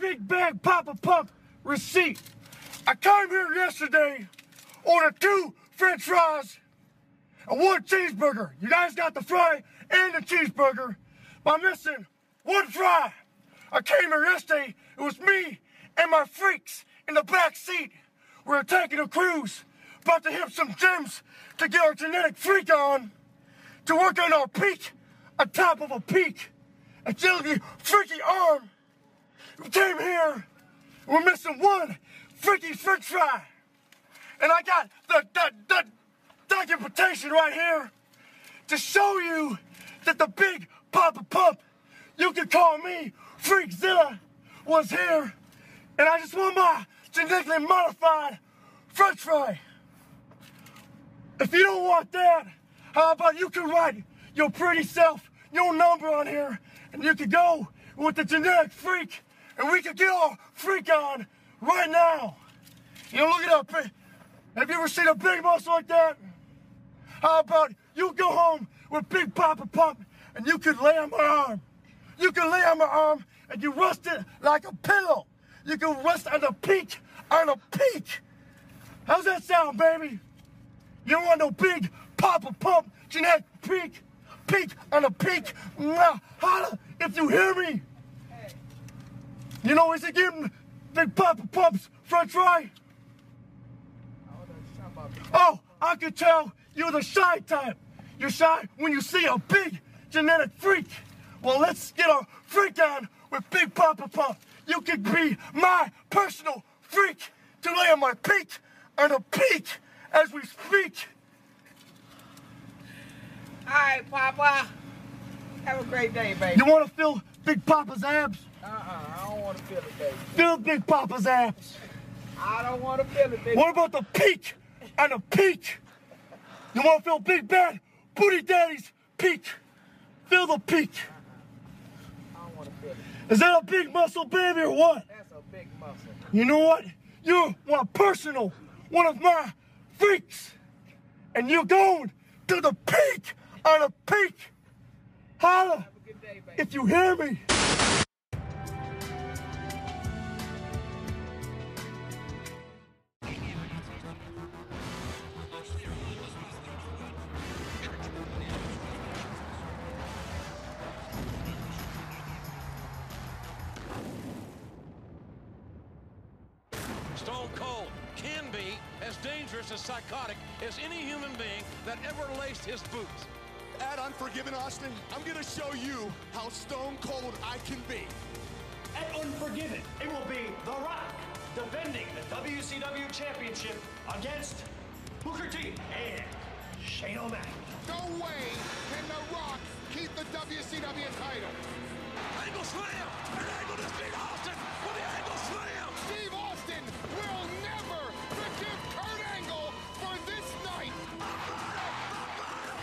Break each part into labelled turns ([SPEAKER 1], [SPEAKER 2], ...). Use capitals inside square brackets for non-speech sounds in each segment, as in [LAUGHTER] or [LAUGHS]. [SPEAKER 1] Big Bag Papa Pump receipt. I came here yesterday, ordered two french fries and one cheeseburger. You guys got the fry and the cheeseburger, but I'm missing one fry. I came here yesterday, it was me and my freaks in the back seat. We were taking a cruise, about to hit some gyms to get our genetic freak on, to work on our peak, on top of a peak, agility, freaky arm. We came here, we're missing one freaky french fry. And I got the, the, the documentation right here to show you that the big Papa Pump, you can call me Freakzilla, was here. And I just want my genetically modified french fry. If you don't want that, how about you can write your pretty self, your number on here, and you can go with the genetic freak, and we can get our freak on right now. You know, look it up. Have you ever seen a big muscle like that? How about you go home with Big Papa Pump and you can lay on my arm? You can lay on my arm and you rest it like a pillow. You can rest on a peak, on a peak. How's that sound, baby? You want no big Papa Pump genetic peak, peak on a peak. Mwah. Holla if you hear me. You know, is it getting Big Papa Pump's French fry? Oh, I could tell you're the shy type. You're shy when you see a big genetic freak. Well, let's get our freak on with Big Papa Pump. You could be my personal freak to lay on my peak and a peak as we speak.
[SPEAKER 2] All right, Papa. Have a great day, baby.
[SPEAKER 1] You want to feel Big Papa's abs?
[SPEAKER 2] Uh-uh, I don't want to feel it, baby.
[SPEAKER 1] Feel Big Papa's abs.
[SPEAKER 2] I don't want to feel it, baby.
[SPEAKER 1] What about the peak and the peak? You want to feel Big Bad Booty Daddy's peak? Feel the peak.
[SPEAKER 2] I don't want to feel it.
[SPEAKER 1] Is that a big muscle baby or what?
[SPEAKER 2] That's a big muscle.
[SPEAKER 1] You know what? You're my personal, one of my freaks. And you're going to the peak on the peak. Holla
[SPEAKER 2] Have a good day, baby.
[SPEAKER 1] if you hear me.
[SPEAKER 3] Stone Cold can be as dangerous as psychotic as any human being that ever laced his boots.
[SPEAKER 4] At Unforgiven Austin, I'm going to show you how stone cold I can be.
[SPEAKER 5] At Unforgiven, it will be The Rock defending the WCW Championship against Booker T and Shane O'Mac.
[SPEAKER 4] No way can The Rock keep the WCW title.
[SPEAKER 3] Angle slam! An angle to Steve Austin with the angle slam!
[SPEAKER 4] Steve Austin will never forgive Kurt Angle for this night.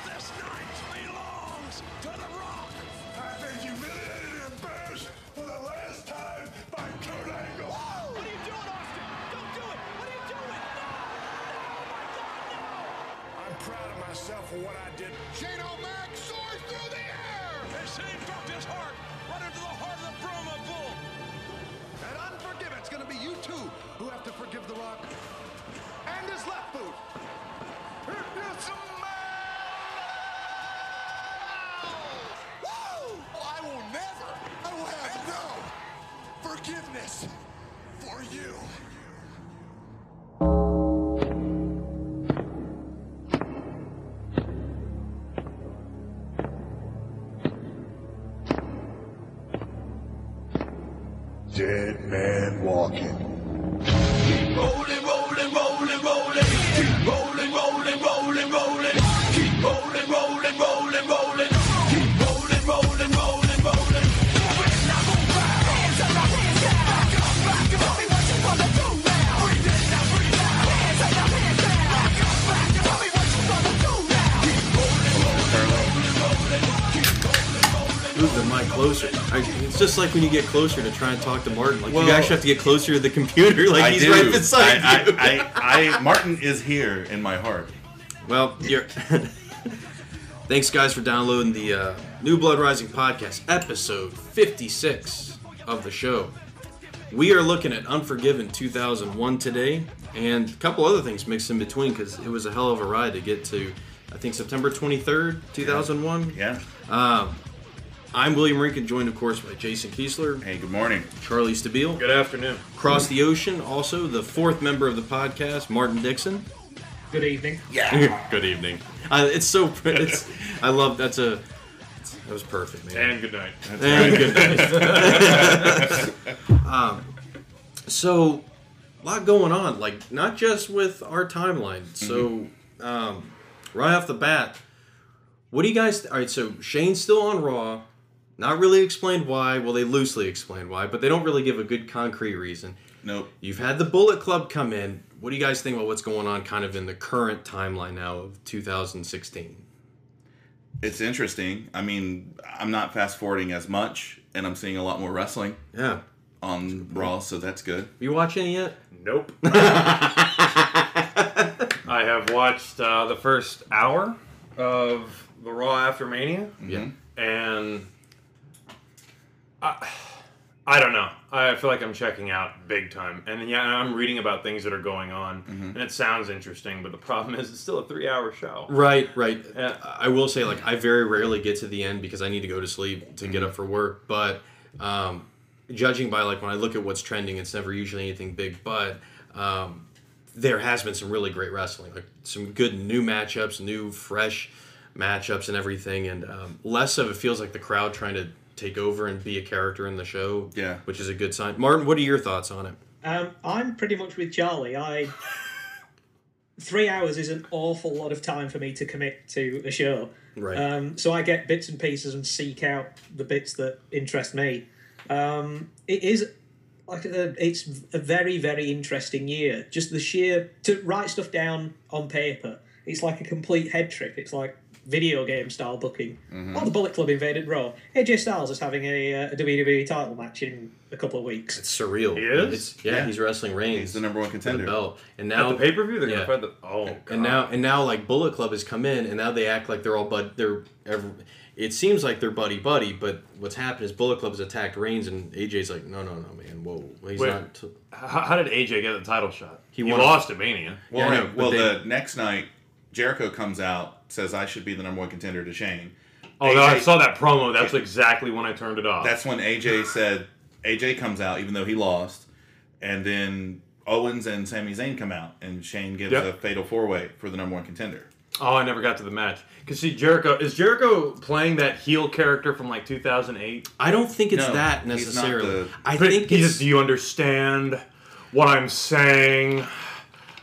[SPEAKER 3] This night belongs to The Rock!
[SPEAKER 6] I've been humiliated and embarrassed for the last time by Kurt Angle.
[SPEAKER 7] What are you doing, Austin? Don't do it! What are you doing? Oh
[SPEAKER 6] I'm proud of myself for what I did.
[SPEAKER 4] Shane O'Mac soars through the air.
[SPEAKER 3] And Shane dropped his heart right into the heart of the Brahma Bull.
[SPEAKER 6] And Unforgiven, it's going to be you two who have to forgive The Rock and his left boot. It's a
[SPEAKER 4] Woo! I will never, I will have no forgiveness for you.
[SPEAKER 6] Dead man walking.
[SPEAKER 3] Rolling, rolling, rolling, rolling. Keep rolling, rolling, rolling, rolling. Keep rolling, rolling, rolling, rolling. Keep rolling, rolling, rolling, rolling.
[SPEAKER 8] Move the mic closer.
[SPEAKER 9] I, it's just like when you get closer to try and talk to Martin. Like
[SPEAKER 10] Well-
[SPEAKER 9] you actually have to get closer to the computer. [LAUGHS] Like
[SPEAKER 10] I
[SPEAKER 9] he's
[SPEAKER 10] do.
[SPEAKER 9] right beside
[SPEAKER 10] I,
[SPEAKER 9] you.
[SPEAKER 10] I, I, I, Martin is here in my heart.
[SPEAKER 9] well, you're. [LAUGHS] Thanks, guys, for downloading the uh, New Blood Rising podcast, episode fifty-six of the show. We are looking at Unforgiven 2001 today, and a couple other things mixed in between because it was a hell of a ride to get to. I think September 23rd, 2001.
[SPEAKER 10] Yeah.
[SPEAKER 9] I'm William Rinkin, joined of course by Jason Kiesler,
[SPEAKER 10] Hey, good morning.
[SPEAKER 9] Charlie Stabile,
[SPEAKER 8] Good afternoon.
[SPEAKER 9] across the ocean. Also, the fourth member of the podcast, Martin Dixon.
[SPEAKER 8] Good evening.
[SPEAKER 9] [LAUGHS] Good evening. Uh, it's so. pr- It's. I love. That's a. That was perfect, man.
[SPEAKER 8] And good night.
[SPEAKER 9] And good night. [LAUGHS] um, so, a lot going on. Like, not just with our
[SPEAKER 10] Mm-hmm.
[SPEAKER 9] timeline. So, um, right off the bat, what do you guys? All right. So Shane's still on Raw. Not really explained why. Well, they loosely explain why, but they don't really give a good concrete reason.
[SPEAKER 10] Nope.
[SPEAKER 9] You've had the Bullet Club come in. What do you guys think about what's going on kind of in the current timeline now of 2016?
[SPEAKER 10] It's interesting. I mean, I'm not fast forwarding as much, and I'm seeing a lot more wrestling
[SPEAKER 9] Yeah.
[SPEAKER 10] on
[SPEAKER 8] Mm-hmm.
[SPEAKER 10] Raw, so that's good.
[SPEAKER 9] You watch any yet?
[SPEAKER 8] Nope. I have watched uh, the first hour of the Raw after Mania,
[SPEAKER 9] Yeah.
[SPEAKER 8] and I, I don't know. I feel like I'm checking out big time, and yeah, I'm reading about things that are going on, and it sounds interesting. But the problem is, it's still a three-hour show.
[SPEAKER 9] Right, right.
[SPEAKER 10] Uh,
[SPEAKER 9] Uh,
[SPEAKER 8] Yeah.
[SPEAKER 9] I will say, like, I very rarely get to the end because I need to go to sleep to
[SPEAKER 10] Mm-hmm.
[SPEAKER 9] get up for work. But um, judging by, like, when I look at what's trending, it's never usually anything big. But um, there has been some really great wrestling, like, some good new matchups, new, fresh matchups, and everything. And um, less of it feels like the crowd trying to take over and be a character in the show,
[SPEAKER 10] Yeah.
[SPEAKER 9] which is a good sign. Martin, what are your thoughts on it?
[SPEAKER 11] Um, I'm pretty much with Charlie. I three hours is an awful lot of time for me to commit to a show.
[SPEAKER 9] Right.
[SPEAKER 11] Um, so I get bits and pieces and seek out the bits that interest me. Um, it is like a, it's a very very interesting year. Just the sheer to write stuff down on paper. It's like a complete head trip. It's like video game style booking. Oh, the Bullet Club invaded Raw. AJ Styles is having a, uh, a WWE title match in a couple of weeks.
[SPEAKER 9] it's surreal.
[SPEAKER 8] He is?
[SPEAKER 9] It's, yeah,
[SPEAKER 10] Yeah.
[SPEAKER 9] he's wrestling Reigns.
[SPEAKER 10] He's the number one
[SPEAKER 9] for the
[SPEAKER 10] contender.
[SPEAKER 9] belt. And
[SPEAKER 8] At
[SPEAKER 9] now
[SPEAKER 8] the pay-per-view, they're
[SPEAKER 9] Yeah.
[SPEAKER 8] gonna find the oh, God.
[SPEAKER 9] and now and now like Bullet Club has come in, and now they act like they're all bud. They're ever. It seems like they're buddy buddy, but what's happened is Bullet Club's attacked Reigns, and AJ's like, no, no, no, man, whoa, he's
[SPEAKER 8] Wait.
[SPEAKER 9] not. T-
[SPEAKER 8] how, how did AJ get the title shot? He,
[SPEAKER 9] won-
[SPEAKER 8] lost at Mania.
[SPEAKER 10] Well,
[SPEAKER 9] Yeah, I know,
[SPEAKER 10] right. well,
[SPEAKER 9] but they-
[SPEAKER 10] the next night, Jericho comes out, says I should be the number one contender to Shane.
[SPEAKER 8] Oh, no, I
[SPEAKER 10] AJ
[SPEAKER 8] saw that promo. That's exactly when I turned it off.
[SPEAKER 10] That's when AJ said AJ comes out, even though he lost, and then Owens and Sami Zayn come out, and Shane gives
[SPEAKER 8] Yep.
[SPEAKER 10] a fatal four way for the number one contender.
[SPEAKER 8] Oh, I never got to the match. Cause see, Jericho is Jericho playing that heel character from like 2008.
[SPEAKER 9] I don't think it's
[SPEAKER 10] No,
[SPEAKER 9] that
[SPEAKER 10] he's not
[SPEAKER 9] necessarily.
[SPEAKER 10] the-
[SPEAKER 9] I
[SPEAKER 8] But
[SPEAKER 9] think
[SPEAKER 8] he
[SPEAKER 9] it's.
[SPEAKER 8] just, do you understand what I'm saying?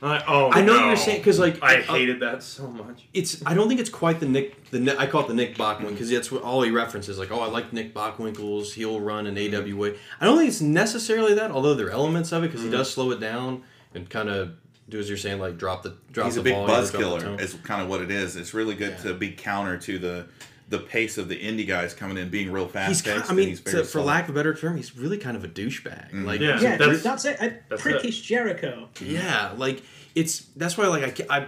[SPEAKER 8] I, oh,
[SPEAKER 9] I know what
[SPEAKER 8] no.
[SPEAKER 9] you're saying because like
[SPEAKER 8] I
[SPEAKER 9] uh,
[SPEAKER 8] hated that so much.
[SPEAKER 9] it's I don't think it's quite the Nick the Ni- I call it the Nick Bockwin because that's what all he references like oh I like Nick Bockwinkle's heel run and
[SPEAKER 10] Mm-hmm.
[SPEAKER 9] AWA I don't think it's necessarily that although there are elements of it because he
[SPEAKER 10] Mm-hmm.
[SPEAKER 9] does slow it down and kind of do as you're saying like drop the drop
[SPEAKER 10] He's
[SPEAKER 9] the
[SPEAKER 10] a big
[SPEAKER 9] ball,
[SPEAKER 10] buzz
[SPEAKER 9] drop the
[SPEAKER 10] killer.
[SPEAKER 9] tone.
[SPEAKER 10] Is kind of what it is. It's really good to be counter to the the pace of the indie guys coming in, being real fast.
[SPEAKER 9] He's kind,
[SPEAKER 10] paced,
[SPEAKER 9] I
[SPEAKER 10] and
[SPEAKER 9] mean
[SPEAKER 10] he's
[SPEAKER 9] to-
[SPEAKER 10] very
[SPEAKER 9] for
[SPEAKER 10] solid. Mm-hmm.
[SPEAKER 9] lack of a better term he's really kind of a douchebag like
[SPEAKER 8] Yeah.
[SPEAKER 11] Yeah,
[SPEAKER 8] That's-
[SPEAKER 11] that's, it. A
[SPEAKER 8] that's
[SPEAKER 11] prickish Jericho.
[SPEAKER 9] Yeah, like it's that's why like I ca- I,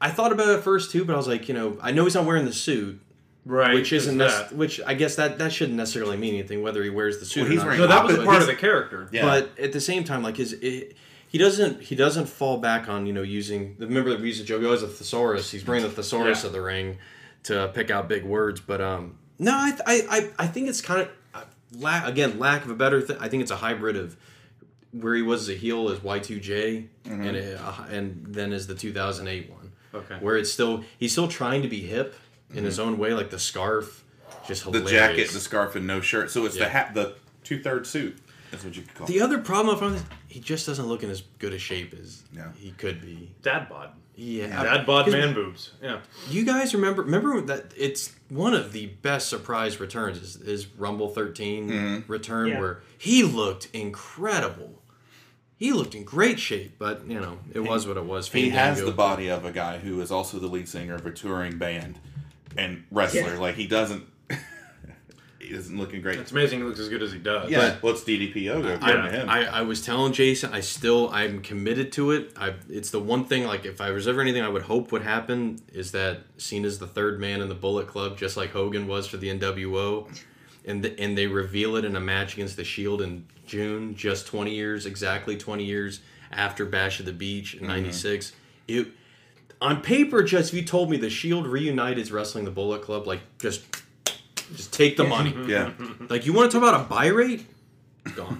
[SPEAKER 9] I thought about it at first too, but I was like, you know, I know he's not wearing the suit,
[SPEAKER 8] Right.
[SPEAKER 9] which isn't
[SPEAKER 8] there's
[SPEAKER 9] nec- which I guess that that shouldn't necessarily mean anything whether he wears the suit.
[SPEAKER 10] Well,
[SPEAKER 9] or
[SPEAKER 10] he's
[SPEAKER 9] not.
[SPEAKER 10] wearing
[SPEAKER 8] No, that was
[SPEAKER 10] But
[SPEAKER 8] part of
[SPEAKER 10] he's-
[SPEAKER 8] the character.
[SPEAKER 10] Yeah.
[SPEAKER 9] But at the same time, like his, it, he doesn't he doesn't fall back on you know using remember that we used a joke he always a thesaurus. He's bringing the thesaurus
[SPEAKER 8] Yeah.
[SPEAKER 9] of the ring to pick out big words. But um, no, I I I, I think it's kind of uh, la- again lack of a better thing. I think it's a hybrid of where he was as a heel as Y two J
[SPEAKER 10] Mm-hmm.
[SPEAKER 9] and uh, and then as the two thousand eight one.
[SPEAKER 8] Okay.
[SPEAKER 9] where it's still he's still trying to be hip in his own way, like the scarf, just
[SPEAKER 10] Mm-hmm. the
[SPEAKER 9] hilarious.
[SPEAKER 10] jacket, the scarf, and no shirt. So it's
[SPEAKER 9] Yeah.
[SPEAKER 10] the hat, the two third suit. That's what you could call.
[SPEAKER 9] The
[SPEAKER 10] it.
[SPEAKER 9] other problem I found is he just doesn't look in as good a shape as
[SPEAKER 10] No.
[SPEAKER 9] he could be.
[SPEAKER 8] Dad bod.
[SPEAKER 9] Yeah.
[SPEAKER 8] Dad bod
[SPEAKER 9] 'Cause
[SPEAKER 8] man boobs. Yeah.
[SPEAKER 9] You guys remember remember that it's one of the best surprise returns is, is Rumble 13
[SPEAKER 10] Mm-hmm.
[SPEAKER 9] return
[SPEAKER 11] Yeah.
[SPEAKER 9] where he looked incredible. He looked in great shape, but you know, it was what it was.
[SPEAKER 10] He
[SPEAKER 9] Fandango.
[SPEAKER 10] has the body of a guy who is also the lead singer of a touring band and wrestler.
[SPEAKER 11] Yeah.
[SPEAKER 10] Like he doesn't, [LAUGHS] he isn't looking great.
[SPEAKER 8] It's amazing he looks as good as he does.
[SPEAKER 10] yeah, what's DDP yoga? according to him.
[SPEAKER 9] I, I was telling Jason, I still I'm committed to it. I it's the one thing like if I was ever anything I would hope would happen is that Cena's the third man in the Bullet Club, just like Hogan was for the NWO. and th and they reveal it in a match against the Shield in June, just 20 years exactly 20 years after Bash at the Beach in
[SPEAKER 10] Mhm.
[SPEAKER 9] '96. It on paper, just if you told me the Shield reunited wrestling the Bullet Club, like just just take the
[SPEAKER 10] Yeah. Mm-hmm.
[SPEAKER 9] money.
[SPEAKER 10] Yeah. [LAUGHS]
[SPEAKER 9] like you want to talk about a buy rate? Gone.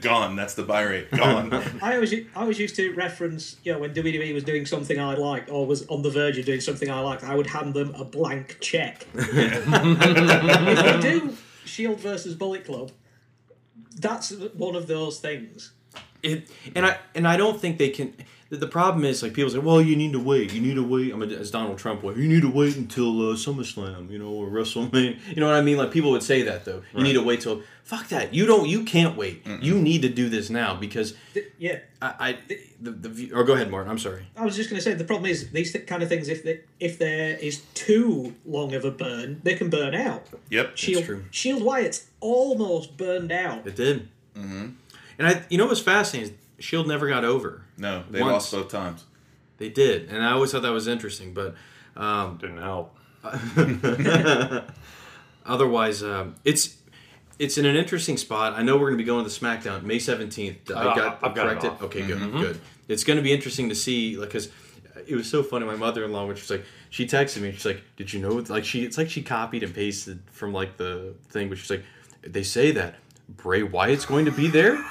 [SPEAKER 10] gone. That's the buy rate. Gone.
[SPEAKER 9] [LAUGHS]
[SPEAKER 11] I always, u- I always used to reference, you know, when WWE was doing something I liked or was on the verge of doing something I liked, I would hand them a blank check. if they do Shield E versus Bullet Club, that's one of those things.
[SPEAKER 9] It and I and I don't think they can. The, the problem is like people say, well, you need to wait. You need to wait. I mean, as Donald Trump would, you need to wait until uh, SummerSlam, you know, or WrestleMania. You know what I mean? Like people would say that though. You need to wait till fuck that. You don't. You can't wait. You need to do this now because
[SPEAKER 11] Yeah,
[SPEAKER 9] I, I the, the view- or go ahead, Martin. I'm sorry.
[SPEAKER 11] I was just going to say the problem is these th- kind of things. If they, if there is too long of a burn, they can burn out.
[SPEAKER 10] Yep,
[SPEAKER 11] Shield, Shield E Wyatt's almost burned out.
[SPEAKER 9] It did. Mm-hmm. And I, you know, what's fascinating is Shield E never got over.
[SPEAKER 10] No, they lost both times.
[SPEAKER 9] They did, and I always thought that was interesting, but um, didn't help. Otherwise, um, it's it's in an interesting spot. I know we're going to be going to SmackDown May seventeenth. I
[SPEAKER 8] Uh,
[SPEAKER 9] got
[SPEAKER 8] I've got it
[SPEAKER 9] corrected.
[SPEAKER 8] off.
[SPEAKER 9] Okay, good,
[SPEAKER 8] Mhm.
[SPEAKER 9] good. It's going to be interesting to see, like, because it was so funny. My mother in law, which was like, she texted me. She's like, "Did you know?" Like, she it's like she copied and pasted from like the thing, but she's like, "They say that Bray Wyatt's going to be there."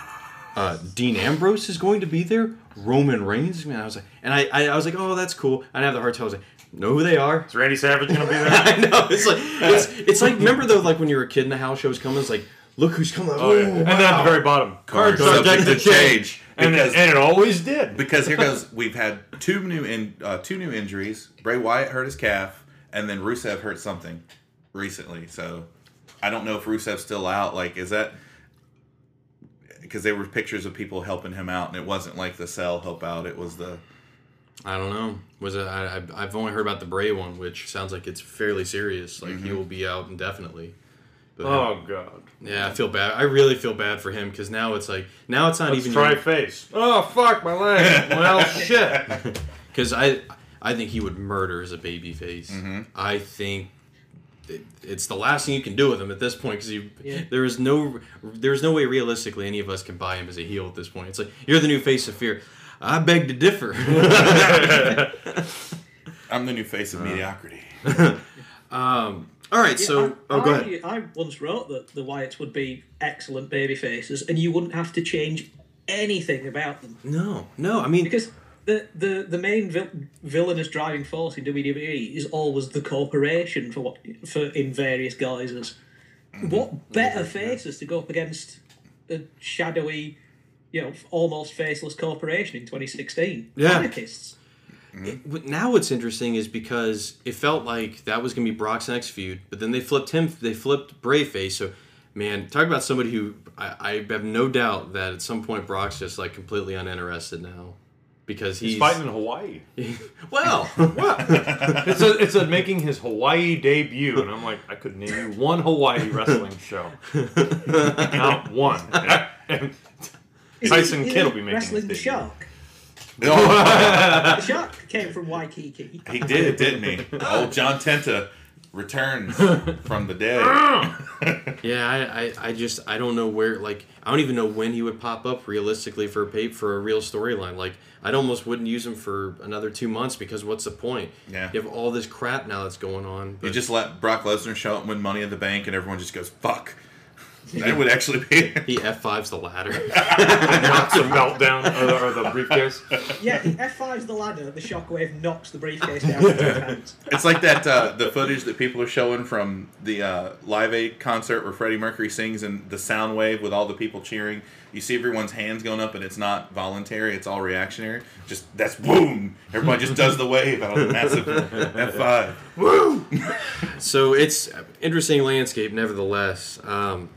[SPEAKER 9] uh, Dean Ambrose is going to be there. Roman Reigns. And I was like, and I, I, I was like, oh, that's cool. And I have the hard time. I was like, know who they are? Is Randy Savage going to
[SPEAKER 10] [LAUGHS]
[SPEAKER 9] be there? [LAUGHS] I know. It's like it's, it's like remember though, like when you were a kid and the house show was coming. It's like, look who's coming.
[SPEAKER 8] Oh, yeah. And then at the very bottom,
[SPEAKER 10] Card subject to change.
[SPEAKER 8] And,
[SPEAKER 10] Because-
[SPEAKER 8] and it always did.
[SPEAKER 10] Because
[SPEAKER 4] [LAUGHS]
[SPEAKER 10] here goes, we've had two new in uh, two new injuries. Bray Wyatt hurt his calf, and then Rusev hurt something recently. So I don't know if Rusev's still out. Like, is that because there were pictures of people helping him out, and it wasn't like the cell help out. It was the
[SPEAKER 9] I don't know. Was it, I, I- I've only heard about the Bray one, which sounds like it's fairly serious. Like he
[SPEAKER 8] Mhm.
[SPEAKER 9] will be out indefinitely.
[SPEAKER 8] Oh, God.
[SPEAKER 9] Yeah, I feel bad. I really feel bad for him because now it's like now it's not
[SPEAKER 8] Let's
[SPEAKER 9] even
[SPEAKER 8] try
[SPEAKER 9] your-
[SPEAKER 8] face. Oh fuck my [LAUGHS] leg. well shit.
[SPEAKER 9] Because I, I think he would murder as a baby face. I think it, it's the last thing you can do with him at this point because
[SPEAKER 11] Yeah.
[SPEAKER 9] there is no there is no way realistically any of us can buy him as a heel at this point. It's like you're the new face of fear. I beg to differ. [LAUGHS]
[SPEAKER 10] I'm the new face of mediocrity.
[SPEAKER 9] um, all right,
[SPEAKER 11] Yeah,
[SPEAKER 9] so oh, go
[SPEAKER 11] I,
[SPEAKER 9] ahead.
[SPEAKER 11] I once wrote that the Wyatts would be excellent baby faces, and you wouldn't have to change anything about them.
[SPEAKER 9] No, no. I mean,
[SPEAKER 11] because the the the main vil- villainous driving force in WWE is always the corporation for what for in various guises. What better faces to go up against a shadowy, you know, almost faceless corporation in 2016?
[SPEAKER 9] Yeah.
[SPEAKER 11] Anarchists.
[SPEAKER 9] It- what- now what's interesting is because it felt like that was going to be Brock's next feud, but then they flipped him. They flipped Bray face. So, man, talk about somebody who I, I have no doubt that at some point Brock's just like completely uninterested now because he's,
[SPEAKER 8] He's fighting in Hawaii.
[SPEAKER 9] [LAUGHS] well, well.
[SPEAKER 8] it's a, it's a making his Hawaii debut, and I'm like, I could name you one Hawaii wrestling [LAUGHS] show, not one. And
[SPEAKER 11] Is
[SPEAKER 8] Tyson
[SPEAKER 11] it- is
[SPEAKER 8] Kidd will
[SPEAKER 11] it
[SPEAKER 8] be making his
[SPEAKER 11] wrestling the
[SPEAKER 8] debut.
[SPEAKER 11] shark. the shark came from Waikiki.
[SPEAKER 10] Oh, He did it, didn't he? Old John Tenta returns from the dead.
[SPEAKER 9] yeah, I, I, I just I don't know where like I don't even know when he would pop up realistically for a pay, for a real storyline. Like I'd almost wouldn't use him for another two months because what's the point?
[SPEAKER 10] Yeah.
[SPEAKER 9] you have all this crap now that's going on.
[SPEAKER 10] You just let Brock Lesnar show up and win Money in the Bank, and everyone just goes,
[SPEAKER 9] [LAUGHS]
[SPEAKER 10] fuck. That would actually be.
[SPEAKER 9] He F5's the ladder.
[SPEAKER 8] Knocks a belt down or the, or the briefcase.
[SPEAKER 11] Yeah, F5's the ladder, the shockwave knocks the briefcase down with both hands.
[SPEAKER 10] It's like that uh, the footage that people are showing from the uh, Live Aid concert where Freddie Mercury sings and the sound wave with all the people cheering. You see everyone's hands going up, and it's not voluntary; it's all reactionary. Just that's boom! Everybody just does the wave out of the massive F five.
[SPEAKER 9] Woo! so it's an interesting landscape, nevertheless. Um,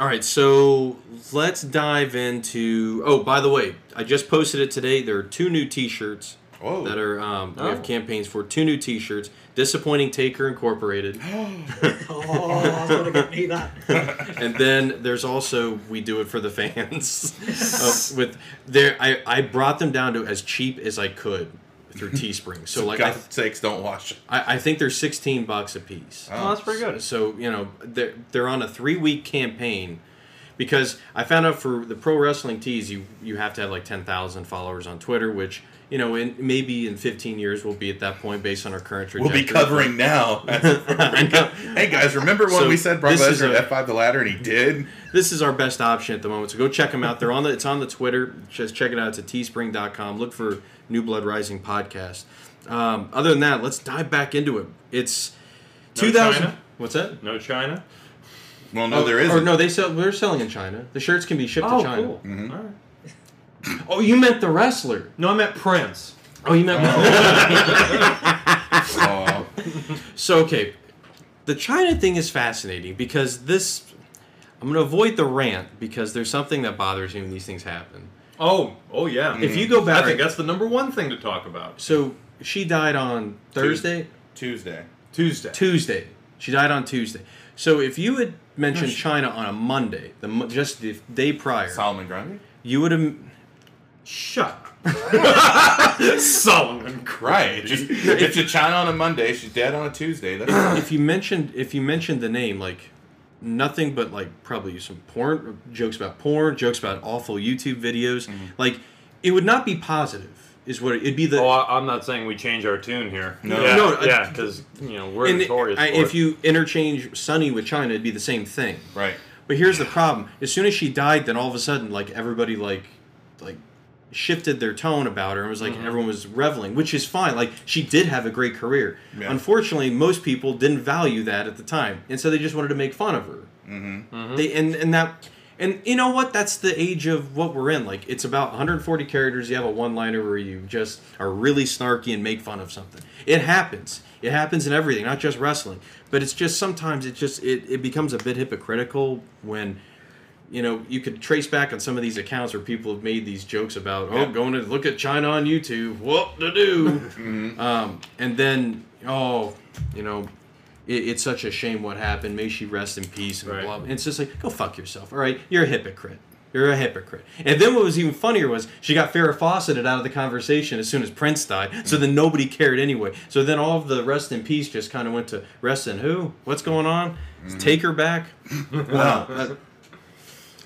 [SPEAKER 9] all right, so let's dive into. Oh, by the way, I just posted it today. There are two new T-shirts that are um, we
[SPEAKER 11] Oh.
[SPEAKER 9] have campaigns for. Two new T-shirts: Disappointing Taker Incorporated.
[SPEAKER 11] oh, I was going to get me that.
[SPEAKER 9] and then there's also we do it for the [LAUGHS] Oh, fans Uh, with there I, I brought them down to as cheap as i could through Teespring. So like, I,
[SPEAKER 10] God's sakes, don't watch it.
[SPEAKER 9] I, I think they're sixteen bucks a piece.
[SPEAKER 10] Oh, that's
[SPEAKER 8] pretty good.
[SPEAKER 9] So you know they're they're on a three week campaign because I found out for the pro wrestling tees you you have to have like ten thousand followers on Twitter, which you know in maybe in fifteen years we'll be at that point based on our current
[SPEAKER 10] We'll
[SPEAKER 9] trajectory.
[SPEAKER 10] be covering
[SPEAKER 9] [LAUGHS]
[SPEAKER 10] now. hey guys, remember when
[SPEAKER 9] So
[SPEAKER 10] we said Brock
[SPEAKER 9] this is
[SPEAKER 10] Lesnar
[SPEAKER 9] a-
[SPEAKER 10] F five the ladder and he did?
[SPEAKER 9] This is our best option at the moment. So go check them out. They're on the it's on the Twitter. Just check it out. It's at teespring.com. Look for New Blood Rising podcast. Um, other than that, let's dive back into it. It's
[SPEAKER 8] No
[SPEAKER 9] 2000
[SPEAKER 8] China?
[SPEAKER 9] What's that?
[SPEAKER 8] No China.
[SPEAKER 10] Well,
[SPEAKER 8] no, Oh, there isn't.
[SPEAKER 9] Oh, Or no, they sell. They're selling in China. The shirts can be shipped
[SPEAKER 8] Oh,
[SPEAKER 9] to China.
[SPEAKER 8] cool. All right.
[SPEAKER 9] Oh, you meant the wrestler.
[SPEAKER 8] No, I meant Prince.
[SPEAKER 9] Oh, you meant. [LAUGHS]
[SPEAKER 10] Oh,
[SPEAKER 9] so okay, the China thing is fascinating because this. I'm going to avoid the rant because there's something that bothers me when these things happen.
[SPEAKER 8] Oh, oh yeah.
[SPEAKER 9] If you go back-
[SPEAKER 8] I think that's the number one thing to talk about.
[SPEAKER 9] So she died on Thursday.
[SPEAKER 10] Tuesday.
[SPEAKER 8] Tuesday.
[SPEAKER 9] Tuesday. She died on Tuesday. So if you had mentioned China on a Monday, the mo- just the day prior,
[SPEAKER 10] Solomon Grundy.
[SPEAKER 9] you would have.
[SPEAKER 8] Shut. [LAUGHS]
[SPEAKER 10] Solomon Right. [LAUGHS] Just, if you China on a Monday, she's dead on a Tuesday. That's
[SPEAKER 9] if you mentioned if you mentioned the name like nothing but like probably some porn jokes about porn jokes about awful youtube videos
[SPEAKER 8] Mm-hmm.
[SPEAKER 9] like it would not be positive is what it, would be the
[SPEAKER 8] Oh, I, I'm not saying we change our tune here.
[SPEAKER 9] No.
[SPEAKER 8] yeah,
[SPEAKER 9] No, I-
[SPEAKER 8] yeah, because you know we're
[SPEAKER 9] and it-
[SPEAKER 8] notorious.
[SPEAKER 9] I-
[SPEAKER 8] for
[SPEAKER 9] if
[SPEAKER 8] it.
[SPEAKER 9] you interchange sunny with china it'd be the same thing
[SPEAKER 10] right
[SPEAKER 9] but here's the problem as soon as she died then all of a sudden like everybody like like shifted their tone about her and was like
[SPEAKER 8] Mhm.
[SPEAKER 9] everyone was reveling which is fine like she did have a great career
[SPEAKER 8] Yeah.
[SPEAKER 9] unfortunately most people didn't value that at the time and so they just wanted to make fun of her
[SPEAKER 10] Mm-hmm.
[SPEAKER 9] They and and that and you know what? That's the age of what we're in. Like it's about 140 characters. You have a one-liner where you just are really snarky and make fun of something. It happens. It happens in everything, not just wrestling. But it's just sometimes it just it, it becomes a bit hypocritical when you know you could trace back on some of these accounts where people have made these jokes about
[SPEAKER 8] Yeah.
[SPEAKER 9] oh going to look at China on YouTube, what to do, um, and then oh you know it, it's such a shame what happened. May she rest in peace and blah. And it's just like, go fuck yourself. All right, you're a hypocrite. You're a hypocrite. And then what was even funnier was she got Farrah Fawcett out of the conversation as soon as Prince died. So then nobody cared anyway. So then all of the rest in peace just kind of went to rest in who? What's going on? Take her back. Wow. That-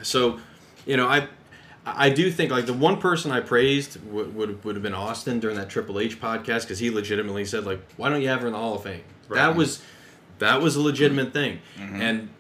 [SPEAKER 9] so, you know, I I do think like the one person I praised would would, would have been Austin during that Triple H podcast because he legitimately said like, why don't you have her in the Hall of Fame? That
[SPEAKER 8] Right.
[SPEAKER 9] was that was a legitimate thing, and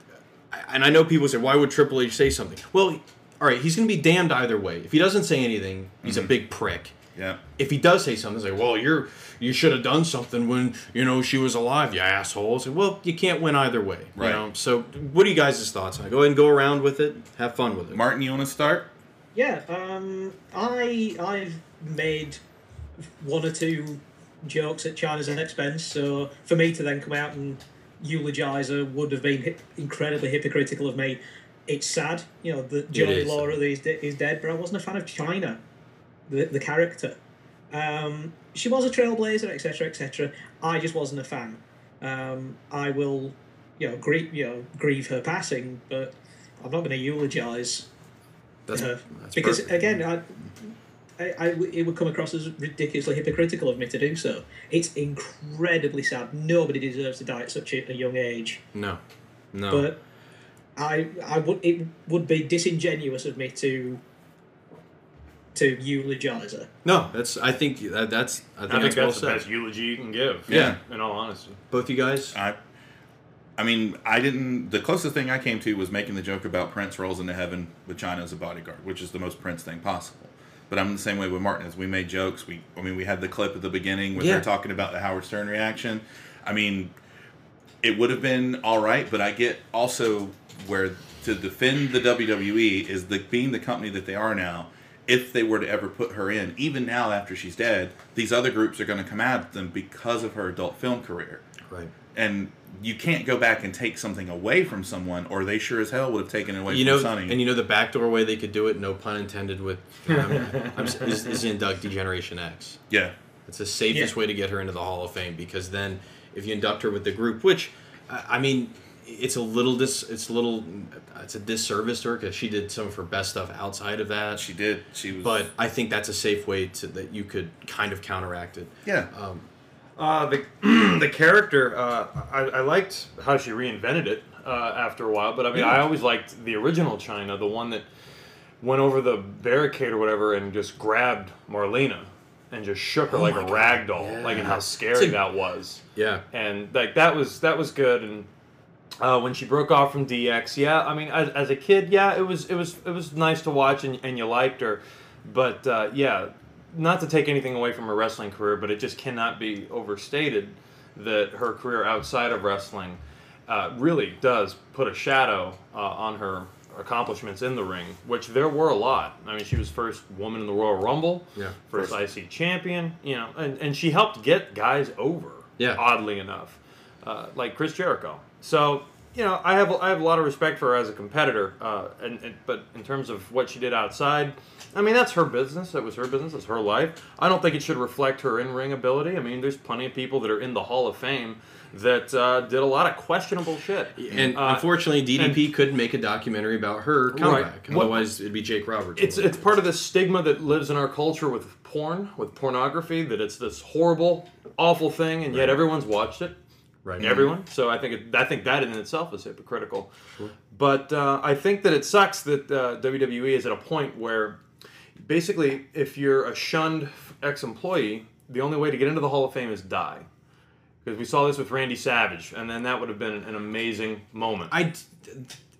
[SPEAKER 9] and I know people say why would Triple H say something? Well, all right, he's going to be damned either way. If he doesn't say anything, he's a big prick.
[SPEAKER 10] Yeah.
[SPEAKER 9] If he does say something, it's like, well, you're you should have done something when you know she was alive, you assholes. well, you can't win either way.
[SPEAKER 10] Right.
[SPEAKER 9] You know? So, what are you guys' thoughts on it? Go ahead and go around with it. Have fun with it.
[SPEAKER 10] Martin, you want to start?
[SPEAKER 11] Yeah, um, I I've made one or two jokes at China's expense, so for me to then come out and eulogise her would have been hip- incredibly hypocritical of me. It's sad, you know, that Johnny
[SPEAKER 9] is
[SPEAKER 11] Laura is, de- is dead, but I wasn't a fan of China, the the character. Um, she was a trailblazer, etc., etc. I just wasn't a fan. Um, I will, you know, grieve, you know, grieve her passing, but I'm not going to eulogise
[SPEAKER 9] That's-
[SPEAKER 11] her
[SPEAKER 9] that's
[SPEAKER 11] Uh, because
[SPEAKER 9] perfect.
[SPEAKER 11] again, I, I, I w- it would come across as ridiculously hypocritical of me to do so. It's incredibly sad. Nobody deserves to die at such a, a young age.
[SPEAKER 9] No, no.
[SPEAKER 11] But I, I would it would be disingenuous of me to to eulogise her.
[SPEAKER 9] no, that's. I think that, that's. I think,
[SPEAKER 8] I think
[SPEAKER 9] that's, well
[SPEAKER 8] that's the
[SPEAKER 9] said.
[SPEAKER 8] best eulogy you can give.
[SPEAKER 9] Yeah.
[SPEAKER 8] in all honesty.
[SPEAKER 9] Both you guys?
[SPEAKER 10] I I mean, I didn't the closest thing I came to was making the joke about Prince rolls into heaven with China as a bodyguard, which is the most Prince thing possible. But I'm the same way with Martin as we made jokes. We I mean we had the clip at the beginning with
[SPEAKER 9] Yeah.
[SPEAKER 10] her talking about the Howard Stern reaction. I mean, it would have been all right, but I get also where to defend the WWE is the being the company that they are now. If they were to ever put her in, even now after she's dead, these other groups are going to come at them because of her adult film career.
[SPEAKER 9] Right.
[SPEAKER 10] And you can't go back and take something away from someone, or they sure as hell would have taken it away
[SPEAKER 9] You
[SPEAKER 10] from
[SPEAKER 9] know,
[SPEAKER 10] Sonny.
[SPEAKER 9] and you know the backdoor way they could do it. No pun intended. With I'm, I'm,
[SPEAKER 11] [LAUGHS]
[SPEAKER 9] is, is to induct Degeneration X.
[SPEAKER 10] Yeah,
[SPEAKER 9] it's the safest way to get her into the Hall of Fame because then if you induct her with the group, which I I mean, it's a little dis it's a little it's a disservice to her because she did some of her best stuff outside of that. She
[SPEAKER 10] did. She was.
[SPEAKER 9] But I think that's a safe way to that you could kind of counteract it.
[SPEAKER 10] Yeah.
[SPEAKER 9] Um,
[SPEAKER 8] Uh, the [CLEARS THROAT] the character, uh, I, I liked how she reinvented it uh, after a while, but I mean, I always liked the original China, the one that went over the barricade or whatever and just grabbed Marlena and just shook her
[SPEAKER 9] Oh
[SPEAKER 8] like
[SPEAKER 9] my
[SPEAKER 8] a
[SPEAKER 9] God,
[SPEAKER 8] rag doll, like and
[SPEAKER 9] yeah.
[SPEAKER 8] how
[SPEAKER 9] It's
[SPEAKER 8] scary
[SPEAKER 9] a-
[SPEAKER 8] that was.
[SPEAKER 9] yeah.
[SPEAKER 8] And like that was that was good. And uh, when she broke off from DX, yeah, I mean, as, as a kid, yeah, it was it was it was nice to watch and, and you liked her, but uh, yeah, not to take anything away from her wrestling career, but it just cannot be overstated that her career outside of wrestling uh, really does put a shadow uh, on her accomplishments in the ring, which there were a lot. I mean, she was first woman in the Royal Rumble,
[SPEAKER 9] Yeah.
[SPEAKER 8] first IC champion, you know, and, and she helped get guys over,
[SPEAKER 9] Yeah.
[SPEAKER 8] oddly enough, uh, like Chris Jericho. So, you know, I have, I have a lot of respect for her as a competitor, uh, and, and, but in terms of what she did outside, I mean, that's her business. That was her business. That's her life. I don't think it should reflect her in ring ability. I mean, there's plenty of people that are in the Hall of Fame that uh, did a lot of questionable shit.
[SPEAKER 9] And
[SPEAKER 8] Uh,
[SPEAKER 9] unfortunately, DDP couldn't make a documentary about her comeback.
[SPEAKER 8] Right. What-
[SPEAKER 9] Otherwise, it'd be Jake Roberts.
[SPEAKER 8] It's it's part of this stigma that lives in our culture with porn, with pornography, that it's this horrible, awful thing, and yet everyone's watched it.
[SPEAKER 9] Right.
[SPEAKER 8] Everyone. So I think it, I think that in itself is hypocritical. But uh, I think that it sucks that uh, WWE is at a point where basically, if you're a shunned ex employee, the only way to get into the Hall of Fame is die. Because we saw this with Randy Savage, and then that would have been an amazing moment.
[SPEAKER 9] I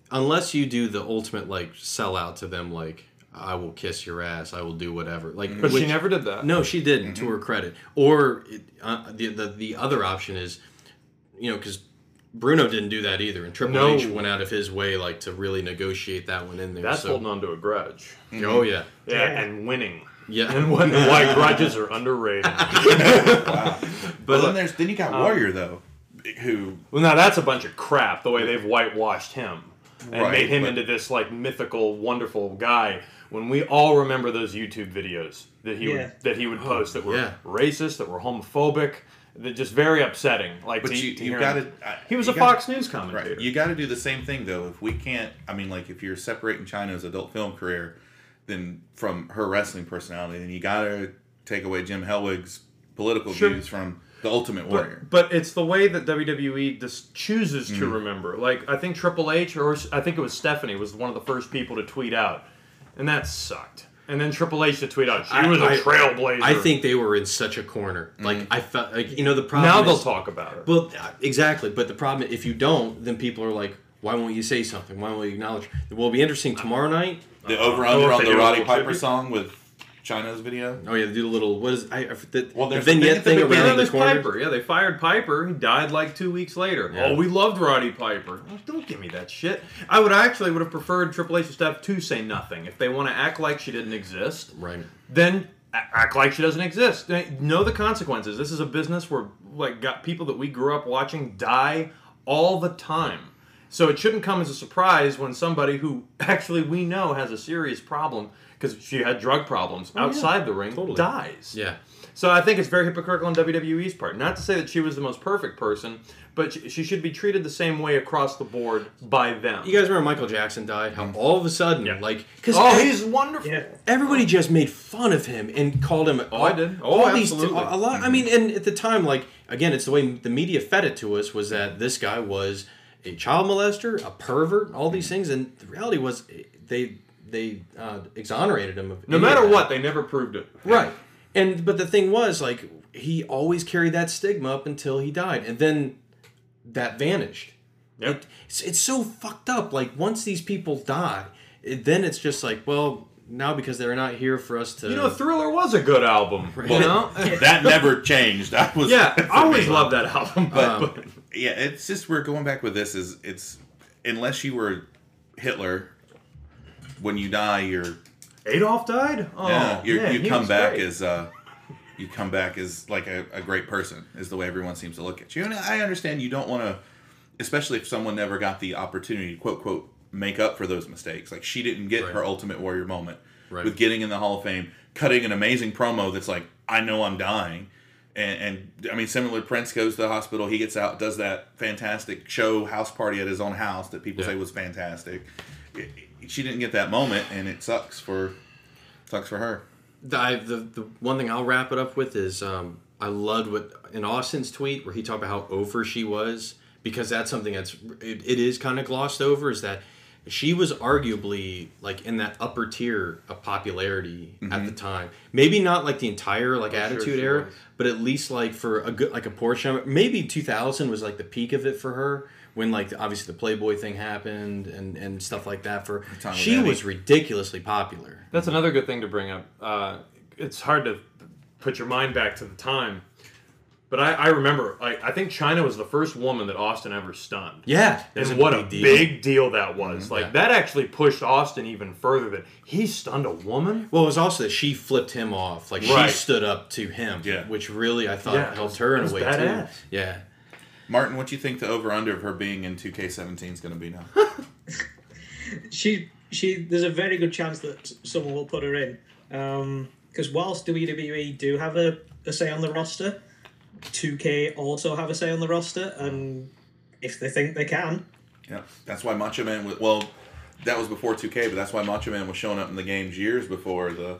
[SPEAKER 9] unless you do the ultimate like sell out to them like I will kiss your ass. I will do whatever. Like,
[SPEAKER 8] But she never did that.
[SPEAKER 9] No, she didn't.
[SPEAKER 8] Mm-hmm.
[SPEAKER 9] To her credit, or it, uh, the, the the other option is, you know, because Bruno didn't do that either, and Triple
[SPEAKER 8] No.
[SPEAKER 9] H went out of his way like to really negotiate that one in there.
[SPEAKER 8] That's
[SPEAKER 9] so.
[SPEAKER 8] holding on to a grudge.
[SPEAKER 9] Oh yeah,
[SPEAKER 8] Yeah, and winning.
[SPEAKER 9] Yeah.
[SPEAKER 8] And when why grudges are
[SPEAKER 10] [LAUGHS]
[SPEAKER 8] underrated.
[SPEAKER 10] But then there's then you got
[SPEAKER 8] um,
[SPEAKER 10] Warrior though, who
[SPEAKER 8] Well, now that's a bunch of crap. The way they've whitewashed him and
[SPEAKER 10] Right,
[SPEAKER 8] made him
[SPEAKER 10] but-
[SPEAKER 8] into this like mythical, wonderful guy. When we all remember those YouTube videos that he
[SPEAKER 11] Yeah.
[SPEAKER 8] would, that he
[SPEAKER 10] Oh,
[SPEAKER 8] would post that were
[SPEAKER 9] yeah.
[SPEAKER 8] racist, that were homophobic, that just very upsetting. Like
[SPEAKER 10] But
[SPEAKER 8] to,
[SPEAKER 10] you, uh,
[SPEAKER 8] to
[SPEAKER 10] you
[SPEAKER 8] hear
[SPEAKER 10] got
[SPEAKER 8] him.
[SPEAKER 10] to.
[SPEAKER 8] He was a Fox News commentator.
[SPEAKER 10] You got to do the same thing though. If we can't, I mean, like if you're separating China's adult film career, then from her wrestling personality, then you got to take away Jim Hellwig's political
[SPEAKER 8] Sure.
[SPEAKER 10] views from the Ultimate Warrior.
[SPEAKER 8] But, but it's the way that WWE just chooses to
[SPEAKER 9] Mm.
[SPEAKER 10] Mhm.
[SPEAKER 8] remember. Like I think Triple H or I think it was Stephanie was one of the first people to tweet out, and that sucked. And then Triple H to tweet out, she was a
[SPEAKER 9] a
[SPEAKER 8] trailblazer. Mm-hmm.
[SPEAKER 9] I think they were in such a corner. Like I felt like you know the problem.
[SPEAKER 8] Now they'll
[SPEAKER 9] is-
[SPEAKER 8] talk about it.
[SPEAKER 9] Well, uh, exactly. But the problem, if you don't, then people are like, "Why won't you say something? Why won't you acknowledge?" It will be interesting tomorrow night.
[SPEAKER 10] The over
[SPEAKER 8] uh,
[SPEAKER 10] under on the Roddy Piper song with China's video.
[SPEAKER 9] Oh yeah, they do the little what is I, I the,
[SPEAKER 10] Well,
[SPEAKER 9] the
[SPEAKER 10] there's
[SPEAKER 9] vignette
[SPEAKER 10] the
[SPEAKER 9] thing
[SPEAKER 10] thing at the
[SPEAKER 9] around
[SPEAKER 10] beginning
[SPEAKER 9] the
[SPEAKER 10] of
[SPEAKER 9] corner.
[SPEAKER 8] Piper, yeah, they fired Piper. He died like two weeks later.
[SPEAKER 9] Yeah.
[SPEAKER 8] Oh, we loved Roddy Piper. Oh, don't give me that shit. I would actually would have preferred Triple H's staff to say nothing if they want to act like she didn't exist.
[SPEAKER 9] Right.
[SPEAKER 8] then a- act like she doesn't exist. Eh, Know the consequences. This is a business where like got people that we grew up watching die all the time. So it shouldn't come as a surprise when somebody who [LAUGHS] actually we know has a serious problem because she had drug problems
[SPEAKER 9] Oh, yeah.
[SPEAKER 8] outside the ring
[SPEAKER 9] Totally.
[SPEAKER 8] dies.
[SPEAKER 9] Yeah.
[SPEAKER 8] So I think it's very hypocritical on WWE's part. Not to say that she was the most perfect person, but she, she should be treated the same way across the board by them.
[SPEAKER 9] You guys remember Michael Jackson died?
[SPEAKER 8] Mm.
[SPEAKER 9] How all of a sudden, like, because
[SPEAKER 8] Oh, he's wonderful.
[SPEAKER 9] everybody just made fun of him and called him. Oh,
[SPEAKER 8] I did. Oh, absolutely.
[SPEAKER 9] a lot. I mean, and at the time, like, again, it's the way the media fed it to us was that this guy was a child molester, a pervert, all
[SPEAKER 8] Mm.
[SPEAKER 9] these things, and the reality was eh, they they uh, exonerated him. Of
[SPEAKER 8] No
[SPEAKER 9] any of
[SPEAKER 8] matter
[SPEAKER 9] that.
[SPEAKER 8] what, they never proved it.
[SPEAKER 9] Right. And but the thing was like he always carried that stigma up until he died and then that vanished. It- it's, it's so fucked up like once these people die, it, then it's just like well now because they're not here for us to
[SPEAKER 8] You know, Thriller was a good album. You know?
[SPEAKER 10] Well, that never changed. I
[SPEAKER 8] [LAUGHS]
[SPEAKER 10] was
[SPEAKER 8] Yeah,
[SPEAKER 10] for [LAUGHS]
[SPEAKER 8] I always
[SPEAKER 10] me.
[SPEAKER 8] loved that album.
[SPEAKER 10] But,
[SPEAKER 8] Um,
[SPEAKER 10] but- yeah, it's just we're going back with this is it's unless you were Hitler, when you die, you're
[SPEAKER 8] Adolf died. Oh,
[SPEAKER 10] yeah, you're,
[SPEAKER 8] man,
[SPEAKER 10] you
[SPEAKER 8] he
[SPEAKER 10] come
[SPEAKER 8] was
[SPEAKER 10] back
[SPEAKER 8] great.
[SPEAKER 10] as uh, you come back as like a, a great person is the way everyone seems to look at you. And I understand you don't want to, especially if someone never got the opportunity to quote quote make up for those mistakes. Like she didn't get her ultimate warrior moment
[SPEAKER 9] Right.
[SPEAKER 10] with getting in the Hall of Fame, cutting an amazing promo that's like I know I'm dying. And, and I mean, similar. Prince goes to the hospital. He gets out, does that fantastic show house party at his own house that people say was fantastic. It- it- she didn't get that moment, and it sucks for sucks for her.
[SPEAKER 9] the, I, the the one thing I'll wrap it up with is um, I loved what in Austin's tweet where he talked about how over she was because that's something that's it, it is kind of glossed over is that she was arguably like in that upper tier of popularity at the time maybe not like the entire like
[SPEAKER 8] Mm-hmm. sure
[SPEAKER 9] attitude
[SPEAKER 8] she
[SPEAKER 9] era
[SPEAKER 8] was.
[SPEAKER 9] but at least like for a good like a portion of it maybe 2000 was like the peak of it for her when like obviously the playboy thing happened and and stuff like that for
[SPEAKER 8] Tommy
[SPEAKER 9] she
[SPEAKER 8] Daddy.
[SPEAKER 9] was ridiculously popular
[SPEAKER 8] That's another good thing to bring up. Uh, it's hard to put your mind back to the time, but I, I remember. I, I think China was the first woman that Austin ever stunned.
[SPEAKER 9] Yeah, it was
[SPEAKER 8] and
[SPEAKER 9] a
[SPEAKER 8] what a
[SPEAKER 9] big deal.
[SPEAKER 8] big deal that was.
[SPEAKER 9] Mhm.
[SPEAKER 8] Like
[SPEAKER 9] Yeah.
[SPEAKER 8] that actually pushed Austin even further. That he stunned a woman.
[SPEAKER 9] Well, it was also that she flipped him off. Like
[SPEAKER 8] Right.
[SPEAKER 9] she stood up to him, which really I thought
[SPEAKER 8] Yeah,
[SPEAKER 9] helped her in
[SPEAKER 8] it was
[SPEAKER 9] a way
[SPEAKER 8] badass.
[SPEAKER 9] too. Yeah.
[SPEAKER 10] Martin, what do you think the over under of her being in 2K17 is going to be now?
[SPEAKER 11] she she there's a very good chance that s- someone will put her in because whilst WWE do have a, a say on the roster, 2K also have a say on the roster, and if they think they can,
[SPEAKER 10] Yeah, that's why Macho Man was well. That was before 2K, but that's why Macho Man was showing up in the games years before the.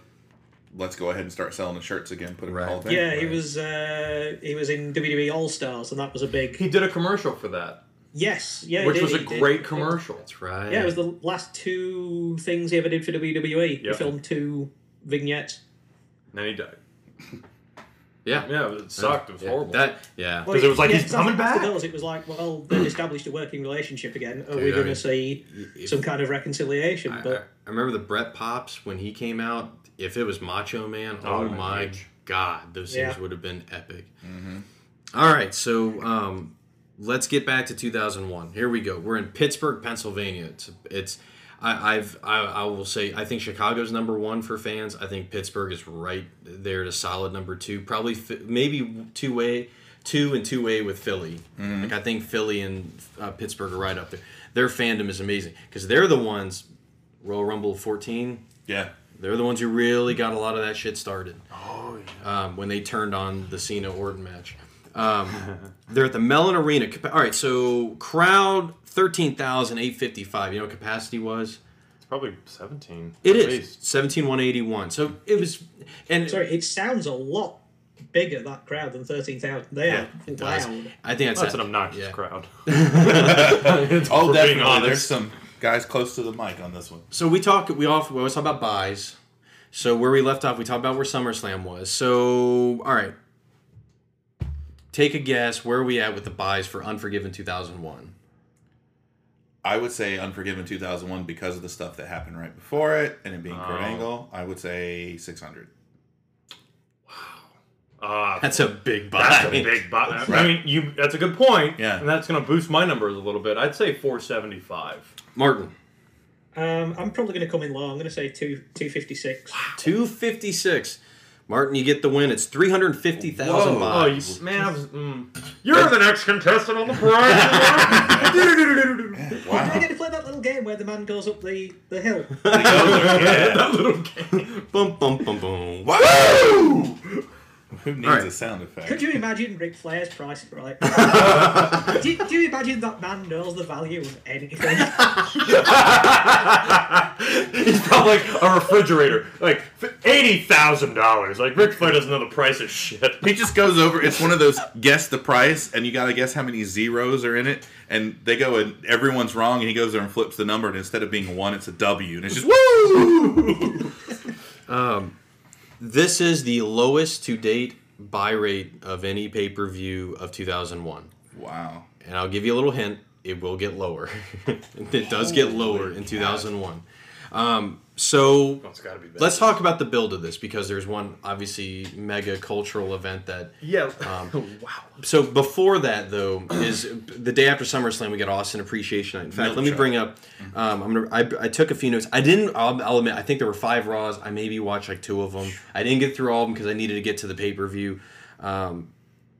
[SPEAKER 10] Let's go ahead and start selling the shirts again. Put it in the Hall of Fame.
[SPEAKER 11] yeah, he was uh, he was in WWE All Stars, and that was a big.
[SPEAKER 8] He did a commercial for that.
[SPEAKER 11] Yes, yeah, he
[SPEAKER 8] which
[SPEAKER 11] did,
[SPEAKER 8] was a
[SPEAKER 11] he did.
[SPEAKER 8] great commercial. That's
[SPEAKER 9] right.
[SPEAKER 11] Yeah, it was the last two things he ever did for
[SPEAKER 8] Yep.
[SPEAKER 11] WWE. He filmed two vignettes.
[SPEAKER 8] And then he died.
[SPEAKER 9] Yeah.
[SPEAKER 8] Yeah, it sucked. It was
[SPEAKER 9] Yeah.
[SPEAKER 8] horrible.
[SPEAKER 9] That- yeah.
[SPEAKER 8] Because it was like
[SPEAKER 11] yeah,
[SPEAKER 8] he's
[SPEAKER 11] because I
[SPEAKER 8] coming
[SPEAKER 11] think after
[SPEAKER 8] back.
[SPEAKER 11] Those, it was like, well, they've established a working relationship again. Are we
[SPEAKER 9] Dude, I
[SPEAKER 11] going
[SPEAKER 9] mean,
[SPEAKER 11] to see some kind of reconciliation? but
[SPEAKER 9] I remember the Brett Pops when he came out. If it was Macho Man,
[SPEAKER 8] Oh,
[SPEAKER 9] oh,
[SPEAKER 8] it would've been
[SPEAKER 9] my God, those things
[SPEAKER 8] Yeah.
[SPEAKER 9] would have been epic. All right, so um, let's get back to 2001. Here we go. We're in Pittsburgh, Pennsylvania. It's it's. I, I've I, I will say I think Chicago's number one for fans. I think Pittsburgh is right there to solid number two. Probably fi- maybe two way, two and two way with Philly.
[SPEAKER 8] Mhm.
[SPEAKER 9] Like I think Philly and uh, Pittsburgh are right up there. Their fandom is amazing because they're the ones Royal Rumble 14.
[SPEAKER 10] Yeah.
[SPEAKER 9] They're the ones who really got a lot of that shit started. Oh, yeah. Um, when they turned on the Cena Orton match. Um, [LAUGHS] they're at the Mellon Arena. Capa- All right, so crowd 13,855. You know what capacity was?
[SPEAKER 8] It's probably 17.
[SPEAKER 9] It
[SPEAKER 8] at
[SPEAKER 9] is.
[SPEAKER 8] least.
[SPEAKER 9] 17,181. So it was. and
[SPEAKER 11] Sorry, it sounds a lot bigger, that crowd, than 13,000. They
[SPEAKER 9] Yeah,
[SPEAKER 11] are
[SPEAKER 9] it does.
[SPEAKER 11] loud.
[SPEAKER 9] I think that's
[SPEAKER 8] That's
[SPEAKER 9] that-
[SPEAKER 8] an obnoxious
[SPEAKER 9] [LAUGHS]
[SPEAKER 8] crowd. For
[SPEAKER 10] oh,
[SPEAKER 8] being
[SPEAKER 10] definitely. There's
[SPEAKER 8] honest.
[SPEAKER 10] some guys close to the mic on this one.
[SPEAKER 9] So we talk. We off. We always talk about buys. So where we left off, we talked about where SummerSlam was. So all right, take a guess. Where are we at with the buys for Unforgiven 2001?
[SPEAKER 10] I would say Unforgiven 2001 because of the stuff that happened right before it and it being Kurt
[SPEAKER 9] Oh.
[SPEAKER 10] Angle. I would say 600.
[SPEAKER 8] Uh,
[SPEAKER 9] That's a big buy.
[SPEAKER 8] That's a big buy. I
[SPEAKER 9] Right.
[SPEAKER 8] mean, you. That's a good point.
[SPEAKER 9] Yeah.
[SPEAKER 8] and that's going to boost my numbers a little bit. I'd say 475.
[SPEAKER 9] [LAUGHS] Martin,
[SPEAKER 11] Um, I'm probably going to come in low. I'm going to say two, 256.
[SPEAKER 9] 256. Martin, you get the win. It's 350,000
[SPEAKER 8] Oh, you,
[SPEAKER 9] buys.
[SPEAKER 8] man, I was, mm, you're the next contestant
[SPEAKER 9] [LAUGHS]
[SPEAKER 8] on the prize.
[SPEAKER 11] Are they [LAUGHS] going to play that little game where the man goes up the, the
[SPEAKER 9] [LAUGHS]
[SPEAKER 11] hill?
[SPEAKER 9] that little game. Bum bum bum bum. Woo!
[SPEAKER 10] Who needs
[SPEAKER 9] Alright.
[SPEAKER 10] a sound effect?
[SPEAKER 11] Could you imagine Ric Flair's price right?
[SPEAKER 9] [LAUGHS]
[SPEAKER 11] do, do you imagine that man knows the value of
[SPEAKER 9] [LAUGHS]
[SPEAKER 11] anything?
[SPEAKER 8] He's probably like a refrigerator, like eighty thousand dollars. Like Ric Flair doesn't know the price of shit.
[SPEAKER 10] He just goes over. It's one of those guess the price, and you gotta guess how many zeros are in it. And they go, and everyone's wrong. And he goes there and flips the number, and instead of being one, it's a W, and it's just woo.
[SPEAKER 9] Um, this is the lowest to date buy rate of any pay per view of 2001.
[SPEAKER 10] Wow.
[SPEAKER 9] And I'll give you a little hint it will get lower. [LAUGHS] it does get lower in 2001. Um, so
[SPEAKER 8] [LAUGHS] It's gotta be better.
[SPEAKER 9] let's talk about the build of this because there's one obviously mega cultural event that
[SPEAKER 8] Yeah.
[SPEAKER 9] um,
[SPEAKER 8] [LAUGHS]
[SPEAKER 9] wow. So before that, though, [CLEARS THROAT] is the day after SummerSlam we get Austin Appreciation Night. In fact,
[SPEAKER 8] Milk
[SPEAKER 9] let me
[SPEAKER 8] shot.
[SPEAKER 9] bring up. Um, I'm gonna. I, I took a few notes. I didn't. I'll, I'll admit. I think there were five Raws. I maybe watched like two of them. I didn't get through all of them because I needed to get to the pay per view. Um,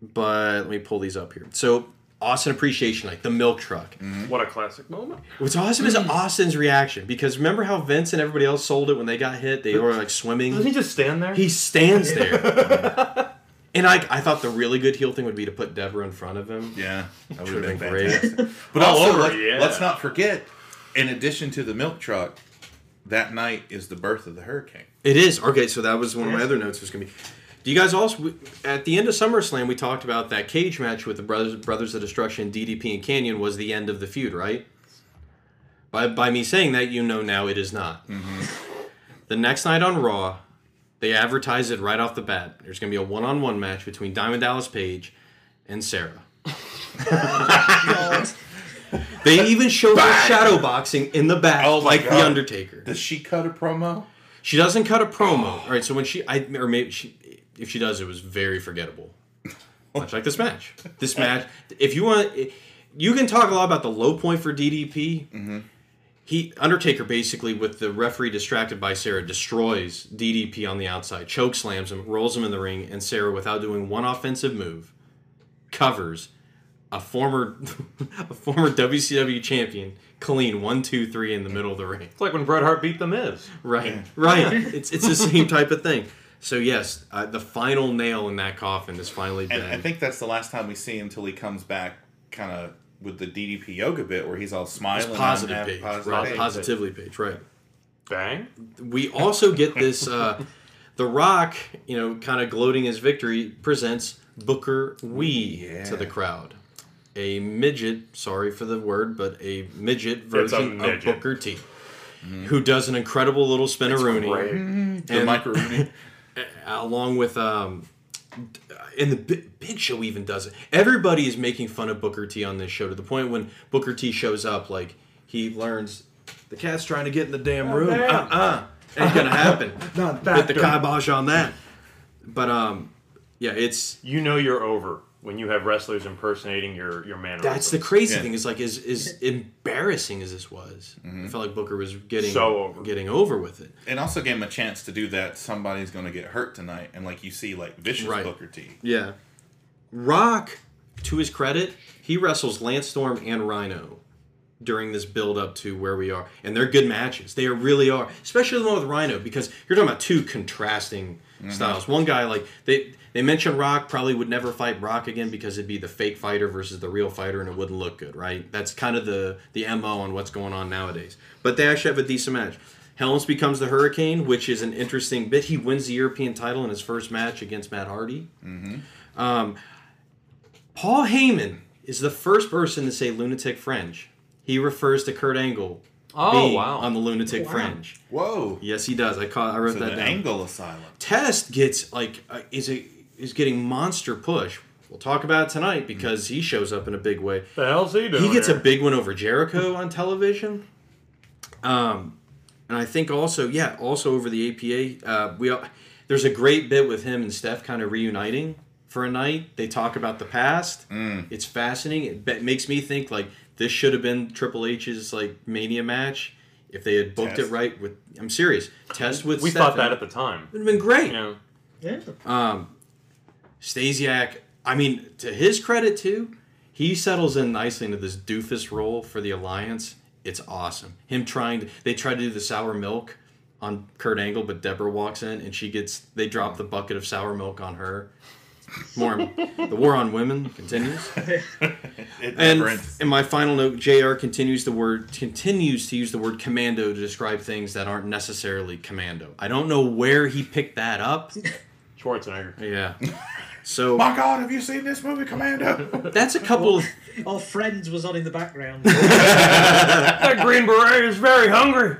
[SPEAKER 9] but let me pull these up here. So Austin Appreciation Night, the milk truck.
[SPEAKER 8] What a classic moment.
[SPEAKER 9] What's awesome is Austin's reaction because remember how Vince and everybody else sold it when they got hit. They were like swimming.
[SPEAKER 8] Doesn't he just stand there?
[SPEAKER 9] He stands there. And I, I thought the really good heel thing would be to put Deborah in front of him.
[SPEAKER 10] Yeah, that
[SPEAKER 9] Which
[SPEAKER 10] would have
[SPEAKER 9] would've
[SPEAKER 10] been
[SPEAKER 9] great. [LAUGHS]
[SPEAKER 10] fantastic. But
[SPEAKER 9] All
[SPEAKER 10] also,
[SPEAKER 9] over,
[SPEAKER 10] let,
[SPEAKER 9] yeah.
[SPEAKER 10] us not forget. In addition to the milk truck, that night is the birth of the hurricane.
[SPEAKER 9] It is okay. So that was one of my
[SPEAKER 10] Yes.
[SPEAKER 9] other notes was gonna be. Do you guys also we- at the end of SummerSlam we talked about that cage match with the brothers Brothers of Destruction, DDP and Canyon was the end of the feud, right? By by me saying that, you know now it is not.
[SPEAKER 10] Mm-hmm.
[SPEAKER 9] The next night on Raw, they advertise it right off the bat. There's gonna be a one on one match between Diamond Dallas Page and Sarah. they even show her shadow boxing in the back, like the
[SPEAKER 10] Oh God.
[SPEAKER 9] Undertaker.
[SPEAKER 10] Does she cut a promo?
[SPEAKER 9] She doesn't cut a promo. All right, so when she, I or maybe she, if she does, it was very forgettable. Much like this match. This match, if you want, you can talk a lot about the low point for DDP. He Undertaker basically, with the referee distracted by Sarah, destroys DDP on the outside, choke slams him, rolls him in the ring, and Sarah, without doing one offensive move, covers a former [LAUGHS] a former WCW champion clean one two three in the middle of the ring.
[SPEAKER 8] It's like when Bret Hart beat the Miz.
[SPEAKER 9] Right, [LAUGHS] right.
[SPEAKER 8] Yeah.
[SPEAKER 9] It's it's the same type of thing. So yes, uh, the final nail in that coffin has finally been.
[SPEAKER 10] And I think that's the last time we see him until he comes back, kind of with the DDP yoga bit where he's all
[SPEAKER 9] It's
[SPEAKER 10] smiling. and
[SPEAKER 9] positive
[SPEAKER 10] happy-
[SPEAKER 9] page,
[SPEAKER 10] positive
[SPEAKER 9] right?
[SPEAKER 10] page.
[SPEAKER 9] Positively page, right?
[SPEAKER 8] Bang.
[SPEAKER 9] We also get this. Uh, [LAUGHS] the Rock, you know, kind of gloating his victory, presents Booker Wee to the crowd. A midget, sorry for the word, but a midget version of
[SPEAKER 8] midget.
[SPEAKER 9] Booker T, who does an incredible little
[SPEAKER 8] great.
[SPEAKER 9] spinneroonie.
[SPEAKER 10] Mhm. The micro-rooney.
[SPEAKER 9] uh, along with um, and the Bi- Big Show even does it. Everybody is making fun of Booker T on this show to the point when Booker T shows up, like he learns the cat's trying to get in the damn
[SPEAKER 8] Oh,
[SPEAKER 9] room.
[SPEAKER 8] man.
[SPEAKER 9] Uh uh, ain't gonna happen.
[SPEAKER 8] [LAUGHS] Not that
[SPEAKER 9] Put the
[SPEAKER 8] good.
[SPEAKER 9] kibosh on that. But um, yeah, it's
[SPEAKER 8] you know you're over when you have wrestlers impersonating your your man.
[SPEAKER 9] That's the crazy thing. Is like as as embarrassing as this was, I felt like Booker was getting
[SPEAKER 10] So
[SPEAKER 9] getting over with it.
[SPEAKER 10] And also gave him a chance to do that. Somebody's going to get hurt tonight, and like you see, like vicious
[SPEAKER 9] Right.
[SPEAKER 10] Booker T.
[SPEAKER 9] Yeah. Rock, to his credit, he wrestles Lance Storm and Rhino during this build up to where we are. And they're good matches. They really are. Especially the one with Rhino, because you're talking about two contrasting
[SPEAKER 8] Mhm.
[SPEAKER 9] styles. One guy, like, they they mentioned Rock probably would never fight Rock again because it'd be the fake fighter versus the real fighter and it wouldn't look good, right? That's kind of the, the MO on what's going on nowadays. But they actually have a decent match. Helms becomes the Hurricane, which is an interesting bit. He wins the European title in his first match against Matt Hardy.
[SPEAKER 10] Mm-hmm.
[SPEAKER 9] Um, Paul Heyman is the first person to say lunatic fringe. He refers to Kurt Angle.
[SPEAKER 8] Oh,
[SPEAKER 9] being
[SPEAKER 8] wow.
[SPEAKER 9] On the lunatic
[SPEAKER 8] Wow.
[SPEAKER 9] fringe.
[SPEAKER 10] Whoa.
[SPEAKER 9] Yes, he does. I caught. I wrote
[SPEAKER 10] So
[SPEAKER 9] that
[SPEAKER 10] the
[SPEAKER 9] down.
[SPEAKER 10] Angle Asylum.
[SPEAKER 9] Test gets like uh, is a is getting monster push. We'll talk about it tonight because he shows up in a big way.
[SPEAKER 8] The hell's he doing?
[SPEAKER 9] He gets a
[SPEAKER 8] here?
[SPEAKER 9] big one over Jericho on television. Um, and I think also, yeah, also over the APA, uh, we all, there's a great bit with him and Steph kind of reuniting for a night. They talk about the past.
[SPEAKER 8] Mm.
[SPEAKER 9] It's fascinating. It be- makes me think like this should have been Triple H's like Mania match if they had booked
[SPEAKER 8] Test.
[SPEAKER 9] it right. With I'm serious, test with
[SPEAKER 8] We
[SPEAKER 9] Steph
[SPEAKER 8] thought that
[SPEAKER 9] and-
[SPEAKER 8] at the time.
[SPEAKER 9] It'd been great.
[SPEAKER 8] Yeah.
[SPEAKER 11] Yeah.
[SPEAKER 9] Um, Stasiak, I mean, to his credit too, he settles in nicely into this doofus role for the Alliance. It's awesome. Him trying to, they try to do the sour milk on Kurt Angle, but Deborah walks in and she gets, they drop the bucket of sour milk on her. More, the war on women continues. and in my final note, Jr. continues the word continues to use the word commando to describe things that aren't necessarily commando. I don't know where he picked that up.
[SPEAKER 8] Schwarzenegger.
[SPEAKER 9] Yeah. So
[SPEAKER 10] Oh My God, have you seen this movie, Commando?
[SPEAKER 9] that's a couple of
[SPEAKER 11] Our friends was on in
[SPEAKER 9] [LAUGHS]
[SPEAKER 11] the background.
[SPEAKER 8] that Green Beret is very hungry.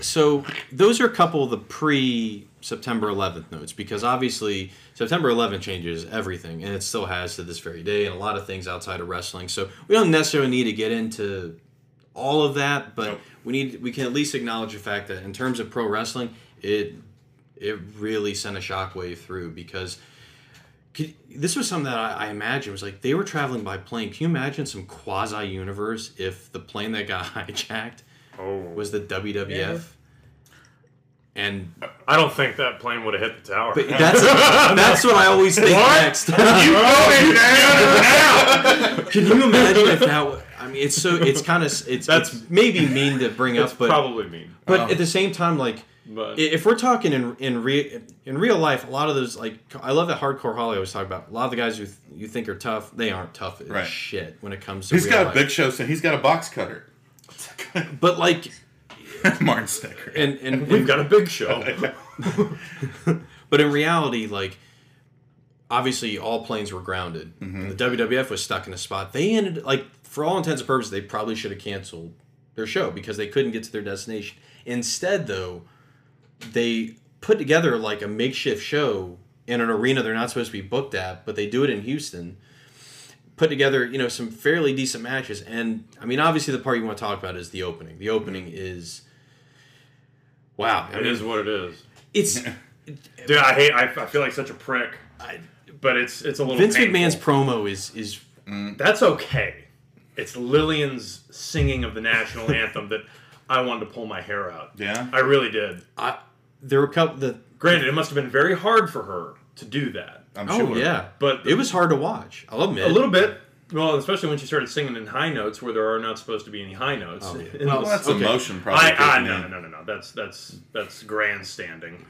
[SPEAKER 9] So those are a couple of the pre September 11th notes because obviously September 11th changes everything and it still has to this very day and a lot of things outside of wrestling. So we don't necessarily need to get into all of that, but we need we can at least acknowledge the fact that in terms of pro wrestling, it it really sent a shockwave through because could, this was something that I, I imagined was like they were traveling by plane. Can you imagine some quasi universe if the plane that got [LAUGHS] hijacked
[SPEAKER 8] Oh.
[SPEAKER 9] was the WWF? And
[SPEAKER 8] I don't think that plane would have hit the tower.
[SPEAKER 9] But that's that's what I
[SPEAKER 10] [LAUGHS]
[SPEAKER 9] always think
[SPEAKER 8] What?
[SPEAKER 9] next.
[SPEAKER 8] You going down now?
[SPEAKER 9] Can you imagine if that? wa- I I mean, it's so it's kind of it's that's maybe mean to bring
[SPEAKER 8] It's
[SPEAKER 9] up, but
[SPEAKER 8] probably mean.
[SPEAKER 9] But
[SPEAKER 8] Um,
[SPEAKER 9] at the same time, like i
[SPEAKER 8] But
[SPEAKER 9] if we're talking in in real in real life, a lot of those like I love that hardcore Holly always talk about. A lot of the guys who th- you think are tough, they aren't tough as
[SPEAKER 10] Right.
[SPEAKER 9] shit when it comes
[SPEAKER 10] [LAUGHS]
[SPEAKER 9] to.
[SPEAKER 10] He's
[SPEAKER 9] real
[SPEAKER 10] got a
[SPEAKER 9] life.
[SPEAKER 10] big show, so he's got a box cutter. [LAUGHS]
[SPEAKER 9] but like
[SPEAKER 10] Martin Snicker,
[SPEAKER 9] and and
[SPEAKER 10] We've got a
[SPEAKER 8] big
[SPEAKER 9] [LAUGHS]
[SPEAKER 8] show.
[SPEAKER 10] [LAUGHS]
[SPEAKER 9] but in reality, like obviously, all planes were grounded. The WWF was stuck in a spot. They ended like for all intents and purposes, they probably should have canceled their show because they couldn't get to their destination. Instead, though, they put together like a makeshift show in an arena they're not supposed to be booked at, but they do it in Houston. Put together, you know, some fairly decent matches, and I mean, obviously, the part you want to talk about is the opening. The opening is wow. I
[SPEAKER 8] it
[SPEAKER 9] mean,
[SPEAKER 8] is what it is.
[SPEAKER 9] It's
[SPEAKER 8] dude. I hate. I, I feel like such a prick. but it's it's a little.
[SPEAKER 9] Vince
[SPEAKER 8] painful.
[SPEAKER 9] McMahon's promo is is
[SPEAKER 8] That's okay. It's Lillian's singing of the national [LAUGHS] anthem that I wanted to pull my hair out.
[SPEAKER 9] Yeah?
[SPEAKER 8] I really did.
[SPEAKER 9] I there were a couple the
[SPEAKER 8] Granted, it must have been very hard for her to do that.
[SPEAKER 9] I'm Oh, sure. yeah.
[SPEAKER 8] but
[SPEAKER 9] it was hard to watch. I'll admit
[SPEAKER 8] a little bit. Well, especially when she started singing in high notes where there are not supposed to be any high notes.
[SPEAKER 9] Oh, yeah.
[SPEAKER 8] It
[SPEAKER 9] Well,
[SPEAKER 8] was-
[SPEAKER 9] that's emotion probably
[SPEAKER 8] I, I,
[SPEAKER 9] kicking
[SPEAKER 8] no, no,
[SPEAKER 9] in.
[SPEAKER 8] no, no, no. That's that's that's grandstanding.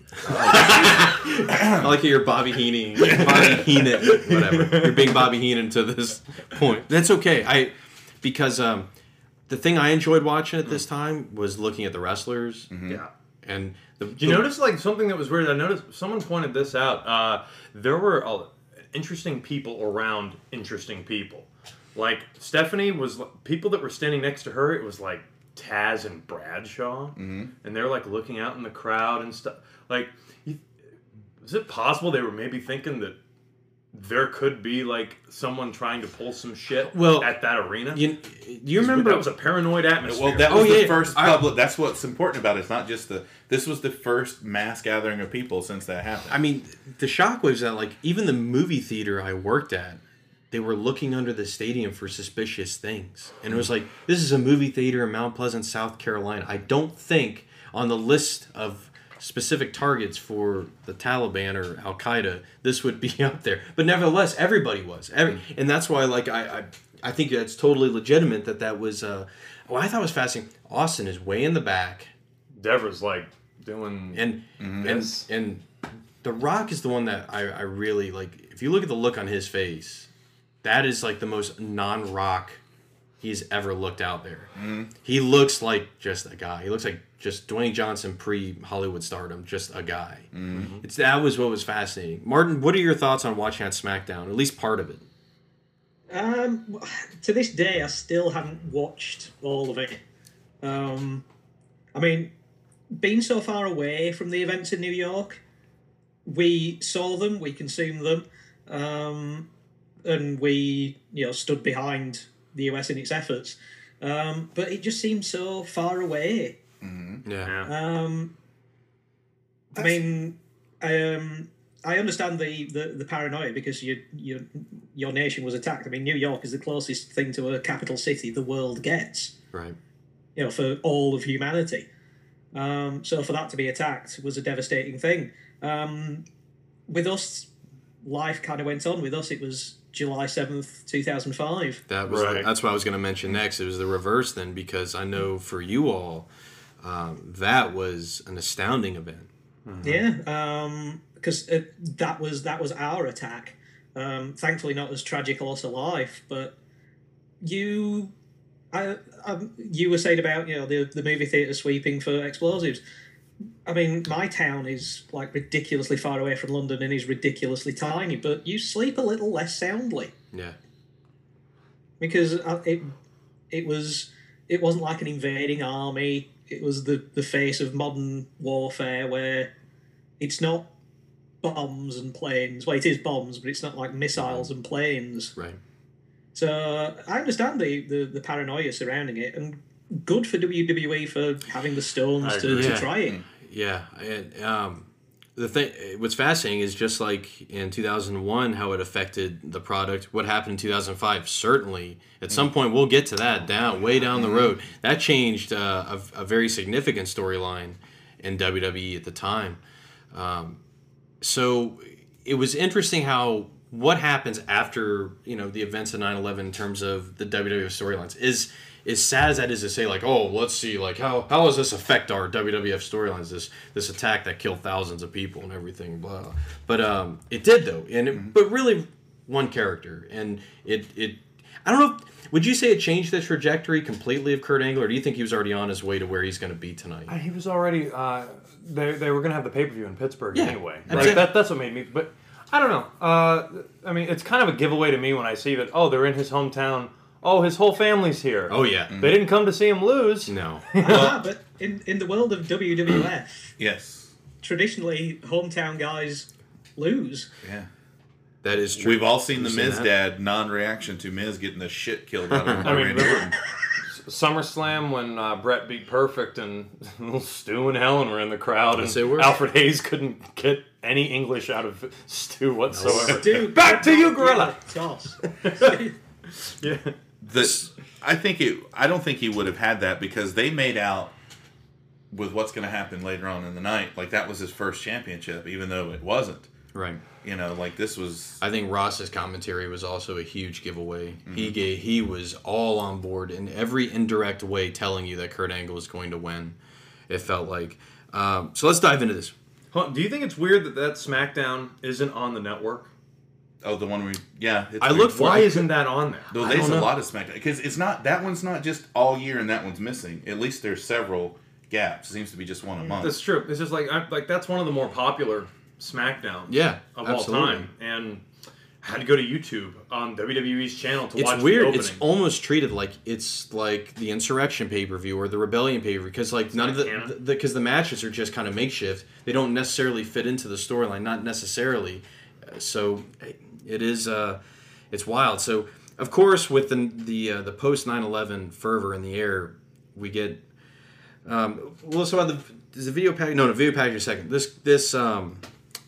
[SPEAKER 9] I like how you're Bobby Heenan,
[SPEAKER 8] [LAUGHS]
[SPEAKER 9] Bobby Heenan, whatever. You're being Bobby Heenan to this point. That's okay. I because um, the thing I enjoyed watching at
[SPEAKER 8] Mm.
[SPEAKER 9] this time was looking at the wrestlers.
[SPEAKER 8] Yeah.
[SPEAKER 9] and the,
[SPEAKER 8] Do Mm-hmm. you notice like something that was weird? I noticed someone pointed this out. Uh, there were uh, interesting people around interesting people. Like Stephanie was people that were standing next to her. It was like Taz and Bradshaw,
[SPEAKER 10] Mm-hmm.
[SPEAKER 8] and they're like looking out in the crowd and stuff. Like, you- is it possible they were maybe thinking that there could be like someone trying to pull some shit
[SPEAKER 9] Well,
[SPEAKER 8] at that arena?
[SPEAKER 9] You, you
[SPEAKER 10] remember-
[SPEAKER 8] that was a paranoid atmosphere?
[SPEAKER 10] Well, that was the first public. that's what's important about it. It's not just the. This was the first mass gathering of people since that happened.
[SPEAKER 9] I mean, the shockwaves that like even the movie theater I worked at, they were looking under the stadium for suspicious things, and it was like this is a movie theater in Mount Pleasant, South Carolina. I don't think on the list of specific targets for the Taliban or Al Qaeda, this would be [LAUGHS] up there. But nevertheless, everybody was, Every, and that's why like I, I I think that's totally legitimate that that was. Uh, well, I thought it was fascinating. Austin is way in the back.
[SPEAKER 8] Devra's like doing
[SPEAKER 9] and and and the Rock is the one that I, I really like. If you look at the look on his face, that is like the most non-Rock he's ever looked out there. He looks like just a guy. He looks like just Dwayne Johnson pre Hollywood stardom, just a guy. It's that was what was fascinating. Martin, what are your thoughts on watching that SmackDown? At least part of it.
[SPEAKER 11] Um, to this day, I still haven't watched all of it. Um, I mean, being so far away from the events in New York, we saw them, we consumed them, um, and we you know stood behind the US in its efforts. Um, but it just seemed so far away.
[SPEAKER 9] Yeah.
[SPEAKER 11] Um, I mean, um, I understand the, the, the paranoia because you, you, your nation was attacked. I mean, New York is the closest thing to a capital city the world gets,
[SPEAKER 9] Right.
[SPEAKER 11] you know, for all of humanity. Um, so for that to be attacked was a devastating thing. Um, with us, life kind of went on. With us, it was July 7th, 2005.
[SPEAKER 9] That was
[SPEAKER 11] Right.
[SPEAKER 9] that's what I was going to mention next. It was the reverse then because I know for you all, um, that was an astounding event.
[SPEAKER 11] Yeah, because uh, that was that was our attack. Um, thankfully, not as tragic a loss of life, but you, I, I, you were saying about you know the the movie theater sweeping for explosives. I mean, my town is like ridiculously far away from London and is ridiculously tiny, but you sleep a little less soundly
[SPEAKER 9] Yeah.
[SPEAKER 11] because uh, it it was it wasn't like an invading army. It was the the face of modern warfare where it's not bombs and planes. Well, it is bombs, but it's not like missiles and planes.
[SPEAKER 9] Right.
[SPEAKER 11] So I understand the the, the paranoia surrounding it, and good for WWE for having the stones to, to
[SPEAKER 9] Yeah.
[SPEAKER 11] try it.
[SPEAKER 9] Yeah, and um, the thing, what's fascinating is just like in 2001, how it affected the product. What happened in 2005, certainly at some point we'll get to that down way down the road. That changed uh, a, a very significant storyline in E WWE at the time. Um, so it was interesting how what happens after you know the events of 9-11 in terms of the WWF storylines is as sad as that is to say like oh let's see like how how does this affect our WWF storylines this this attack that killed thousands of people and everything blah, blah. but um it did though and it, but really one character and it it I don't know if, would you say it changed the trajectory completely of Kurt Angle or do you think he was already on his way to where he's going to be tonight
[SPEAKER 8] He was already. Uh, they, they were going to have the pay per view in Pittsburgh
[SPEAKER 9] Yeah,
[SPEAKER 8] anyway.
[SPEAKER 9] that's
[SPEAKER 8] Like,
[SPEAKER 9] it.
[SPEAKER 8] that, that's what made me. But I don't know. Uh, I mean, it's kind of a giveaway to me when I see that. Oh, they're in his hometown. Oh, his whole family's here.
[SPEAKER 9] Oh, yeah.
[SPEAKER 10] Mm.
[SPEAKER 8] They didn't come to see him lose.
[SPEAKER 9] No.
[SPEAKER 11] Ah, but in, in the world of WWF,
[SPEAKER 8] [CLEARS THROAT]
[SPEAKER 10] Yes.
[SPEAKER 11] traditionally hometown guys lose.
[SPEAKER 10] Yeah.
[SPEAKER 9] That is
[SPEAKER 10] We've all seen the
[SPEAKER 8] We've
[SPEAKER 10] Miz
[SPEAKER 8] seen that.
[SPEAKER 10] dad non-reaction to Miz getting the shit killed out of him.
[SPEAKER 8] I
[SPEAKER 10] by
[SPEAKER 8] mean,
[SPEAKER 10] Randy
[SPEAKER 8] remember
[SPEAKER 10] Orton.
[SPEAKER 8] SummerSlam when uh, Brett beat Perfect and [LAUGHS] little Stu and Helen were in the crowd and
[SPEAKER 9] Yes, they were.
[SPEAKER 8] Alfred Hayes couldn't get any English out of Stu whatsoever.
[SPEAKER 11] Stu,
[SPEAKER 8] [LAUGHS] Back to you, Gorilla.
[SPEAKER 11] Toss.
[SPEAKER 8] [LAUGHS] Yeah.
[SPEAKER 10] The, I think it. I don't think he would have had that because they made out with what's going to happen later on in the night. Like that was his first championship, even though it wasn't.
[SPEAKER 9] right
[SPEAKER 10] You know, like this was.
[SPEAKER 9] I think Ross's commentary was also a huge giveaway.
[SPEAKER 8] Mm-hmm.
[SPEAKER 9] He gave, he was all on board in every indirect way, telling you that Kurt Angle was going to win. It felt like. Um, so let's dive into this.
[SPEAKER 8] Huh, Do you think it's weird that that SmackDown isn't on the network?
[SPEAKER 10] Oh, the one we. Yeah, it's
[SPEAKER 9] I
[SPEAKER 10] weird.
[SPEAKER 9] looked for
[SPEAKER 8] Why
[SPEAKER 9] it.
[SPEAKER 8] isn't that on there?
[SPEAKER 10] Though
[SPEAKER 9] I
[SPEAKER 10] there's
[SPEAKER 9] don't
[SPEAKER 10] a
[SPEAKER 9] know.
[SPEAKER 10] lot of SmackDown because it's not that one's not just all year and that one's missing. At least there's several gaps. It seems to be just one a month.
[SPEAKER 8] That's true. It's just like I, like that's one of the more popular SmackDowns.
[SPEAKER 9] Yeah,
[SPEAKER 8] of all
[SPEAKER 9] absolutely.
[SPEAKER 8] time. And I had to go to YouTube on WWE's channel to
[SPEAKER 9] It's
[SPEAKER 8] watch
[SPEAKER 9] weird.
[SPEAKER 8] the opening.
[SPEAKER 9] It's almost treated like it's like the insurrection pay per view or the rebellion pay per view because like none of
[SPEAKER 8] canon.
[SPEAKER 9] the because the, matches are just kind of makeshift. They don't necessarily fit into the storyline, not necessarily. Uh, So it is. Uh, it's wild. So of course, with the the uh, the post 9-11 fervor in the air, we get. Um, well, so on the is the video package? No, the video package. in A second. This this um.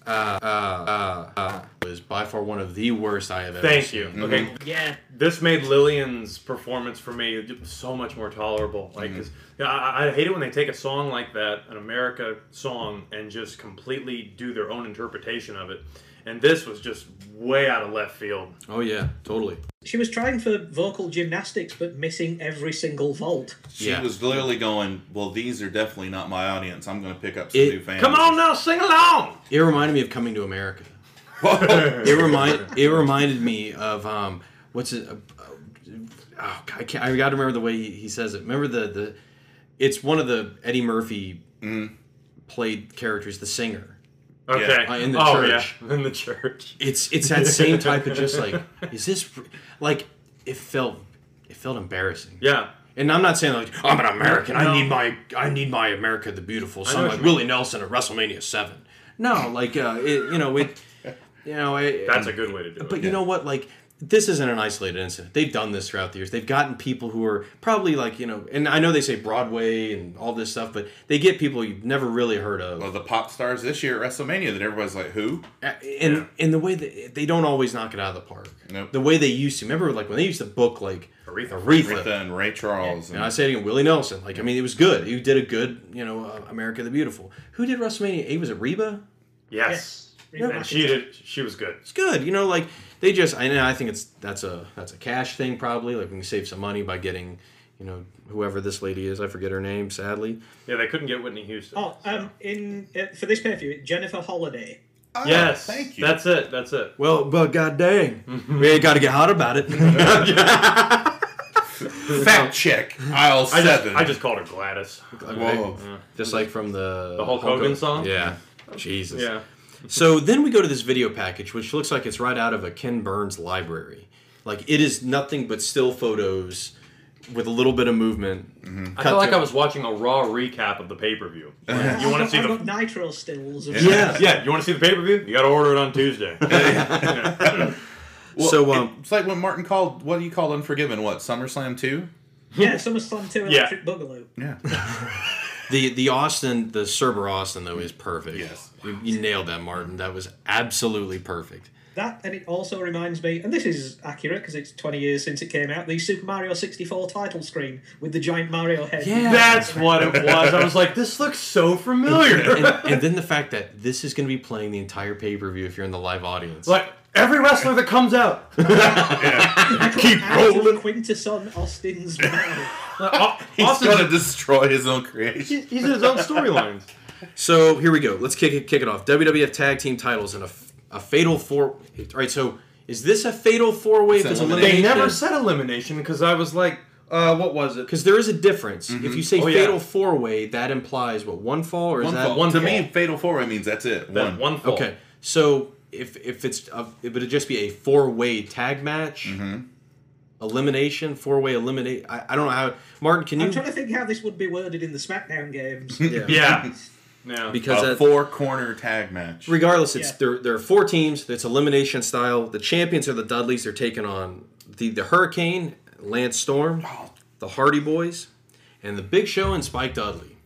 [SPEAKER 9] Uh, uh, uh, uh, was by far one of the worst I have ever
[SPEAKER 8] Thank
[SPEAKER 9] seen.
[SPEAKER 8] you. Okay,
[SPEAKER 11] Yeah.
[SPEAKER 8] this made Lillian's performance for me so much more tolerable. Like,
[SPEAKER 9] Mm-hmm.
[SPEAKER 8] 'cause, yeah, I, I hate it when they take a song like that, an America song, and just completely do their own interpretation of it. And this was just way out of left field.
[SPEAKER 9] Oh yeah, totally.
[SPEAKER 11] She was trying for vocal gymnastics, but missing every single vault.
[SPEAKER 10] She
[SPEAKER 9] Yeah.
[SPEAKER 10] was literally going, "Well, these are definitely not my audience. I'm going to pick up some
[SPEAKER 9] It-
[SPEAKER 10] new fans."
[SPEAKER 8] Come on now, sing along.
[SPEAKER 9] It reminded me of Coming to America. it remind it reminded me of um what's it? Uh, oh, I can't. I got to remember the way he, he says it. Remember the the. It's one of the Eddie Murphy
[SPEAKER 8] Mm-hmm.
[SPEAKER 9] played characters, the singer.
[SPEAKER 8] Okay.
[SPEAKER 9] Uh, in the
[SPEAKER 8] oh
[SPEAKER 9] church.
[SPEAKER 8] yeah, [LAUGHS] in the church.
[SPEAKER 9] It's it's that same type of just like is this r- like it felt it felt embarrassing.
[SPEAKER 8] Yeah.
[SPEAKER 9] And I'm not saying like I'm an American.
[SPEAKER 8] No.
[SPEAKER 9] I need my I need my America the Beautiful.
[SPEAKER 8] know
[SPEAKER 9] Some
[SPEAKER 8] what
[SPEAKER 9] like
[SPEAKER 8] you mean.
[SPEAKER 9] Willie Nelson at WrestleMania Seven. No, like uh, it, you know it. You know it,
[SPEAKER 8] That's a good way to do it.
[SPEAKER 9] But you know what? Like this isn't an isolated incident. They've done this throughout the years. They've gotten people who are probably like you know, and I know they say Broadway and all this stuff, but they get people you've never really heard of.
[SPEAKER 10] [LAUGHS] Well, the pop stars this year at WrestleMania that everybody's like, "Who?"
[SPEAKER 9] and and the way that they don't always knock it out of the park.
[SPEAKER 10] Nope.
[SPEAKER 9] The way they used to. Remember, like when they used to book like
[SPEAKER 8] Aretha.
[SPEAKER 9] Aretha.
[SPEAKER 10] Aretha and Ray Charles.
[SPEAKER 9] And I say it again, Willie Nelson. Like I mean, it was good. He did a good, you know, uh, America the Beautiful. Who did WrestleMania? It was it Reba.
[SPEAKER 8] Yes.
[SPEAKER 11] Yes.
[SPEAKER 8] And she did. She was good.
[SPEAKER 9] It's good. You know, like they just. I know. I think it's that's a that's a cash thing probably. Like we can save some money by getting, you know, whoever this lady is. I forget her name. Sadly.
[SPEAKER 8] Yeah, they couldn't get Whitney Houston.
[SPEAKER 11] Oh, um, in uh, for this pay per view, Jennifer Holiday.
[SPEAKER 8] yes.
[SPEAKER 10] thank you.
[SPEAKER 8] That's it. That's it.
[SPEAKER 9] Well, but god dang, we ain't got to get hot about it.
[SPEAKER 8] [LAUGHS]
[SPEAKER 10] Fact check aisle
[SPEAKER 8] I just,
[SPEAKER 10] seven.
[SPEAKER 8] I just called her Gladys.
[SPEAKER 10] Whoa.
[SPEAKER 9] just like from the
[SPEAKER 8] The Hulk Hogan song?
[SPEAKER 9] Yeah. Jesus.
[SPEAKER 8] Yeah.
[SPEAKER 9] So then we go to this video package, which looks like it's right out of a Ken Burns library. Like it is nothing but still photos with a little bit of movement.
[SPEAKER 8] I
[SPEAKER 9] Cut
[SPEAKER 8] felt like
[SPEAKER 9] to-
[SPEAKER 8] I was watching a raw recap of the pay per view. you want to
[SPEAKER 11] I've
[SPEAKER 8] see
[SPEAKER 11] got- [LAUGHS] I've
[SPEAKER 8] the
[SPEAKER 11] got nitro stills. Of
[SPEAKER 8] [LAUGHS]
[SPEAKER 9] Yeah.
[SPEAKER 8] yeah? You want to see the pay per view? You got to order it on Tuesday.
[SPEAKER 10] Well,
[SPEAKER 9] so, um,
[SPEAKER 10] it's like when Martin called. What do you call Unforgiven? What SummerSlam two?
[SPEAKER 11] yeah, SummerSlam 2
[SPEAKER 8] Yeah.
[SPEAKER 11] Electric Boogaloo.
[SPEAKER 10] Yeah.
[SPEAKER 9] The the Austin, the Cerber Austin though is perfect.
[SPEAKER 10] Yes.
[SPEAKER 9] You, you nailed that, Martin. That was absolutely perfect.
[SPEAKER 11] That, and it also reminds me, and this is accurate because it's 20 years since it came out, the Super Mario 64 title screen with the giant Mario head.
[SPEAKER 9] Yeah.
[SPEAKER 8] That's what it was. I was like, this looks so familiar.
[SPEAKER 9] And, and then the fact that this is going to be playing the entire pay per view if you're in the live
[SPEAKER 8] [LAUGHS]
[SPEAKER 9] audience.
[SPEAKER 8] like Every wrestler that comes out. uh,
[SPEAKER 11] Keep rolling. Quintus on Austin's mouth.
[SPEAKER 10] He's going to destroy his own creation.
[SPEAKER 8] He's in his own storylines.
[SPEAKER 9] So here we go. Let's kick it, kick it off. WWF Tag Team Titles and a, f- a fatal four. All right, so is this a fatal four way?
[SPEAKER 8] It's elimination. They never said elimination because I was like, uh, what was it?
[SPEAKER 9] Because there is a difference. If you say
[SPEAKER 8] Oh, yeah.
[SPEAKER 9] fatal four way, that implies what one fall or
[SPEAKER 10] One
[SPEAKER 9] is that
[SPEAKER 10] fall.
[SPEAKER 9] one
[SPEAKER 10] to
[SPEAKER 9] fall?
[SPEAKER 10] me, fatal four way means that's it.
[SPEAKER 8] That
[SPEAKER 10] one.
[SPEAKER 8] one fall.
[SPEAKER 9] Okay, so if if it's a, it would just be a four way tag match,
[SPEAKER 10] Mm-hmm.
[SPEAKER 9] elimination, four way eliminate. I, I don't know how Martin can you
[SPEAKER 11] I'm trying to think how this would be worded in the SmackDown games.
[SPEAKER 8] [LAUGHS] Yeah. Yeah.
[SPEAKER 9] because
[SPEAKER 10] a
[SPEAKER 9] that-
[SPEAKER 10] four corner tag match.
[SPEAKER 9] Regardless, it's
[SPEAKER 11] Yeah.
[SPEAKER 9] there. There are four teams. It's elimination style. The champions are the Dudleys. They're taking on the the Hurricane, Lance Storm, the Hardy Boys, and the Big Show and Spike Dudley.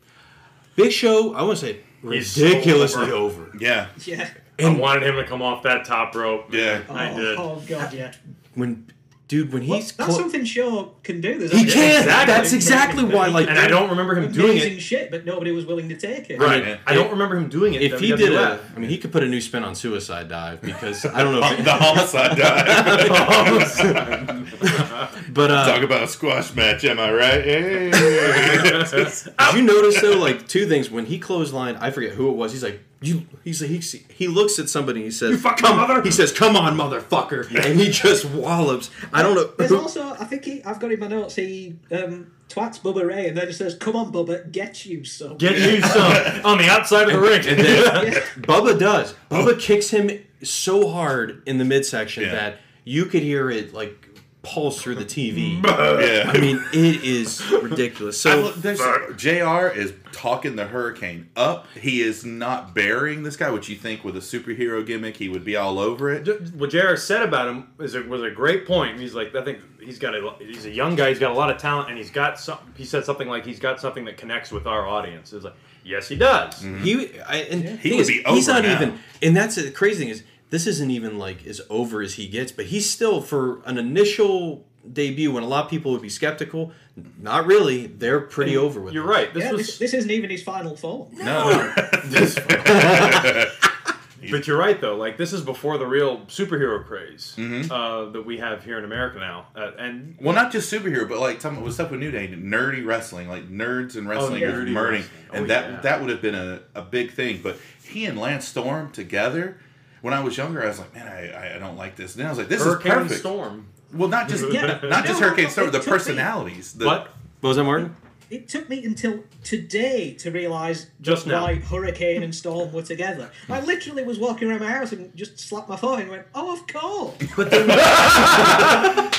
[SPEAKER 9] Big Show, I want to say
[SPEAKER 8] He's so
[SPEAKER 9] ridiculously over.
[SPEAKER 10] Yeah.
[SPEAKER 11] Yeah.
[SPEAKER 8] I wanted him to come off that top rope.
[SPEAKER 10] Yeah.
[SPEAKER 8] [LAUGHS]
[SPEAKER 10] [LAUGHS]
[SPEAKER 11] Oh,
[SPEAKER 8] I did.
[SPEAKER 11] oh god, yeah.
[SPEAKER 9] When dude, when he's
[SPEAKER 11] That's
[SPEAKER 9] clo-
[SPEAKER 11] something Shaw can do. There's
[SPEAKER 9] he
[SPEAKER 11] actually-
[SPEAKER 9] can't.
[SPEAKER 8] exactly.
[SPEAKER 9] That's exactly why. Like,
[SPEAKER 8] And I don't remember him doing
[SPEAKER 11] amazing
[SPEAKER 8] it.
[SPEAKER 11] shit, but nobody was willing to take it.
[SPEAKER 8] Right.
[SPEAKER 10] Yeah.
[SPEAKER 8] I don't remember him doing it.
[SPEAKER 9] If
[SPEAKER 8] in
[SPEAKER 9] he did
[SPEAKER 8] WWF.
[SPEAKER 9] a, I mean, he could put a new spin on Suicide Dive because I don't
[SPEAKER 10] [LAUGHS]
[SPEAKER 9] know.
[SPEAKER 10] the
[SPEAKER 9] If,
[SPEAKER 10] homicide dive.
[SPEAKER 8] [LAUGHS]
[SPEAKER 9] but uh,
[SPEAKER 10] Talk about a squash match, am I
[SPEAKER 8] [LAUGHS]
[SPEAKER 10] right? Hey.
[SPEAKER 9] Did you notice though, like two things when he clotheslined? I forget who it was. He's like, you. He's like, he, he looks at somebody. and He says,
[SPEAKER 8] You fucking
[SPEAKER 9] "Come-"
[SPEAKER 8] mother-
[SPEAKER 9] He says, "Come on, motherfucker!" And he just wallops. I don't know.
[SPEAKER 11] There's also, I think he, I've got in my notes, he um, twats Bubba Ray and then just says, Come on, Bubba, get you some.
[SPEAKER 8] Get you some on the outside of the ring.
[SPEAKER 9] and then Bubba does. Bubba kicks him so hard in the midsection
[SPEAKER 10] Yeah.
[SPEAKER 9] that you could hear it like pulse through the TV.
[SPEAKER 10] yeah.
[SPEAKER 9] I mean, it is ridiculous.
[SPEAKER 10] I
[SPEAKER 9] So
[SPEAKER 10] lo- there's, JR is talking the hurricane up. He is not burying this guy, which you think with a superhero gimmick he would be all over it.
[SPEAKER 8] what Jared said about him is a, was a great point. He's like, I think he's got a he's a young guy. He's got a lot of talent, and he's got some. He said something like he's got something that connects with our audience. It's like, yes, he does.
[SPEAKER 9] He I, and
[SPEAKER 10] He
[SPEAKER 9] thing
[SPEAKER 10] would
[SPEAKER 9] is,
[SPEAKER 10] be
[SPEAKER 9] He's
[SPEAKER 10] over
[SPEAKER 9] not
[SPEAKER 10] now.
[SPEAKER 9] even, and that's the crazy thing is this isn't even like as over as he gets, but he's still for an initial debut when a lot of people would be skeptical. Not really. They're pretty over with.
[SPEAKER 8] You're
[SPEAKER 9] it.
[SPEAKER 8] right. This
[SPEAKER 11] Yeah,
[SPEAKER 8] was,
[SPEAKER 11] this, this isn't even his final form.
[SPEAKER 10] No.
[SPEAKER 8] [LAUGHS] but you're right though. Like this is before the real superhero craze uh, that we have here in America now. Uh, and
[SPEAKER 10] well, not just superhero, but like talking about what's up with New Day, nerdy wrestling, like nerds and wrestling
[SPEAKER 8] Oh, yeah.
[SPEAKER 10] are
[SPEAKER 8] Nerdy
[SPEAKER 10] murdering,
[SPEAKER 8] wrestling. Oh,
[SPEAKER 10] and that
[SPEAKER 8] yeah.
[SPEAKER 10] that would have been a, a big thing. But he and Lance Storm together. When I was younger, I was like, man, I, I don't like this. Then I was like, this
[SPEAKER 8] Hurricane
[SPEAKER 10] is perfect.
[SPEAKER 8] Storm.
[SPEAKER 10] Well,
[SPEAKER 8] [LAUGHS]
[SPEAKER 10] not just
[SPEAKER 11] Yeah, but-
[SPEAKER 10] not just
[SPEAKER 11] No,
[SPEAKER 10] Hurricane
[SPEAKER 11] it
[SPEAKER 10] Storm, the
[SPEAKER 11] took me-
[SPEAKER 10] personalities. The,
[SPEAKER 8] What?
[SPEAKER 9] What was that, Martin?
[SPEAKER 11] It took me until today to realise
[SPEAKER 8] Just now.
[SPEAKER 11] why Hurricane and Storm were together. I literally was walking around my house and just slapped my forehead and went, Oh, of course.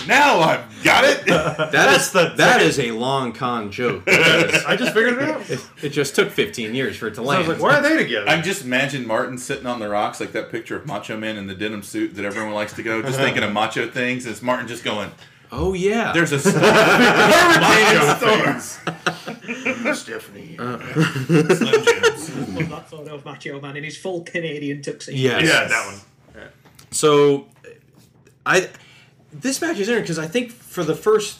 [SPEAKER 10] Now I've
[SPEAKER 8] [LAUGHS]
[SPEAKER 10] got it.
[SPEAKER 9] that's the that is a long con joke. it
[SPEAKER 8] [LAUGHS] I just figured it out. So
[SPEAKER 9] just took 15 years for it to
[SPEAKER 8] I
[SPEAKER 9] land.
[SPEAKER 8] was like, why are they together?
[SPEAKER 10] I'm just imagine Martin sitting on the rocks like that picture of Macho Man in the denim suit that everyone likes to go, just thinking of macho things. And it's Martin just going,
[SPEAKER 9] oh yeah.
[SPEAKER 8] [LAUGHS]
[SPEAKER 10] "There's a storm. hurricane in storm."
[SPEAKER 8] Stephanie.
[SPEAKER 10] Slim Jims.
[SPEAKER 11] Love that photo of Macho Man in his full Canadian tuxedo.
[SPEAKER 9] yes.
[SPEAKER 8] yeah, that one.
[SPEAKER 9] So, I this match is interesting because I think for the first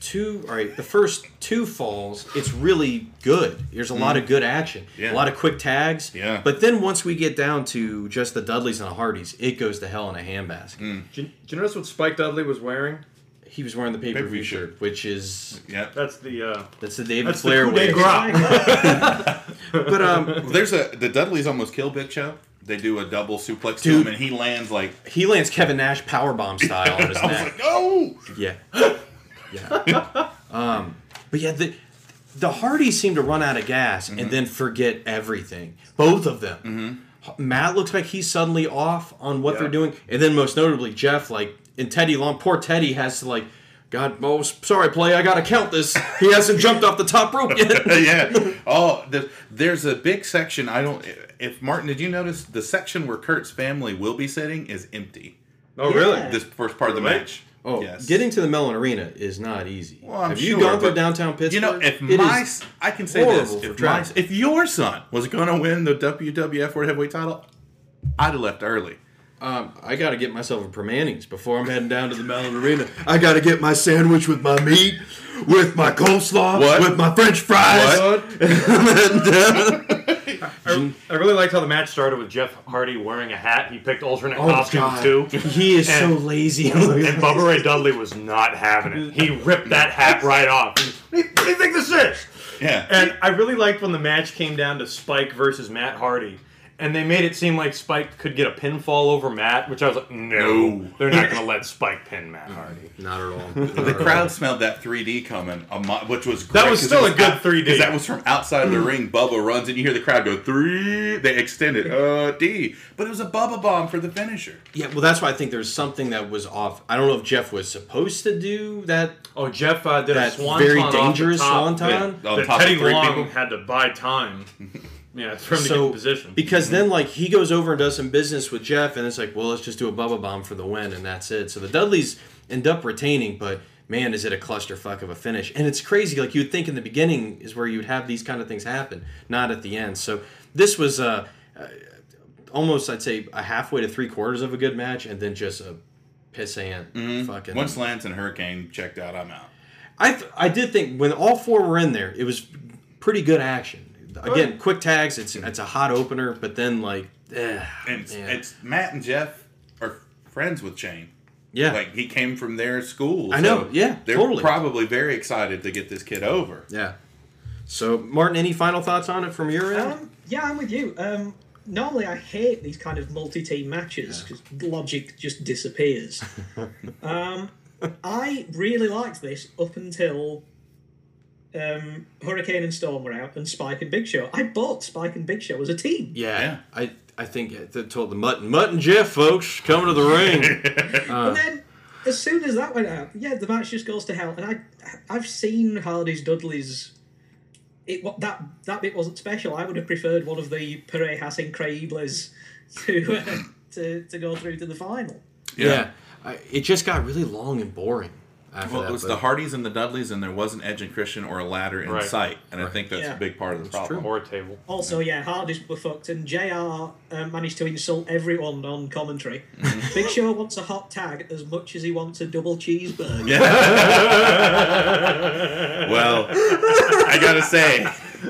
[SPEAKER 9] two, all right, the first two falls, it's really good. There's a lot of good action,
[SPEAKER 10] Yeah.
[SPEAKER 9] a lot of quick tags.
[SPEAKER 10] Yeah.
[SPEAKER 9] But then once we get down to just the Dudleys and the Hardys, it goes to hell in a handbasket.
[SPEAKER 8] Do you, do you notice what Spike Dudley was wearing?
[SPEAKER 9] He was wearing the pay per view shirt, which is
[SPEAKER 10] Yeah.
[SPEAKER 8] That's the uh,
[SPEAKER 9] that's the David
[SPEAKER 8] that's
[SPEAKER 9] Flair
[SPEAKER 8] the coup de
[SPEAKER 9] way.
[SPEAKER 8] grace. [LAUGHS]
[SPEAKER 9] But um,
[SPEAKER 10] Well, there's a the Dudleys almost kill Big Show. They do a double suplex to him,
[SPEAKER 9] Dude.
[SPEAKER 10] and he lands like,
[SPEAKER 9] he lands Kevin Nash powerbomb style on his
[SPEAKER 10] I was
[SPEAKER 9] neck.
[SPEAKER 10] like, "Oh!"
[SPEAKER 9] Yeah. Yeah. um, but yeah, the the Hardys seem to run out of gas
[SPEAKER 10] Mm-hmm.
[SPEAKER 9] and then forget everything. Both of them. Matt looks like he's suddenly off on what they're
[SPEAKER 8] Yeah.
[SPEAKER 9] doing, and then most notably Jeff, like, and Teddy Long. Poor Teddy has to like, God, oh, s- sorry, play, I gotta count this. He hasn't jumped off the top rope
[SPEAKER 10] [LAUGHS] [LAUGHS]
[SPEAKER 9] yet.
[SPEAKER 10] yeah. Oh, the, there's a big section. I don't. If Martin, did you notice the section where Kurt's family will be sitting is empty?
[SPEAKER 8] Oh, really?
[SPEAKER 11] Yeah.
[SPEAKER 10] This first part of the
[SPEAKER 8] Really?
[SPEAKER 10] match.
[SPEAKER 9] Oh, getting to the Mellon Arena is not easy.
[SPEAKER 10] Well, I'm
[SPEAKER 9] Have you
[SPEAKER 10] sure,
[SPEAKER 9] gone through
[SPEAKER 10] but-
[SPEAKER 9] downtown Pittsburgh?
[SPEAKER 10] You know, if
[SPEAKER 9] It
[SPEAKER 10] my
[SPEAKER 9] is-
[SPEAKER 10] s- I can say this,
[SPEAKER 9] horrible
[SPEAKER 10] if,
[SPEAKER 9] for
[SPEAKER 10] my,
[SPEAKER 9] travel.
[SPEAKER 10] if your son was going to win the WWF World Heavyweight Title, I'd have left early.
[SPEAKER 9] Um, I gotta get myself a Permanings before I'm heading down to the Mellon Arena. I gotta get my sandwich with my meat, with my coleslaw,
[SPEAKER 10] What?
[SPEAKER 9] [LAUGHS] with my French fries.
[SPEAKER 10] What?
[SPEAKER 9] and, uh,
[SPEAKER 8] I, I really liked how the match started with Jeff Hardy wearing a hat. He picked alternate
[SPEAKER 9] Oh,
[SPEAKER 8] costumes
[SPEAKER 9] God.
[SPEAKER 8] too.
[SPEAKER 9] [LAUGHS] He is so [LAUGHS] lazy.
[SPEAKER 8] and Bubba Ray Dudley was not having it. He ripped that hat right off. What do you think this is?
[SPEAKER 10] Yeah.
[SPEAKER 8] And I really liked when the match came down to Spike versus Matt Hardy. And they made it seem like Spike could get a pinfall over Matt, which I was like, no,
[SPEAKER 10] No.
[SPEAKER 8] they're not going to let Spike pin Matt Hardy.
[SPEAKER 9] Not at all.
[SPEAKER 10] the crowd smelled that 3D coming, a mo- which was great
[SPEAKER 8] That was
[SPEAKER 10] 'cause
[SPEAKER 8] still
[SPEAKER 10] it
[SPEAKER 8] a good
[SPEAKER 10] out-
[SPEAKER 8] 3D.
[SPEAKER 10] 'cause That was from outside
[SPEAKER 9] Mm.
[SPEAKER 10] the ring. Bubba runs, and you hear the crowd go three. They extend it, uh, D. But it was a Bubba bomb for the finisher.
[SPEAKER 9] Yeah, well, that's why I think there's something that was off. I don't know if Jeff was supposed to do that.
[SPEAKER 8] Oh, Jeff uh, did
[SPEAKER 9] that
[SPEAKER 8] a swanton
[SPEAKER 9] very
[SPEAKER 8] off the
[SPEAKER 9] dangerous
[SPEAKER 8] top.
[SPEAKER 9] swanton.
[SPEAKER 8] Yeah, that Teddy Long had to buy
[SPEAKER 10] [LAUGHS]
[SPEAKER 8] time. Yeah, for him to get in position. Mm-hmm.
[SPEAKER 9] Because then, like, he goes over and does some business with Jeff, and it's like, well, let's just do a Bubba Bomb for the win, and that's it. So the Dudleys end up retaining, but man, is it a clusterfuck of a finish. And it's crazy. Like, you'd think in the beginning is where you'd have these kind of things happen, not at the end. So this was uh, uh, almost, I'd say, a halfway to three quarters of a good match, and then just a pissant fucking.
[SPEAKER 10] Once Lance and Hurricane checked out, I'm out.
[SPEAKER 9] I th- I did think when all four were in there, it was pretty good action. Again, quick tags. It's it's a hot opener, but then like, eh,
[SPEAKER 10] And it's, it's Matt and Jeff are friends with Shane.
[SPEAKER 9] Yeah.
[SPEAKER 10] like he came from their school.
[SPEAKER 9] I know,
[SPEAKER 10] so
[SPEAKER 9] yeah,
[SPEAKER 10] they're
[SPEAKER 9] totally.
[SPEAKER 10] probably very excited to get this kid over.
[SPEAKER 9] yeah. So Martin, any final thoughts on it from your end?
[SPEAKER 11] Um, yeah, I'm with you. Um, normally, I hate these kind of multi-team matches because logic just disappears. um, I really liked this up until um, Hurricane and Storm were out and Spike and Big Show. I bought Spike and Big Show as a team.
[SPEAKER 9] yeah, I I think they told the mutton mutton Jeff folks coming to the
[SPEAKER 10] [LAUGHS]
[SPEAKER 9] ring.
[SPEAKER 11] And
[SPEAKER 9] Uh,
[SPEAKER 11] then, as soon as that went out, yeah, the match just goes to hell. And I, I've seen Hardy's Dudley's. It what that that bit wasn't special. I would have preferred one of the Parejas Increíbles [LAUGHS] to uh, to to go through to the final.
[SPEAKER 9] yeah, I, it just got really long and boring. After
[SPEAKER 10] Well,
[SPEAKER 9] that,
[SPEAKER 10] it was
[SPEAKER 9] but-
[SPEAKER 10] the Hardys and the Dudleys, and there wasn't Edge and Christian or a ladder in
[SPEAKER 9] Right.
[SPEAKER 10] sight. And I
[SPEAKER 9] Right.
[SPEAKER 10] think that's
[SPEAKER 11] Yeah.
[SPEAKER 10] a big part of the problem.
[SPEAKER 8] Or a table.
[SPEAKER 11] Also, yeah, Hardy's were fucked, and Jr. Um, managed to insult everyone on commentary.
[SPEAKER 10] Mm-hmm.
[SPEAKER 11] Big Show wants a hot tag as much as he wants a double cheeseburger.
[SPEAKER 10] [LAUGHS] well, I gotta say,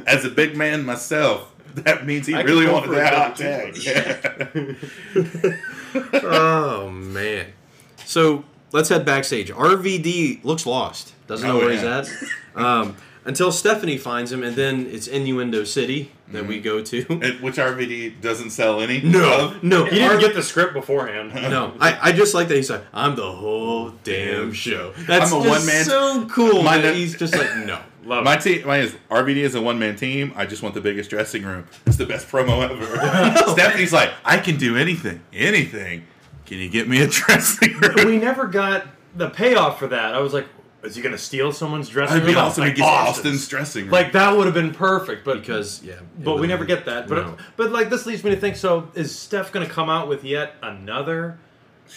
[SPEAKER 10] as a big man myself, that means he
[SPEAKER 9] I
[SPEAKER 10] really
[SPEAKER 9] could go
[SPEAKER 10] wanted
[SPEAKER 9] for a
[SPEAKER 10] that hot
[SPEAKER 9] double
[SPEAKER 10] tag. [LAUGHS]
[SPEAKER 9] oh man. So let's head backstage. RVD looks lost. Doesn't know
[SPEAKER 10] Oh,
[SPEAKER 9] where
[SPEAKER 10] yeah.
[SPEAKER 9] he's
[SPEAKER 10] [LAUGHS]
[SPEAKER 9] at. Um, until Stephanie finds him, and then it's Innuendo City that we
[SPEAKER 10] Mm-hmm.
[SPEAKER 9] go to.
[SPEAKER 10] Which RVD doesn't sell any.
[SPEAKER 9] No, [LAUGHS] no.
[SPEAKER 8] He didn't
[SPEAKER 9] RVD
[SPEAKER 8] get the script beforehand.
[SPEAKER 10] [LAUGHS]
[SPEAKER 9] no, I, I just like that he's like, I'm the whole damn show. That's
[SPEAKER 10] I'm a
[SPEAKER 9] just
[SPEAKER 10] one man.
[SPEAKER 9] so cool.
[SPEAKER 10] My
[SPEAKER 9] that
[SPEAKER 10] no-
[SPEAKER 9] he's just
[SPEAKER 10] [LAUGHS]
[SPEAKER 9] like, no.
[SPEAKER 8] Love
[SPEAKER 10] my team, mine is RVD is a one man team. I just want the biggest dressing room. It's the best promo
[SPEAKER 9] [LAUGHS]
[SPEAKER 10] ever. Stephanie's like, I can do anything, anything. Can you get me a [LAUGHS] dressing room?
[SPEAKER 8] we never got the payoff for that. I was like, is he going to steal someone's dressing
[SPEAKER 10] That'd
[SPEAKER 8] room?
[SPEAKER 10] be
[SPEAKER 8] I was
[SPEAKER 10] awesome.
[SPEAKER 8] like,
[SPEAKER 10] He gets Austin's dressing room.
[SPEAKER 8] Like that would have been perfect, but
[SPEAKER 9] because yeah,
[SPEAKER 8] but we never get that. But
[SPEAKER 9] No.
[SPEAKER 8] but like this leads me to think: so is Steph going to come out with yet another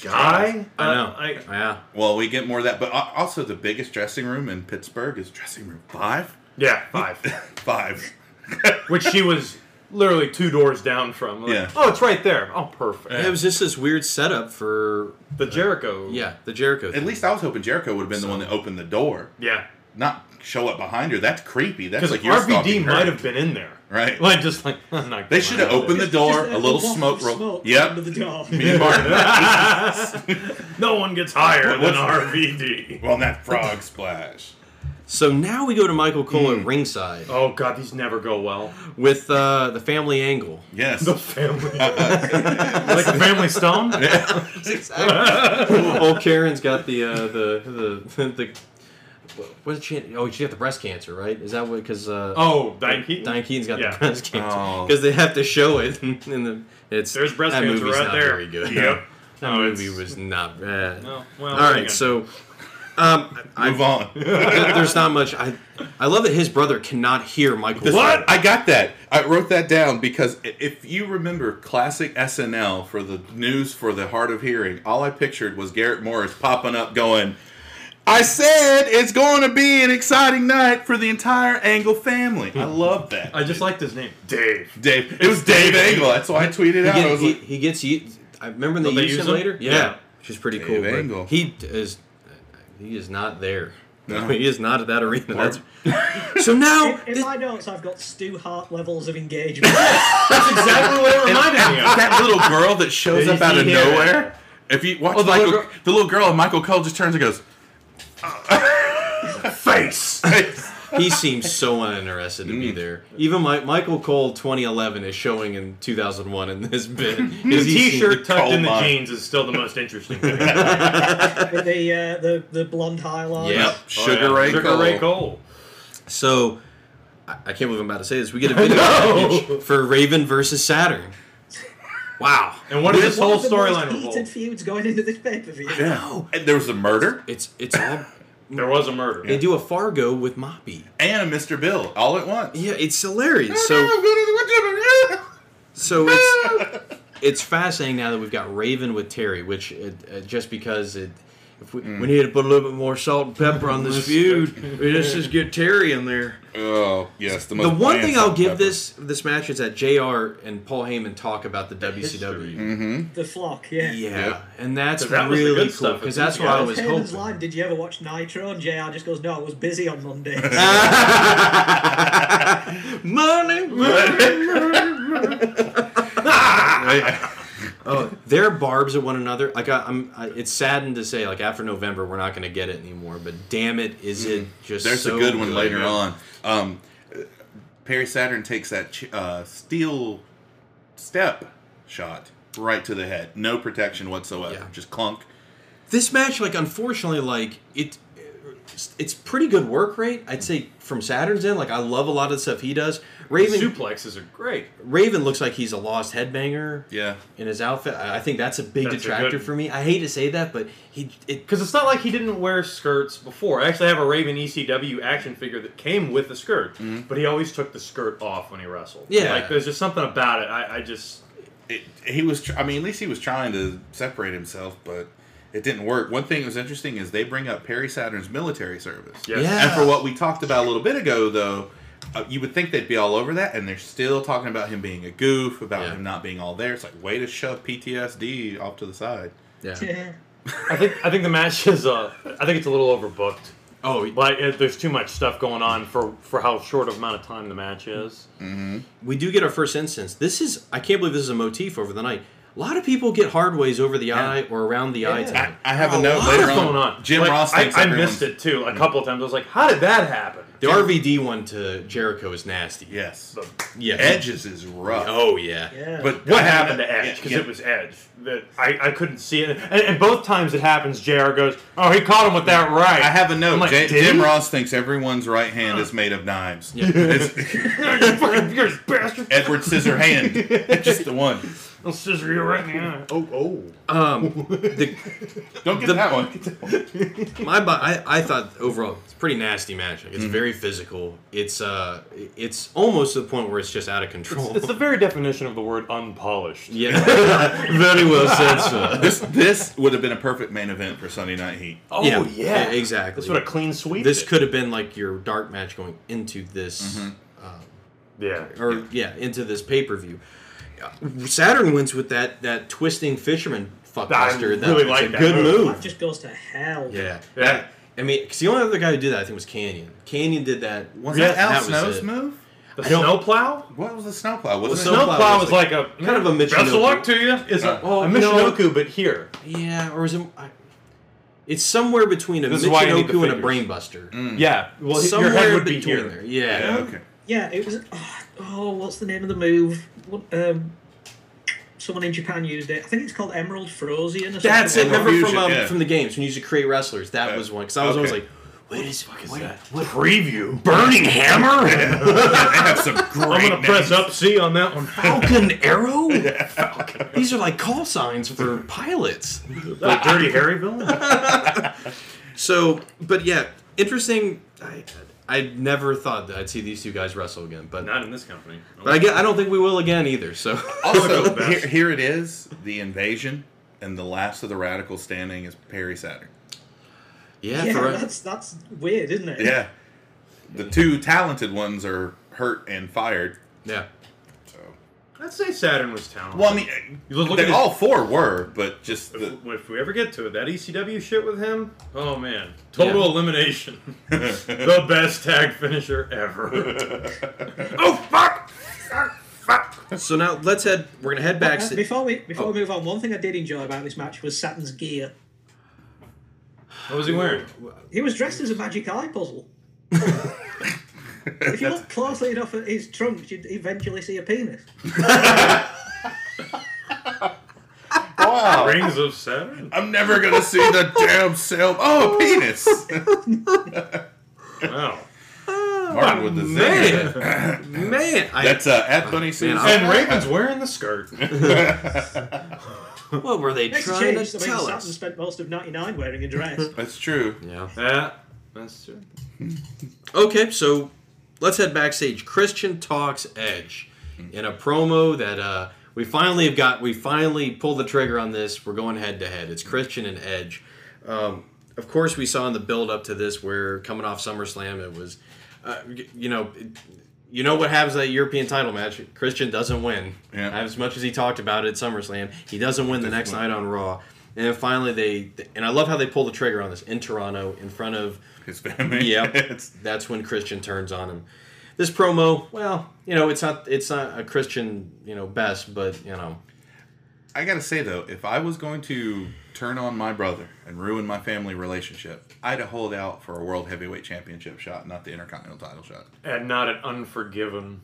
[SPEAKER 8] guy?
[SPEAKER 9] I know.
[SPEAKER 8] Uh, I,
[SPEAKER 9] yeah.
[SPEAKER 10] Well, we get more of that, but al- also the biggest dressing room in Pittsburgh is dressing room five.
[SPEAKER 8] yeah, [LAUGHS] five,
[SPEAKER 10] Five.
[SPEAKER 8] which she was literally two doors down from. Like,
[SPEAKER 9] Yeah.
[SPEAKER 8] Oh, it's right there. Oh, perfect.
[SPEAKER 9] It was just this weird setup for
[SPEAKER 8] the Jericho.
[SPEAKER 9] Yeah, the Jericho.
[SPEAKER 10] At least I was hoping Jericho would have been the one that opened the door.
[SPEAKER 8] Yeah.
[SPEAKER 10] Not show up behind her. That's creepy. That's
[SPEAKER 8] Because
[SPEAKER 10] like you're stalking
[SPEAKER 8] RVD
[SPEAKER 10] her.
[SPEAKER 8] might have been in there.
[SPEAKER 10] Right.
[SPEAKER 8] Like just like [LAUGHS] I'm not
[SPEAKER 10] They
[SPEAKER 8] going
[SPEAKER 10] should
[SPEAKER 8] out
[SPEAKER 10] have opened the
[SPEAKER 8] there.
[SPEAKER 10] [LAUGHS] door,
[SPEAKER 11] Just
[SPEAKER 10] a little
[SPEAKER 11] waft of
[SPEAKER 10] smoke roll.
[SPEAKER 11] smoke
[SPEAKER 10] Yep.
[SPEAKER 11] under the
[SPEAKER 10] [LAUGHS]
[SPEAKER 11] door.
[SPEAKER 10] Me and
[SPEAKER 8] [LAUGHS]
[SPEAKER 10] Martin.
[SPEAKER 8] no one gets higher than
[SPEAKER 10] What's-
[SPEAKER 8] RVD.
[SPEAKER 10] well, that frog splash.
[SPEAKER 9] So now we go to Michael Cole
[SPEAKER 10] Mm.
[SPEAKER 9] at ringside
[SPEAKER 8] Oh God, these never go well.
[SPEAKER 9] with uh, the family angle.
[SPEAKER 10] Yes.
[SPEAKER 8] The family, like the family stone.
[SPEAKER 9] Old Karen's got the uh, the the the. What did she? Oh, she got the breast cancer, right? Is that what? Because uh,
[SPEAKER 8] Oh, Diane Keaton?
[SPEAKER 9] Diane Keaton's got
[SPEAKER 8] Yeah.
[SPEAKER 9] the breast cancer
[SPEAKER 10] Oh.
[SPEAKER 9] because they have to show it in the. It's
[SPEAKER 8] There's breast
[SPEAKER 9] that
[SPEAKER 8] cancer
[SPEAKER 9] movie's
[SPEAKER 8] right
[SPEAKER 9] not
[SPEAKER 8] there.
[SPEAKER 9] Very good.
[SPEAKER 8] Yep.
[SPEAKER 9] That
[SPEAKER 8] No,
[SPEAKER 9] movie
[SPEAKER 8] it's-
[SPEAKER 9] was not bad.
[SPEAKER 8] No, well,
[SPEAKER 9] All right,
[SPEAKER 8] again.
[SPEAKER 9] so. Um,
[SPEAKER 10] [LAUGHS]
[SPEAKER 9] I,
[SPEAKER 8] [LAUGHS]
[SPEAKER 10] Move on.
[SPEAKER 9] there- there's not much. I I love that his brother cannot hear Michael.
[SPEAKER 10] What? I got that. I wrote that down because i- if you remember classic SNL for the news for the hard of hearing, all I pictured was Garrett Morris popping up going, I said it's going to be an exciting night for the entire Angle family. I love that.
[SPEAKER 8] I just liked his name, Dave.
[SPEAKER 10] Dave. It was Dave Angle. That's why I tweeted
[SPEAKER 9] He,
[SPEAKER 10] out. I
[SPEAKER 9] get,
[SPEAKER 10] was
[SPEAKER 9] he,
[SPEAKER 10] like,
[SPEAKER 9] he gets. u- I remember they,
[SPEAKER 8] Will they
[SPEAKER 9] used
[SPEAKER 8] use
[SPEAKER 9] him
[SPEAKER 8] him?
[SPEAKER 9] later. Yeah,
[SPEAKER 8] Yeah.
[SPEAKER 9] which is pretty
[SPEAKER 10] Dave
[SPEAKER 9] cool. but
[SPEAKER 10] Angle.
[SPEAKER 9] He is. He is not there. No, [LAUGHS] he is not at that arena. That's
[SPEAKER 8] [LAUGHS]
[SPEAKER 11] So now, in, in my notes, I've got Stu Hart levels
[SPEAKER 10] [LAUGHS]
[SPEAKER 11] of engagement. That's
[SPEAKER 8] exactly what
[SPEAKER 9] [LAUGHS]
[SPEAKER 8] it reminded me of.
[SPEAKER 10] that little girl that shows
[SPEAKER 8] Did
[SPEAKER 10] up out
[SPEAKER 8] he
[SPEAKER 10] of
[SPEAKER 8] hear it?
[SPEAKER 10] nowhere. If you watch
[SPEAKER 8] Oh, the
[SPEAKER 10] the, Michael,
[SPEAKER 8] little girl-
[SPEAKER 10] the little girl, and Michael Cole just turns and goes, [LAUGHS]
[SPEAKER 9] [LAUGHS] face.
[SPEAKER 10] Oh,
[SPEAKER 8] [LAUGHS]
[SPEAKER 9] he seems so uninterested to be
[SPEAKER 8] Mm.
[SPEAKER 9] there. Even my, Michael Cole 2011 is showing in 2001 in this
[SPEAKER 8] [LAUGHS]
[SPEAKER 9] bit.
[SPEAKER 8] His
[SPEAKER 9] Is he seeing
[SPEAKER 8] t-shirt tucked
[SPEAKER 9] coal
[SPEAKER 8] in the
[SPEAKER 9] mine?
[SPEAKER 8] jeans is still the most interesting thing.
[SPEAKER 11] With the, uh, the the blonde highlight.
[SPEAKER 9] Yep.
[SPEAKER 8] Sugar Ray Cole.
[SPEAKER 9] So, I, I can't believe I'm about to say this. We get
[SPEAKER 8] [LAUGHS]
[SPEAKER 9] a video
[SPEAKER 8] Oh.
[SPEAKER 9] package for Raven versus Saturn. Wow.
[SPEAKER 8] And
[SPEAKER 11] One of the most heated feuds going into this pay per view.
[SPEAKER 10] And there was a murder.
[SPEAKER 9] It's it's all.
[SPEAKER 8] there was a murder.
[SPEAKER 9] They do a Fargo with Moppy
[SPEAKER 10] and a Mr. Bill all at once.
[SPEAKER 9] Yeah, it's hilarious. So so it's it's fascinating now that we've got Raven with Terry, which uh, uh, just because it. If we, we need to put a little bit more salt and pepper on this feud. Let's just get Terry in there.
[SPEAKER 10] Oh yes, the,
[SPEAKER 9] the
[SPEAKER 10] most
[SPEAKER 9] one thing
[SPEAKER 10] bland
[SPEAKER 9] I'll
[SPEAKER 10] salt
[SPEAKER 9] give
[SPEAKER 10] pepper.
[SPEAKER 9] this this match is that Jr. and Paul Heyman talk about the WCW.
[SPEAKER 10] Mhm.
[SPEAKER 11] The flock, yeah.
[SPEAKER 9] Yeah, and that's
[SPEAKER 8] Mm-hmm. 'Cause that was the
[SPEAKER 9] really
[SPEAKER 8] good
[SPEAKER 9] cool
[SPEAKER 8] stuff,
[SPEAKER 9] because
[SPEAKER 8] isn't
[SPEAKER 9] that's
[SPEAKER 8] it?
[SPEAKER 9] what I
[SPEAKER 8] Yeah.
[SPEAKER 9] was
[SPEAKER 11] Heyman's
[SPEAKER 9] hoping.
[SPEAKER 11] line, did you ever watch Nitro? And JR just goes, no, I was busy
[SPEAKER 9] [LAUGHS]
[SPEAKER 11] on Monday.
[SPEAKER 9] money, money, [LAUGHS]
[SPEAKER 10] [LAUGHS]
[SPEAKER 9] oh, they're barbs at one another. Like I, I'm, I, it's saddened to say, like after November, we're not going to get it anymore. But damn it, is it just
[SPEAKER 10] Mm-hmm. There's
[SPEAKER 9] so
[SPEAKER 10] a good one later on. Um, uh, Perry Saturn takes that ch- uh, steel step shot right to the head, no protection whatsoever, just clunk.
[SPEAKER 9] This match, like unfortunately, like it, it's pretty good work rate. I'd say from Saturn's end, like I love a lot of the stuff he does. Raven
[SPEAKER 8] Suplexes are great.
[SPEAKER 9] Raven looks like he's a lost headbanger.
[SPEAKER 10] Yeah.
[SPEAKER 9] In his outfit, I I think that's a big
[SPEAKER 8] That's a
[SPEAKER 9] detractor
[SPEAKER 8] good-
[SPEAKER 9] for me. I hate to say that, but he it
[SPEAKER 8] Because it's not like he didn't wear skirts before. I actually have a Raven ECW action figure that came with a skirt, but he always took the skirt off when he wrestled.
[SPEAKER 10] Yeah.
[SPEAKER 8] like there's just something about it. I, I just
[SPEAKER 10] It, he was, tr- I mean, at least he was trying to separate himself, but it didn't work. One thing that was interesting is they bring up Perry Saturn's military service.
[SPEAKER 8] Yes. Yeah.
[SPEAKER 10] And for what we talked about a little bit ago, though, uh, you would think they'd be all over that, and they're still talking about him being a goof, about him not being all there. It's like, way to shove PTSD off to the side.
[SPEAKER 9] [LAUGHS]
[SPEAKER 8] Yeah. I think I think the match is uh I think it's a little overbooked.
[SPEAKER 9] Oh,
[SPEAKER 8] like uh, there's too much stuff going on for for how short of amount of time the match is.
[SPEAKER 9] we do get our first instance. This is I can't believe this is a motif over the night. A lot of people get hard ways over the eye or around the eye.
[SPEAKER 8] Yeah.
[SPEAKER 9] Tonight.
[SPEAKER 8] I- I have a note later on. Jim
[SPEAKER 9] Like,
[SPEAKER 8] Ross thinks everyone's- Mhm. of times. I was like, how did that happen?
[SPEAKER 9] The RVD one to Jericho is nasty.
[SPEAKER 10] Yes.
[SPEAKER 9] Yeah.
[SPEAKER 10] Edges is rough.
[SPEAKER 9] Oh yeah.
[SPEAKER 10] Yeah.
[SPEAKER 8] But
[SPEAKER 10] But-
[SPEAKER 8] what happened to Edge? Because
[SPEAKER 10] Yeah.
[SPEAKER 8] it was Edge. That I, I couldn't see it. And, and both times it happens, JR goes, "Oh, he caught him with that right."
[SPEAKER 10] I have a note.
[SPEAKER 8] I'm like,
[SPEAKER 10] Ja-
[SPEAKER 8] "Did
[SPEAKER 10] Jim
[SPEAKER 8] he?" [LAUGHS]
[SPEAKER 10] Ross thinks everyone's right hand is made of knives.
[SPEAKER 8] Yeah. bastard.
[SPEAKER 10] Edward [LAUGHS] Scissorhand, just the one.
[SPEAKER 8] I'll scissor you right in the eye. Oh, oh.
[SPEAKER 9] Um, the,
[SPEAKER 10] Don't get that one.
[SPEAKER 9] my, bo- I, I thought overall it's a pretty nasty match. Like,
[SPEAKER 8] Mm-hmm.
[SPEAKER 9] it's very physical. It's uh, it's almost to the point where it's just out of control.
[SPEAKER 8] It's the very definition of the word unpolished.
[SPEAKER 9] [LAUGHS] Yeah. [LAUGHS] Very well said, sir.
[SPEAKER 10] [LAUGHS] This this would have been a perfect main event for Sunday Night Heat.
[SPEAKER 8] Oh,
[SPEAKER 9] e- exactly.
[SPEAKER 8] That's what a clean sweep
[SPEAKER 9] This
[SPEAKER 8] is.
[SPEAKER 9] could have been like your dark match going into this.
[SPEAKER 8] Mm-hmm.
[SPEAKER 10] Mhm.
[SPEAKER 9] Um,
[SPEAKER 8] yeah,
[SPEAKER 9] or yeah, into this pay per view. Saturn wins with that that twisting fisherman fuckbuster.
[SPEAKER 8] I really
[SPEAKER 9] was
[SPEAKER 8] like
[SPEAKER 9] a
[SPEAKER 8] that
[SPEAKER 9] good
[SPEAKER 8] move.
[SPEAKER 9] move.
[SPEAKER 11] Life just goes to hell.
[SPEAKER 9] Yeah, yeah. I mean, because the only other guy who did that, I think, was Canyon. Canyon did that.
[SPEAKER 10] Was that Al
[SPEAKER 9] was
[SPEAKER 10] Snow's
[SPEAKER 9] it.
[SPEAKER 10] move?
[SPEAKER 9] The
[SPEAKER 10] I don't-
[SPEAKER 8] snowplow?
[SPEAKER 10] What was the snowplow?
[SPEAKER 9] Well,
[SPEAKER 10] Wasn't it?
[SPEAKER 9] snowplow Snowplow was was like- like a- kind of a Michinoku.
[SPEAKER 8] Best of luck to you. It's a,
[SPEAKER 9] Uh,
[SPEAKER 8] a
[SPEAKER 9] well, no.
[SPEAKER 8] Michinoku, but here.
[SPEAKER 9] Yeah, or is it? I, it's somewhere between a
[SPEAKER 8] This is why I need the
[SPEAKER 9] Michinoku and a
[SPEAKER 8] figures.
[SPEAKER 9] brainbuster.
[SPEAKER 8] Yeah, well, your
[SPEAKER 9] somewhere
[SPEAKER 8] head would be
[SPEAKER 9] between
[SPEAKER 8] here.
[SPEAKER 9] there. Yeah.
[SPEAKER 10] Yeah, okay.
[SPEAKER 11] Yeah, it was. Oh, oh, what's the name of the move? What, um, someone in Japan used it. I think it's called Emerald Frozen or something.
[SPEAKER 9] That's it. Remember from um,
[SPEAKER 11] yeah.
[SPEAKER 9] from the games when you used to create wrestlers? That was one. Because I was always
[SPEAKER 10] Okay.
[SPEAKER 9] like, what is fuck is that?
[SPEAKER 8] What preview? Burning Hammer?
[SPEAKER 9] [LAUGHS]
[SPEAKER 10] have [LAUGHS] some
[SPEAKER 8] I'm gonna press up C on that one.
[SPEAKER 9] Falcon [LAUGHS] Arrow? Falcon. These are like call signs for pilots.
[SPEAKER 8] Like Dirty Harry [LAUGHS] villain?
[SPEAKER 9] So, but yeah, interesting. I, I never thought that I'd see these two guys wrestle again, but
[SPEAKER 8] Not in this company.
[SPEAKER 9] But I, get, I don't think we will again either. [LAUGHS] So
[SPEAKER 10] Also, here, here it is: the invasion and the last of the radical standing is Perry Saturn.
[SPEAKER 9] Yeah,
[SPEAKER 11] that's that's weird, isn't it?
[SPEAKER 10] Yeah. The two talented ones are hurt and fired.
[SPEAKER 9] Yeah.
[SPEAKER 10] So
[SPEAKER 8] I'd say Saturn was talented.
[SPEAKER 10] Well, I mean,
[SPEAKER 8] You look- look
[SPEAKER 10] they-
[SPEAKER 8] at his-
[SPEAKER 10] all four were, but just the,
[SPEAKER 8] if, if we ever get to it, that ECW shit with him, oh man, total
[SPEAKER 10] Yeah.
[SPEAKER 9] [LAUGHS]
[SPEAKER 8] elimination, the best tag finisher ever. oh fuck!
[SPEAKER 9] So now let's head. We're gonna head back.
[SPEAKER 11] Uh, before we
[SPEAKER 9] Oh.
[SPEAKER 11] before we move on, one thing I did enjoy about this match was Saturn's gear.
[SPEAKER 8] What was he wearing?
[SPEAKER 11] He was dressed as a magic eye puzzle. if you look closely enough at his trunks, you'd eventually see a penis.
[SPEAKER 9] Oh.
[SPEAKER 10] wow.
[SPEAKER 8] Rings of Saturn.
[SPEAKER 10] I'm never gonna see the damn cell. Oh, a [LAUGHS] penis.
[SPEAKER 9] Oh.
[SPEAKER 8] wow.
[SPEAKER 10] Martin with the
[SPEAKER 9] Man.
[SPEAKER 10] zing.
[SPEAKER 9] [LAUGHS] Man, I-
[SPEAKER 10] that's uh, at Bunny Susan.
[SPEAKER 8] and Raven's wearing the
[SPEAKER 9] [LAUGHS]
[SPEAKER 8] skirt.
[SPEAKER 9] what were they
[SPEAKER 11] Makes a
[SPEAKER 9] trying
[SPEAKER 11] change.
[SPEAKER 9] to
[SPEAKER 11] I mean,
[SPEAKER 9] tell
[SPEAKER 11] Saturn
[SPEAKER 9] us?
[SPEAKER 11] spent most of '99 wearing
[SPEAKER 9] [LAUGHS]
[SPEAKER 11] a dress.
[SPEAKER 10] That's true.
[SPEAKER 9] Yeah.
[SPEAKER 8] Yeah, that's true.
[SPEAKER 9] Okay, so let's head backstage. Christian talks Edge in a promo that uh, we finally have got. We finally pulled the trigger on this. We're going head to head. It's Christian and Edge. Um, of course, we saw in the build up to this, where coming off SummerSlam, it was, uh, y- you know, it- you know what happens at a European title match. Christian doesn't win. As much as he talked about it at SummerSlam, he doesn't win the next night on Raw. And then finally, they and I love how they pull the trigger on this in Toronto in front of
[SPEAKER 10] his family. [LAUGHS]
[SPEAKER 9] Yep, that's when Christian turns on him. This promo, well, you know, it's not it's not a Christian, you know, best, but you know,
[SPEAKER 10] I gotta say though, if I was going to turn on my brother and ruin my family relationship, I'd hold out for a world heavyweight championship shot, not the intercontinental title shot.
[SPEAKER 8] And not an unforgiven.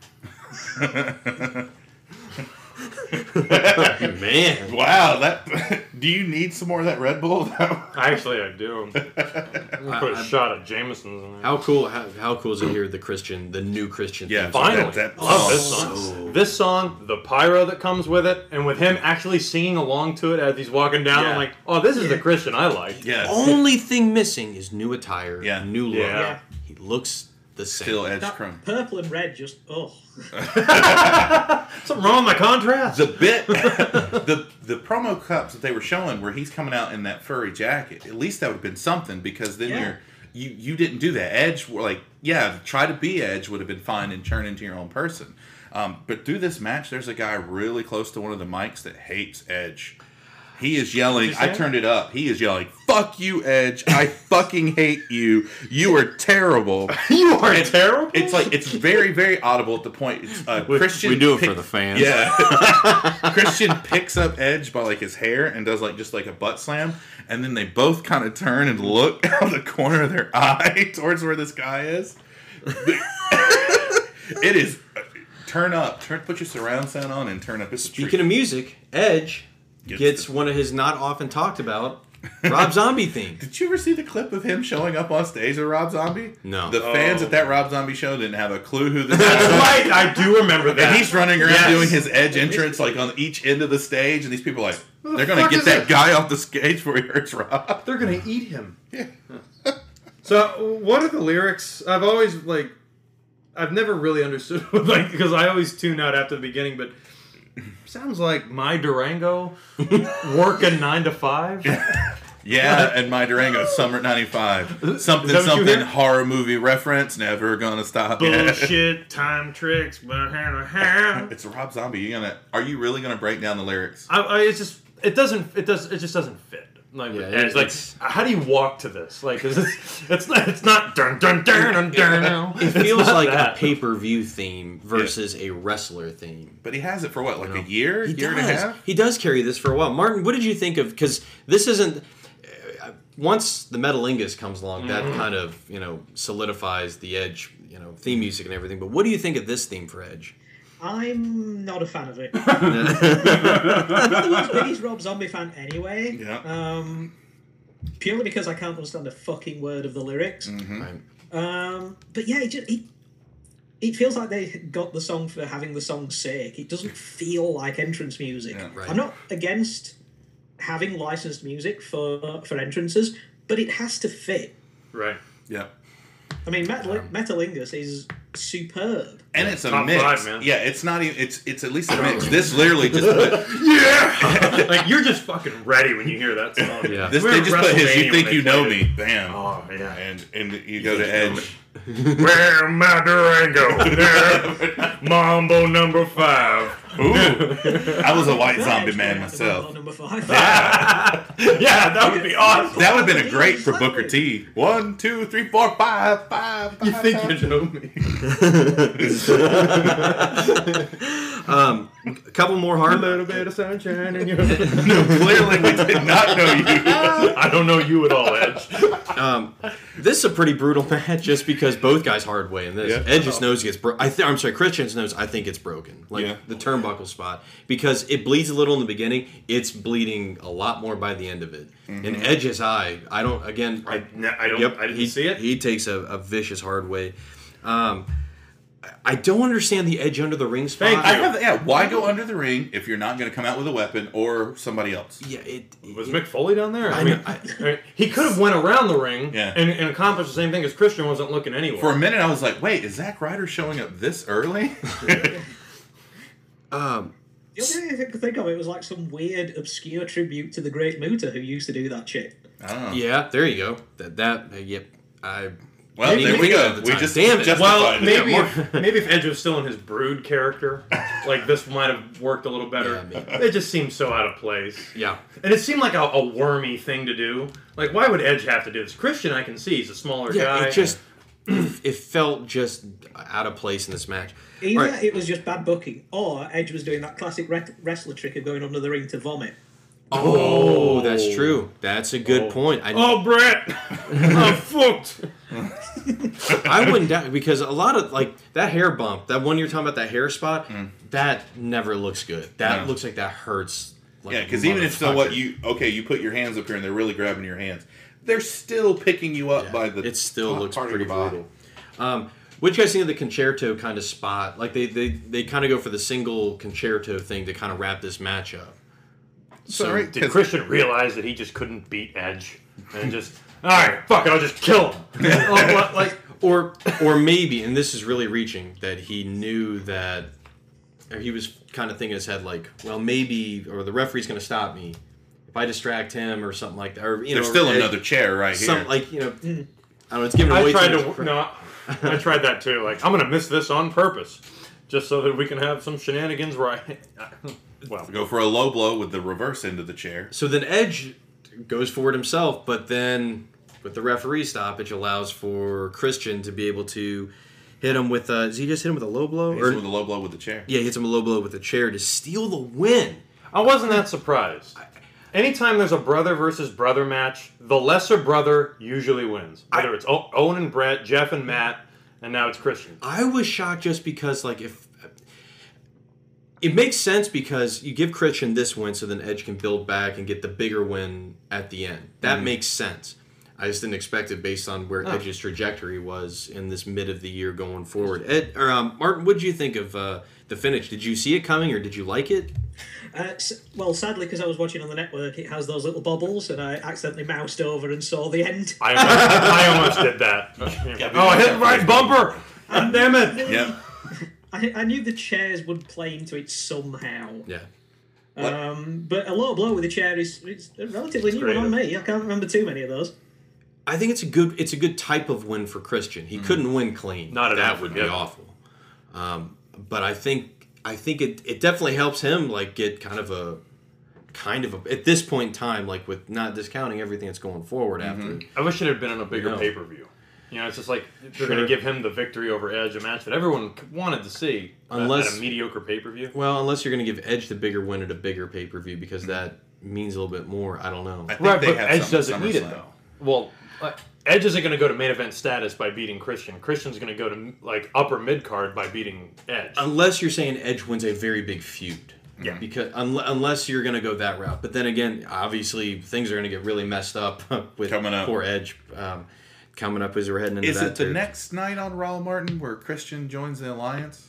[SPEAKER 9] Man,
[SPEAKER 10] wow! That [LAUGHS] do you need some more of that Red Bull?
[SPEAKER 8] Actually, I
[SPEAKER 9] [LAUGHS]
[SPEAKER 8] do. I'm gonna put a shot of Jameson's in there.
[SPEAKER 9] how cool how, how cool is it here the Christian, the new Christian?
[SPEAKER 10] Yeah,
[SPEAKER 9] theme song?
[SPEAKER 8] Finally, love this song.
[SPEAKER 9] Oh, So-
[SPEAKER 8] This song, the pyro that comes with it, and with him actually singing along to it as he's walking down.
[SPEAKER 9] Yeah.
[SPEAKER 8] I'm like, oh, this is the Christian I like.
[SPEAKER 10] Yeah.
[SPEAKER 9] Only thing missing is new attire, yeah. new look.
[SPEAKER 8] Yeah.
[SPEAKER 11] Yeah.
[SPEAKER 9] He looks the same.
[SPEAKER 10] Still Edge
[SPEAKER 11] That
[SPEAKER 10] Crumb.
[SPEAKER 11] purple and red just oh.
[SPEAKER 8] Something wrong with my contrast.
[SPEAKER 10] The bit, the the promo cups that they were showing where he's coming out in that furry jacket. At least that would have been something because then
[SPEAKER 11] Yeah.
[SPEAKER 10] you're you you didn't do that. Edge were like yeah, try to be Edge would have been fine and turn into your own person. Um, but through this match, there's a guy really close to one of the mics that hates Edge. He is yelling.
[SPEAKER 8] What'd you
[SPEAKER 10] I
[SPEAKER 8] say?
[SPEAKER 10] turned it up. He is yelling, "Fuck you, Edge! I fucking hate you. You are terrible.
[SPEAKER 8] [LAUGHS] you are
[SPEAKER 10] [LAUGHS]
[SPEAKER 8] terrible."
[SPEAKER 10] It's like it's very, very audible at the point. It's, uh,
[SPEAKER 9] We-
[SPEAKER 10] Christian,
[SPEAKER 9] we do it for
[SPEAKER 8] [LAUGHS]
[SPEAKER 9] the fans.
[SPEAKER 10] Yeah, [LAUGHS] Christian picks up Edge by like his hair and does like just like a butt slam, and then they both kind of turn and look [LAUGHS] out of the corner of their eye [LAUGHS] towards where this guy is. [LAUGHS] it is uh, turn up, turn, put your surround sound on, and turn up. It's a treat.
[SPEAKER 9] Speaking of music, Edge gets, one of his not often talked about Rob Zombie theme.
[SPEAKER 10] Did you ever see the clip of him showing up on stage with Rob Zombie?
[SPEAKER 9] No.
[SPEAKER 10] The fans
[SPEAKER 9] Oh.
[SPEAKER 10] at that Rob Zombie show didn't have a clue who
[SPEAKER 8] [LAUGHS]
[SPEAKER 10] this was.
[SPEAKER 8] right. I do remember that.
[SPEAKER 10] And he's running around
[SPEAKER 8] Yes.
[SPEAKER 10] doing his edge entrance like on each end of the stage, and these people are like,
[SPEAKER 8] Who the
[SPEAKER 10] they're gonna
[SPEAKER 8] fuck
[SPEAKER 10] get
[SPEAKER 8] is
[SPEAKER 10] that
[SPEAKER 8] that?"
[SPEAKER 10] guy off the stage before he hurts Rob.
[SPEAKER 8] They're gonna eat him. Yeah. so what are the lyrics? I've always like, I've never really understood [LAUGHS] like because I always tune out after the beginning, but. Sounds like my Durango working nine to five.
[SPEAKER 10] Yeah,
[SPEAKER 8] [LAUGHS]
[SPEAKER 10] and my Durango, summer '95,
[SPEAKER 8] Is
[SPEAKER 10] something
[SPEAKER 8] that what you
[SPEAKER 10] something
[SPEAKER 8] hear?
[SPEAKER 10] horror movie reference, never gonna stop. Yeah.
[SPEAKER 8] Bullshit time tricks. I,
[SPEAKER 10] it's Rob Zombie. You gonna? Are you really gonna break down the lyrics?
[SPEAKER 8] I, it's just it doesn't it does it just doesn't fit. Like, with Edge. like
[SPEAKER 9] it's-
[SPEAKER 8] how do you walk to this? Like is this, it's not it's not dun dun dun dun dun.
[SPEAKER 9] It
[SPEAKER 8] It's
[SPEAKER 9] feels
[SPEAKER 8] not
[SPEAKER 9] like
[SPEAKER 8] that.
[SPEAKER 9] a pay per view theme versus a wrestler theme.
[SPEAKER 10] But he has it for what, like a year,
[SPEAKER 9] He
[SPEAKER 10] year and
[SPEAKER 9] does.
[SPEAKER 10] a half?
[SPEAKER 9] He does carry this for a while. Martin, what did you think of? Because this isn't. uh, Once the Metalingus comes along, that
[SPEAKER 10] Mm-hmm.
[SPEAKER 8] Mhm.
[SPEAKER 9] kind of you know solidifies the Edge, you know, theme music and everything. But what do you think of this theme for Edge?
[SPEAKER 11] I'm not a fan of it. I'm not the world's biggest Rob Zombie fan anyway.
[SPEAKER 9] Yeah.
[SPEAKER 8] Uh,
[SPEAKER 11] Um, purely because I can't understand a fucking word of the lyrics.
[SPEAKER 10] Mm-hmm.
[SPEAKER 11] Um, but yeah, it just it, it feels like they got the song for having the song's sake. It doesn't feel like entrance music.
[SPEAKER 9] right.
[SPEAKER 11] I'm not against having licensed music for for entrances, but it has to fit.
[SPEAKER 8] right.
[SPEAKER 10] Yeah.
[SPEAKER 11] I mean, Metal, Metalingus is superb.
[SPEAKER 10] And it's a
[SPEAKER 8] Top
[SPEAKER 10] mix.
[SPEAKER 8] five, man.
[SPEAKER 10] Yeah, it's not even. It's it's at least
[SPEAKER 8] [LAUGHS]
[SPEAKER 10] a mix. This literally just put,
[SPEAKER 8] yeah. [LAUGHS] like you're just fucking ready when you hear that song.
[SPEAKER 9] Yeah.
[SPEAKER 10] this,
[SPEAKER 8] We were
[SPEAKER 10] they just
[SPEAKER 8] at
[SPEAKER 10] put his.
[SPEAKER 8] WrestleMania
[SPEAKER 10] You
[SPEAKER 8] when
[SPEAKER 10] think
[SPEAKER 8] they
[SPEAKER 10] you know
[SPEAKER 8] played
[SPEAKER 10] me? Bam.
[SPEAKER 8] Oh yeah.
[SPEAKER 10] And and you go to Edge. [LAUGHS]
[SPEAKER 8] Where my Durango? Mambo number five. [LAUGHS]
[SPEAKER 10] Ooh. I was a white zombie man myself. [LAUGHS] Yeah, [LAUGHS] that would be awesome. That would have been a great for Booker T. One, two, three, four, five, five, five. You think you know me?
[SPEAKER 9] um, a couple more hard. A
[SPEAKER 8] little bit of sunshine in your.
[SPEAKER 9] no, [LAUGHS]
[SPEAKER 10] clearly we did not know you.
[SPEAKER 8] I don't know you at all, Edge.
[SPEAKER 9] Um, this is a pretty brutal match just because both guys hard way in this.
[SPEAKER 8] Yeah.
[SPEAKER 10] Oh.
[SPEAKER 9] Edge's nose gets broken. I th- I'm sorry, Christian's nose. I think it's broken, like the turnbuckle spot, because it bleeds a little in the beginning. It's bleeding a lot more by the end of it.
[SPEAKER 8] Mhm.
[SPEAKER 10] Mm-hmm.
[SPEAKER 9] And Edge's eye, I don't. Again, I,
[SPEAKER 8] I don't- I didn't
[SPEAKER 9] he,
[SPEAKER 8] see it.
[SPEAKER 9] He takes a, a vicious hard way. Um, I- I don't understand the Edge under the ring spot.
[SPEAKER 10] I have, yeah, why go
[SPEAKER 9] Um,
[SPEAKER 10] under the ring if you're not going to come out with a weapon or somebody else?
[SPEAKER 9] Yeah, it
[SPEAKER 8] Was Mick Foley down there?
[SPEAKER 10] I
[SPEAKER 8] I mean, I- he could have went around the ring
[SPEAKER 10] Yeah.
[SPEAKER 8] and, and accomplished the same thing as Christian wasn't looking anywhere.
[SPEAKER 10] For a minute, I was like, wait, is Zack Ryder showing up this
[SPEAKER 9] [LAUGHS]
[SPEAKER 10] early?
[SPEAKER 9] um,
[SPEAKER 11] The only thing I could think of it was like some weird, obscure tribute to the Great Muta who used to do that shit.
[SPEAKER 9] Yeah, there you go. That that uh, yep. I
[SPEAKER 10] Well,
[SPEAKER 9] didn't
[SPEAKER 10] there
[SPEAKER 9] even
[SPEAKER 10] we
[SPEAKER 9] think
[SPEAKER 10] go.
[SPEAKER 9] of it at the
[SPEAKER 10] We
[SPEAKER 9] time.
[SPEAKER 10] just
[SPEAKER 9] damn it.
[SPEAKER 8] Well, maybe if, maybe if Edge was still in his brood character, like this might have worked a little better. it just seemed so out of place.
[SPEAKER 9] Yeah,
[SPEAKER 8] and it seemed like a, a wormy thing to do. Like, why would Edge have to do this? Christian, I can see he's a smaller
[SPEAKER 9] yeah,
[SPEAKER 8] guy.
[SPEAKER 9] it just [CLEARS THROAT] it felt just out of place in this match.
[SPEAKER 11] Either
[SPEAKER 9] Right.
[SPEAKER 11] it was just bad booking, or Edge was doing that classic rec- wrestler trick of going under the ring to vomit.
[SPEAKER 9] Oh, that's true. That's a good point. I,
[SPEAKER 8] oh,
[SPEAKER 9] [LAUGHS]
[SPEAKER 8] Brett, I'm fucked.
[SPEAKER 10] [LAUGHS]
[SPEAKER 9] I wouldn't doubt because a lot of like that hair bump, that one you're talking about, that hair spot, that never looks good. That
[SPEAKER 10] Hmm. No.
[SPEAKER 9] looks like that hurts. Like
[SPEAKER 10] yeah,
[SPEAKER 9] a
[SPEAKER 10] because even if so,
[SPEAKER 9] motherfucker.
[SPEAKER 10] what you okay, you put your hands up here and they're really grabbing your hands. They're still picking you up by the. It
[SPEAKER 9] still looks pretty brutal. Um, what do you guys think of the concerto kind of spot? Like they they, they kind of go for the single concerto thing to kind of wrap this match up.
[SPEAKER 8] Sorry, did Christian realize that he just couldn't beat Edge and just all right, fuck it, I'll just kill
[SPEAKER 9] [LAUGHS]
[SPEAKER 8] him. Oh, what, like
[SPEAKER 9] or or maybe, and this is really reaching that he knew that, or he was kind of thinking in his head like, well, maybe, or the referee's going to stop me if I distract him or something like that. Or you
[SPEAKER 10] There's
[SPEAKER 9] know,
[SPEAKER 10] still
[SPEAKER 9] or- eh,
[SPEAKER 10] another chair right here.
[SPEAKER 9] some- Like you know, I don't know. It's giving
[SPEAKER 8] I
[SPEAKER 9] away.
[SPEAKER 8] tried
[SPEAKER 9] too
[SPEAKER 8] to
[SPEAKER 9] much cre-
[SPEAKER 8] no, I tried that too. Like I'm gonna miss this on purpose, just so that we can have some shenanigans where I, [LAUGHS] well,
[SPEAKER 10] Go for a low blow with the reverse end of the chair.
[SPEAKER 9] So then Edge goes forward himself, but then with the referee stoppage allows for Christian to be able to hit him with a. Does he just hit him with a low blow?
[SPEAKER 10] Hits him with a low blow with the chair.
[SPEAKER 9] Yeah, he hits him with a low blow with a chair to steal the win.
[SPEAKER 8] I wasn't that surprised. Anytime there's a brother versus brother match, the lesser brother usually wins. Whether it's O- Owen and Brett, Jeff and Matt, and now it's Christian.
[SPEAKER 9] I was shocked just because like if it makes sense because you give Christian this win so then Edge can build back and get the bigger win at the end. That
[SPEAKER 8] Mhm.
[SPEAKER 9] makes sense. I just didn't expect it based on where
[SPEAKER 8] Oh.
[SPEAKER 9] Edge's trajectory was in this mid of the year going forward. Ed or um, Martin, what did you think of uh, the finish? Did you see it coming or did you like it?
[SPEAKER 11] Uh, s- well, sadly, because I was watching on the network, it has those little bobbles, and I accidentally moused over and saw
[SPEAKER 10] [LAUGHS]
[SPEAKER 11] the end.
[SPEAKER 8] [LAUGHS] I almost, I almost did [LAUGHS] that. oh, I hit right bumper. God damn it.
[SPEAKER 10] Yeah.
[SPEAKER 11] I, I knew the chairs would play into it somehow.
[SPEAKER 9] Yeah. What?
[SPEAKER 11] Um, but a low blow with a chair is it's a relatively
[SPEAKER 9] It's
[SPEAKER 11] new one on me. I can't remember too many of those.
[SPEAKER 9] I think it's a good it's a good type of win for Christian. He couldn't win clean. Not that
[SPEAKER 8] all,
[SPEAKER 9] would be
[SPEAKER 8] yeah.
[SPEAKER 9] awful. Um, but I think I think it, it definitely helps him like get kind of a kind of a at this point in time like with not discounting everything that's going forward after.
[SPEAKER 8] I wish it had been in a bigger
[SPEAKER 9] No.
[SPEAKER 8] pay per view. You know, it's just like they're going
[SPEAKER 9] Sure.
[SPEAKER 8] to give him the victory over Edge, a match that everyone c- wanted to see. uh,
[SPEAKER 9] Unless-
[SPEAKER 8] at a mediocre pay per view.
[SPEAKER 9] Well, unless you're going to give Edge the bigger win at a bigger pay per view because that means a little bit more. I don't know.
[SPEAKER 8] Right, but Edge doesn't need it though. Well, uh, Edge isn't going to go to main event status by beating Christian. Christian's going to go to like upper mid card by beating Edge.
[SPEAKER 9] Unless you're saying Edge wins a very big feud. Yeah. Because unle- unless you're going to go that route, but then again, obviously things are going to get really messed up [LAUGHS] with
[SPEAKER 10] Coming up.
[SPEAKER 9] poor Edge um, coming up as we're heading into
[SPEAKER 10] Is
[SPEAKER 9] that.
[SPEAKER 10] it the
[SPEAKER 9] territory.
[SPEAKER 10] next night on Raw, Martin, where Christian joins the alliance?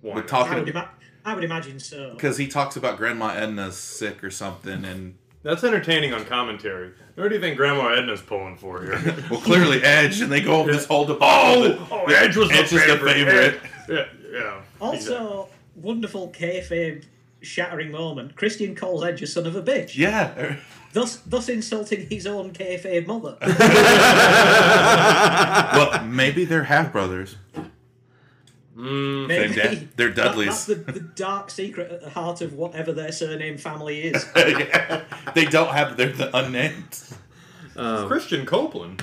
[SPEAKER 8] Why
[SPEAKER 10] We're
[SPEAKER 8] not?
[SPEAKER 11] I
[SPEAKER 10] talking
[SPEAKER 11] would, ima- I would imagine so.
[SPEAKER 10] because he talks about Grandma Edna's sick or something, and
[SPEAKER 8] That's entertaining on commentary. Who do you think Grandma Edna's pulling for here? [LAUGHS]
[SPEAKER 10] well, clearly Edge, and they go over this whole debacle.
[SPEAKER 8] oh, oh, Edge was
[SPEAKER 10] Edge
[SPEAKER 8] the
[SPEAKER 10] is the
[SPEAKER 8] favorite.
[SPEAKER 10] favorite.
[SPEAKER 8] Yeah, yeah.
[SPEAKER 11] Also, wonderful kayfabe shattering moment. Christian calls Edge a son of a bitch.
[SPEAKER 8] [LAUGHS]
[SPEAKER 10] Yeah.
[SPEAKER 11] Thus, thus insulting his own kayfabe
[SPEAKER 10] [LAUGHS]
[SPEAKER 11] mother.
[SPEAKER 8] [LAUGHS]
[SPEAKER 10] well, maybe they're half brothers.
[SPEAKER 8] Mm,
[SPEAKER 11] Maybe.
[SPEAKER 10] Same dad. They're
[SPEAKER 11] That-
[SPEAKER 10] Dudleys.
[SPEAKER 11] that's the, the dark secret at the heart of whatever their surname family is.
[SPEAKER 10] Yeah. [LAUGHS] They don't have. They're the unnamed.
[SPEAKER 8] Christian Copeland.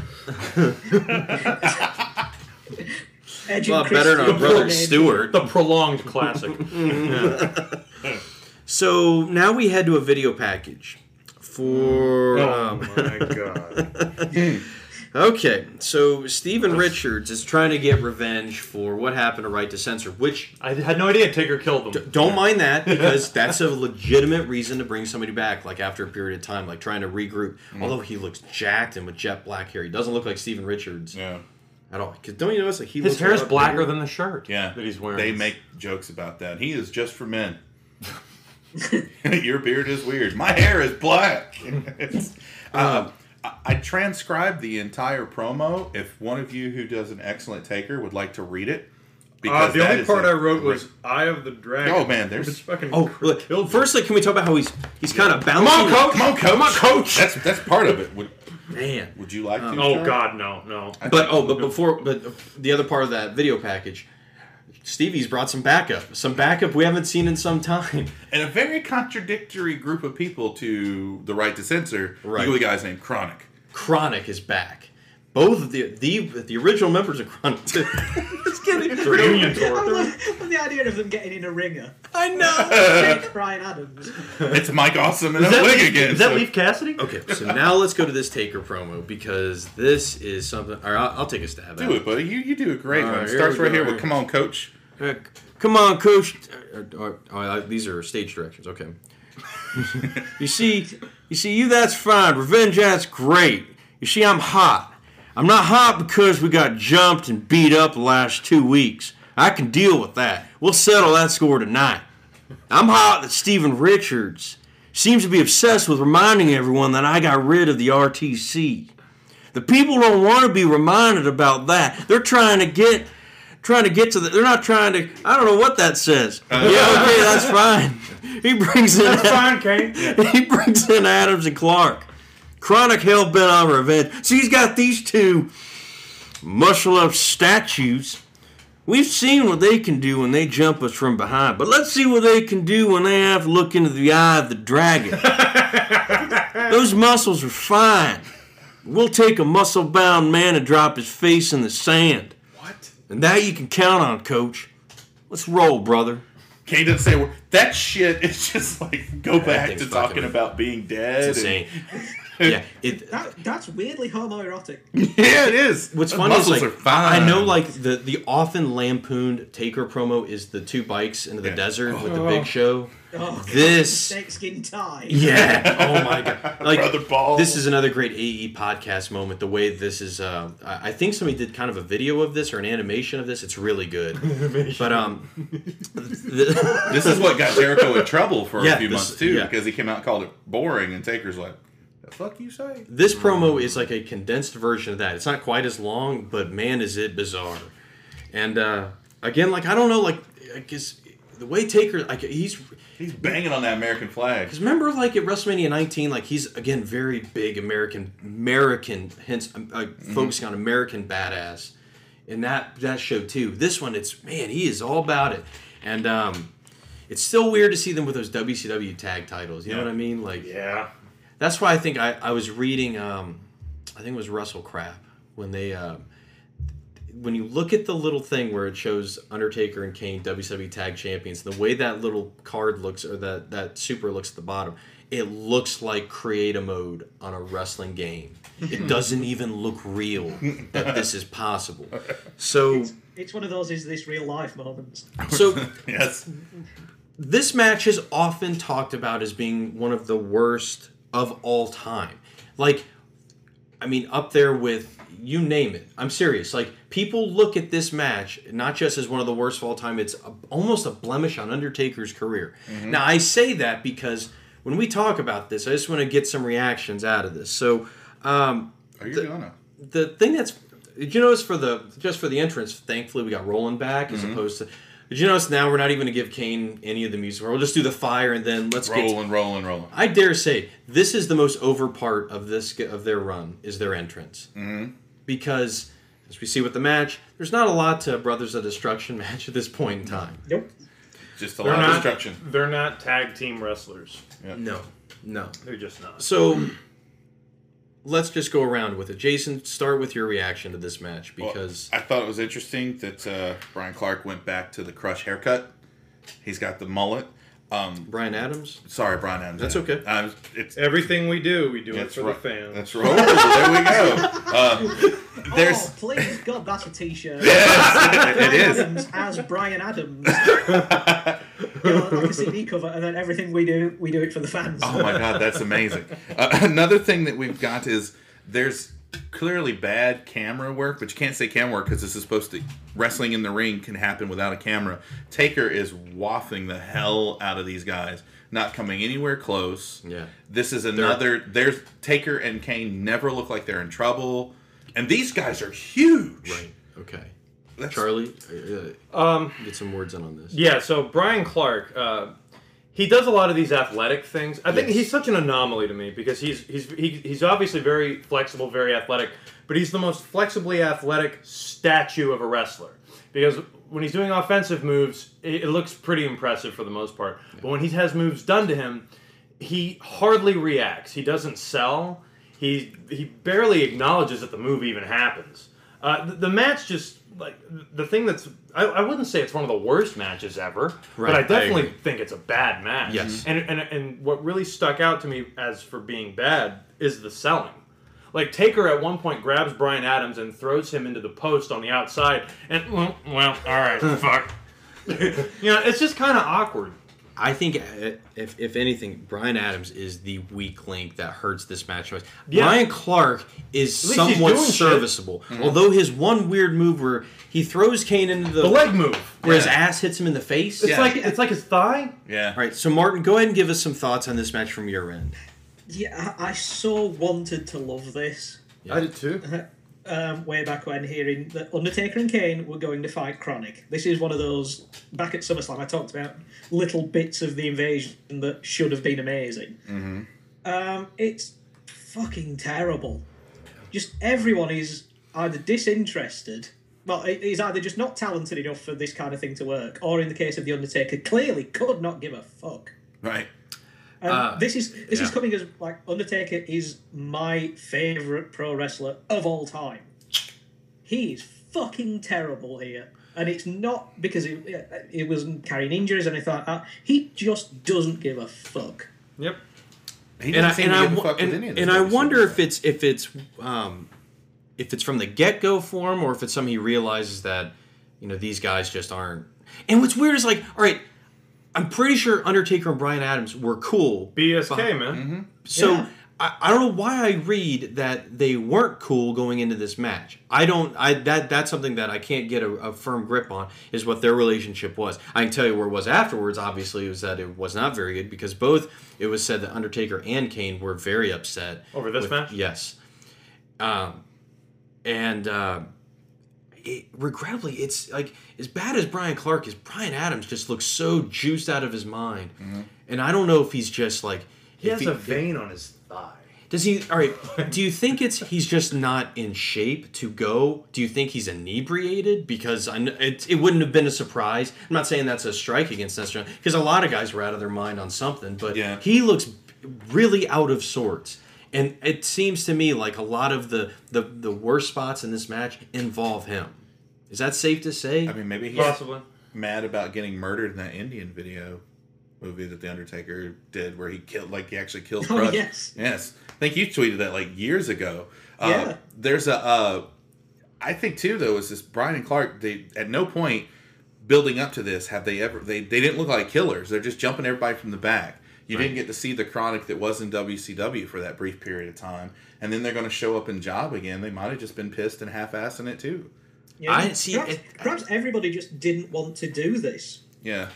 [SPEAKER 11] Edging
[SPEAKER 9] Well, better than our
[SPEAKER 11] Christian
[SPEAKER 9] brother
[SPEAKER 11] name. [LAUGHS]
[SPEAKER 9] Stewart.
[SPEAKER 8] The prolonged classic.
[SPEAKER 9] So now we head to a video package for. um,
[SPEAKER 8] my god.
[SPEAKER 9] [LAUGHS] okay, so Steven Richards is trying to get revenge for what happened to Right to Censor, which
[SPEAKER 8] [LAUGHS] I had no idea Tigger killed them.
[SPEAKER 9] don't mind that because that's a legitimate reason to bring somebody back, like after a period of time, like trying to regroup. Although he looks jacked and with jet black hair, he doesn't look like Steven Richards.
[SPEAKER 10] Yeah.
[SPEAKER 9] At all, because don't you notice like he
[SPEAKER 8] His
[SPEAKER 9] looks
[SPEAKER 8] hair's
[SPEAKER 9] a lot
[SPEAKER 8] blacker
[SPEAKER 9] bigger?
[SPEAKER 8] than the shirt
[SPEAKER 10] Yeah.
[SPEAKER 8] that he's wearing.
[SPEAKER 10] They make jokes about that. He is just
[SPEAKER 8] [LAUGHS]
[SPEAKER 10] for men. [LAUGHS] Your beard is weird. My hair is
[SPEAKER 8] [LAUGHS]
[SPEAKER 10] black. It's- um, I, I transcribed the entire promo. If one of you who does an excellent taker would like to read it,
[SPEAKER 8] Uh, the
[SPEAKER 10] that
[SPEAKER 8] only
[SPEAKER 10] is
[SPEAKER 8] part
[SPEAKER 10] a
[SPEAKER 8] I wrote
[SPEAKER 10] great-
[SPEAKER 8] was Eye of the Dragon.
[SPEAKER 10] Oh, man, there's-
[SPEAKER 8] It's fucking
[SPEAKER 9] Oh, look. Firstly, can we talk about how he's he's kind of
[SPEAKER 10] Come
[SPEAKER 9] bouncing?
[SPEAKER 10] on, coach. Come on, coach. Come on,
[SPEAKER 9] coach.
[SPEAKER 10] That's that's part of it. Would,
[SPEAKER 9] Man.
[SPEAKER 10] would you like to?
[SPEAKER 8] Oh
[SPEAKER 10] Sean?
[SPEAKER 8] god, no, no.
[SPEAKER 9] But oh, but before, but the other part of that video package, Stevie's brought some backup, some backup we haven't seen in some time. [LAUGHS]
[SPEAKER 10] And a very contradictory group of people to the right to censor.
[SPEAKER 9] Right.
[SPEAKER 10] Right. You guys named Chronic.
[SPEAKER 9] Chronic is back. Both of the the the original members of Chronic. It's getting-
[SPEAKER 8] It's a reunion
[SPEAKER 11] I
[SPEAKER 8] tour.
[SPEAKER 11] love- love the idea of them getting in a ringer.
[SPEAKER 9] I know.
[SPEAKER 11] [LAUGHS] Jake Brian Adams.
[SPEAKER 10] It's Mike Awesome and a wig again. so-
[SPEAKER 8] Cassidy?
[SPEAKER 9] Okay, so now let's go to this Taker promo because this is something. Or I'll, I'll take a stab at
[SPEAKER 10] Do it, buddy. You you do a great
[SPEAKER 9] All
[SPEAKER 10] one.
[SPEAKER 9] right,
[SPEAKER 10] It
[SPEAKER 9] here
[SPEAKER 10] starts
[SPEAKER 9] we
[SPEAKER 10] right
[SPEAKER 9] go,
[SPEAKER 10] here
[SPEAKER 9] right
[SPEAKER 10] with
[SPEAKER 9] here.
[SPEAKER 10] "Come on, Coach."
[SPEAKER 9] Uh, come on, coach. Uh, uh, uh, uh, these are stage directions. Okay. you see, you see, you. That's fine. Revenge. That's great. You see, I'm hot. I'm not hot because we got jumped and beat up the last two weeks. I can deal with that. We'll settle that score tonight. I'm hot that Steven Richards seems to be obsessed with reminding everyone that I got rid of the RTC. The people don't want to be reminded about that. They're trying to get trying to get to the they're not trying to I don't know what that says. yeah, okay, that's fine. He brings in
[SPEAKER 8] Fine, Kane.
[SPEAKER 9] [LAUGHS] he brings in Adams and Clark. Chronic hell bent on revenge. So he's got these two muscle up statues. We've seen what they can do when they jump us from behind, but let's see what they can do when they have to look into the eye of the dragon. Those muscles are fine. We'll take a muscle bound man and drop his face in the sand.
[SPEAKER 10] What?
[SPEAKER 9] And that you can count on, coach. Let's roll, brother.
[SPEAKER 10] Kane doesn't say a word. That shit is just like go back
[SPEAKER 9] thing's
[SPEAKER 10] to talking
[SPEAKER 9] fucking-
[SPEAKER 10] about being dead.
[SPEAKER 9] It's insane.
[SPEAKER 10] and-
[SPEAKER 9] yeah, it,
[SPEAKER 11] That, that's weirdly homoerotic.
[SPEAKER 10] yeah, it is.
[SPEAKER 9] What's
[SPEAKER 10] Those
[SPEAKER 9] funny is
[SPEAKER 10] muscles
[SPEAKER 9] like
[SPEAKER 10] are fine.
[SPEAKER 9] I know like the the often lampooned Taker promo is the two bikes into the
[SPEAKER 10] Yeah.
[SPEAKER 9] desert with the Big Show.
[SPEAKER 11] Oh,
[SPEAKER 9] This,
[SPEAKER 11] snakeskin tie.
[SPEAKER 9] yeah, oh my god,
[SPEAKER 10] [LAUGHS]
[SPEAKER 9] like
[SPEAKER 10] Brother Ball.
[SPEAKER 9] this is another great AE podcast moment. The way this is, uh, I I think somebody did kind of a video of this or an animation of this. It's really good. but um, the,
[SPEAKER 10] this is what got Jericho in trouble for
[SPEAKER 9] Yeah,
[SPEAKER 10] a few
[SPEAKER 9] this-
[SPEAKER 10] months too
[SPEAKER 9] yeah.
[SPEAKER 10] because he came out and called it boring, and Taker's like, "The fuck you say?"
[SPEAKER 9] this promo is like a condensed version of that. It's not quite as long, but man, is it bizarre. And uh, again, like I don't know, like I guess the way Taker, like he's
[SPEAKER 10] He's banging on that American flag. [LAUGHS]
[SPEAKER 9] Because remember, like at WrestleMania 19, like he's again very big American, American, hence um, like focusing on American badass in that that show too. This one, it's man, he is all about it, and um, it's still weird to see them with those WCW tag titles. You know
[SPEAKER 10] Yeah.
[SPEAKER 9] what I mean? Like
[SPEAKER 8] Yeah.
[SPEAKER 9] that's why I think I, I was reading um, I think it was Russell Crap when they uh, when you look at the little thing where it shows Undertaker and Kane WWE Tag Champions the way that little card looks or that that super looks at the bottom it looks like creative mode on a wrestling game it doesn't even look real that this is possible so
[SPEAKER 11] It's one of those is this real life moments.
[SPEAKER 9] so
[SPEAKER 10] Yes,
[SPEAKER 9] this match is often talked about as being one of the worst of all time. Like, I mean, up there with you name it. I'm serious. Like, people look at this match not just as one of the worst of all time, it's a, almost a blemish on Undertaker's career. Now, I say that because when we talk about this, I just want to get some reactions out of this. So, um,
[SPEAKER 10] are you gonna?
[SPEAKER 9] the thing that's did you notice for the just for the entrance? Thankfully, we got Roland back as opposed to. Did you notice now we're not even gonna give Kane any of the music? We'll just do the fire and then let's get.
[SPEAKER 10] Rolling, rolling, rolling.
[SPEAKER 9] I dare say this is the most over part of this of their run is their entrance mm-hmm. because As we see with the match, there's not a lot to Brothers of Destruction [LAUGHS] match at this point in time.
[SPEAKER 11] Nope.
[SPEAKER 10] Just
[SPEAKER 8] they're not, They're not tag team wrestlers.
[SPEAKER 9] No, no.
[SPEAKER 8] They're just not.
[SPEAKER 9] So let's just go around with it. Jason, start with your reaction to this match because
[SPEAKER 10] I thought it was interesting that uh, Brian Clark went back to the crush haircut. He's got the mullet. Um,
[SPEAKER 9] Brian Adams.
[SPEAKER 10] Sorry, Brian Adams.
[SPEAKER 9] That's
[SPEAKER 10] okay. Um, it's
[SPEAKER 8] everything we do. We do it
[SPEAKER 10] That's
[SPEAKER 8] for
[SPEAKER 10] right.
[SPEAKER 8] the fans.
[SPEAKER 10] That's right. Oh,
[SPEAKER 8] [LAUGHS]
[SPEAKER 10] there we go. Uh, there's
[SPEAKER 11] Oh, please, God, that's a T-shirt.
[SPEAKER 10] Yes, it is.
[SPEAKER 11] Brian Adams as Brian Adams. You know, like a CD cover, and then everything we do, we do it for the fans.
[SPEAKER 10] Oh my god, that's amazing. Uh, another thing that we've got is there's clearly bad camera work, but you can't say camera work because this is supposed to wrestling in the ring can happen without a camera. Taker is waffling the hell out of these guys, not coming anywhere close.
[SPEAKER 9] Yeah.
[SPEAKER 10] This is another. There's Taker and Kane never look like they're in trouble, and these guys are huge. Right.
[SPEAKER 9] Okay.
[SPEAKER 10] That's,
[SPEAKER 9] Charlie, uh,
[SPEAKER 8] Um,
[SPEAKER 9] get some words in on this.
[SPEAKER 8] Yeah, so Brian Clark, uh, he does a lot of these athletic things. I think
[SPEAKER 9] Yes.
[SPEAKER 8] he's such an anomaly to me because he's he's he, he's obviously very flexible, very athletic, but he's the most flexibly athletic statue of a wrestler because when he's doing offensive moves, it, it looks pretty impressive for the most part. But when he has moves done to him, he hardly reacts. He doesn't sell. He he barely acknowledges that the move even happens. Uh, the, the match just like the thing that's I, I wouldn't say it's one of the worst matches ever,
[SPEAKER 9] Right,
[SPEAKER 8] but I
[SPEAKER 9] I
[SPEAKER 8] definitely
[SPEAKER 9] agree.
[SPEAKER 8] think it's a bad match.
[SPEAKER 9] Yes.
[SPEAKER 8] and, and and what really stuck out to me as for being bad is the selling. Like Taker at one point grabs Brian Adams and throws him into the post on the outside, and well, well all [LAUGHS] right, fuck. you know, it's just kind of awkward.
[SPEAKER 9] I think uh, if, if anything, Brian Adams is the weak link that hurts this match. most.
[SPEAKER 8] Yeah.
[SPEAKER 9] Brian Clark is
[SPEAKER 8] At least he's
[SPEAKER 9] somewhat
[SPEAKER 8] doing shit.
[SPEAKER 9] serviceable,
[SPEAKER 8] Mhm.
[SPEAKER 9] although his one weird move where he throws Kane into the,
[SPEAKER 8] The leg move.
[SPEAKER 9] where his
[SPEAKER 8] Yeah.
[SPEAKER 9] ass hits him in the face.
[SPEAKER 8] It's like it's like his thigh.
[SPEAKER 10] Yeah.
[SPEAKER 9] All right. So Martin, go ahead and give us some thoughts on this match from your end.
[SPEAKER 11] Yeah, I, I so wanted to love this.
[SPEAKER 8] I did too.
[SPEAKER 11] Um, way back when, hearing that Undertaker and Kane were going to fight Chronic. This is one of those back at SummerSlam I talked about little bits of the invasion that should have been amazing.
[SPEAKER 3] Mm-hmm.
[SPEAKER 11] Um, it's fucking terrible. Just everyone is either disinterested, well, i- is either just not talented enough for this kind of thing to work, or in the case of the Undertaker, clearly could not give a fuck.
[SPEAKER 10] Right.
[SPEAKER 11] Um,
[SPEAKER 10] Uh,
[SPEAKER 11] this is this is
[SPEAKER 10] yeah.
[SPEAKER 11] coming as like Undertaker is my favorite pro wrestler of all time. He is fucking terrible here, and it's not because he it was carrying injuries and I thought that. He just doesn't give a fuck.
[SPEAKER 8] Yep.
[SPEAKER 10] He
[SPEAKER 9] and
[SPEAKER 10] doesn't
[SPEAKER 9] I,
[SPEAKER 10] seem
[SPEAKER 9] and
[SPEAKER 10] to
[SPEAKER 9] I
[SPEAKER 10] give a
[SPEAKER 9] wo-
[SPEAKER 10] fuck with
[SPEAKER 9] and-
[SPEAKER 10] any of this
[SPEAKER 9] and I
[SPEAKER 10] episode.
[SPEAKER 9] wonder if it's if it's um, if it's from the get go for him or if it's something he realizes that you know these guys just aren't. And what's weird is like, all right, I'm pretty sure Undertaker and Brian Adams were cool.
[SPEAKER 8] BSK
[SPEAKER 9] Behi-
[SPEAKER 8] man.
[SPEAKER 9] So
[SPEAKER 8] Yeah.
[SPEAKER 9] I, I don't know why I read that they weren't cool going into this match. I don't. I that that's something that I can't get a, a firm grip on is what their relationship was. I can tell you where it was afterwards. Obviously, it was that it was not very good because both it was said that Undertaker and Kane were very upset
[SPEAKER 8] Over this match?
[SPEAKER 9] Yes, um, and. Uh, it, regrettably, it's like as bad as Brian Clark is. Brian Adams just looks so juiced out of his mind, and I don't know if he's just like
[SPEAKER 8] Mm-hmm. He
[SPEAKER 9] if
[SPEAKER 8] has a vein on his thigh.
[SPEAKER 9] Does he? All right. Do you think it's he's just not in shape to go? Do you think he's inebriated? Because I kn- it, it wouldn't have been a surprise. I'm not saying that's a strike against necessarily because a lot of guys were out of their mind on something, but he looks really out of sorts. And it seems to me like a lot of the, the, the worst spots in this match involve him. Is that safe to say? I
[SPEAKER 10] mean, maybe he's
[SPEAKER 8] Possibly.
[SPEAKER 10] mad about getting murdered in that Indian video movie that the Undertaker did, where he killed, like he actually killed.
[SPEAKER 11] [LAUGHS] Oh,
[SPEAKER 10] Crush.
[SPEAKER 11] yes.
[SPEAKER 10] yes. I think you tweeted that like years ago.
[SPEAKER 11] Yeah.
[SPEAKER 10] Uh, there's a, uh, I think too though is this Brian and Clark. They at no point building up to this have they ever they they didn't look like killers. They're just jumping everybody from the back. You
[SPEAKER 9] Right.
[SPEAKER 10] didn't get to see the chronic that was in WCW for that brief period of time, and then they're going to show up in Job again. They might have just been pissed and half-assing it too.
[SPEAKER 11] Yeah.
[SPEAKER 10] I see-
[SPEAKER 11] Perhaps, perhaps everybody just didn't want to do this.
[SPEAKER 10] Yeah,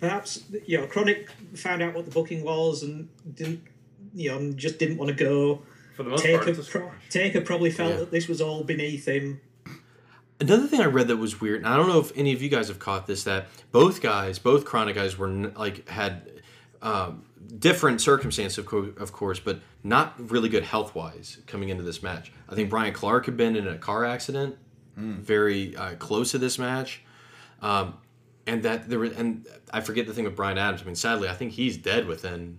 [SPEAKER 11] Perhaps you know, Chronic found out what the booking was and didn't, you know, and just didn't want to go.
[SPEAKER 8] For the most
[SPEAKER 11] Taker,
[SPEAKER 8] part, it's a
[SPEAKER 11] pro- Taker probably felt
[SPEAKER 9] Yeah.
[SPEAKER 11] that this was all beneath him.
[SPEAKER 9] Another thing I read that was weird, and I don't know if any of you guys have caught this, that both guys, both chronic guys, were n- like had um, different circumstances, of, co- of course, but not really good health wise coming into this match. I think Brian Clark had been in a car accident very uh, close to this match, um, and that there were, and I forget the thing with Brian Adams. I mean, sadly, I think he's dead within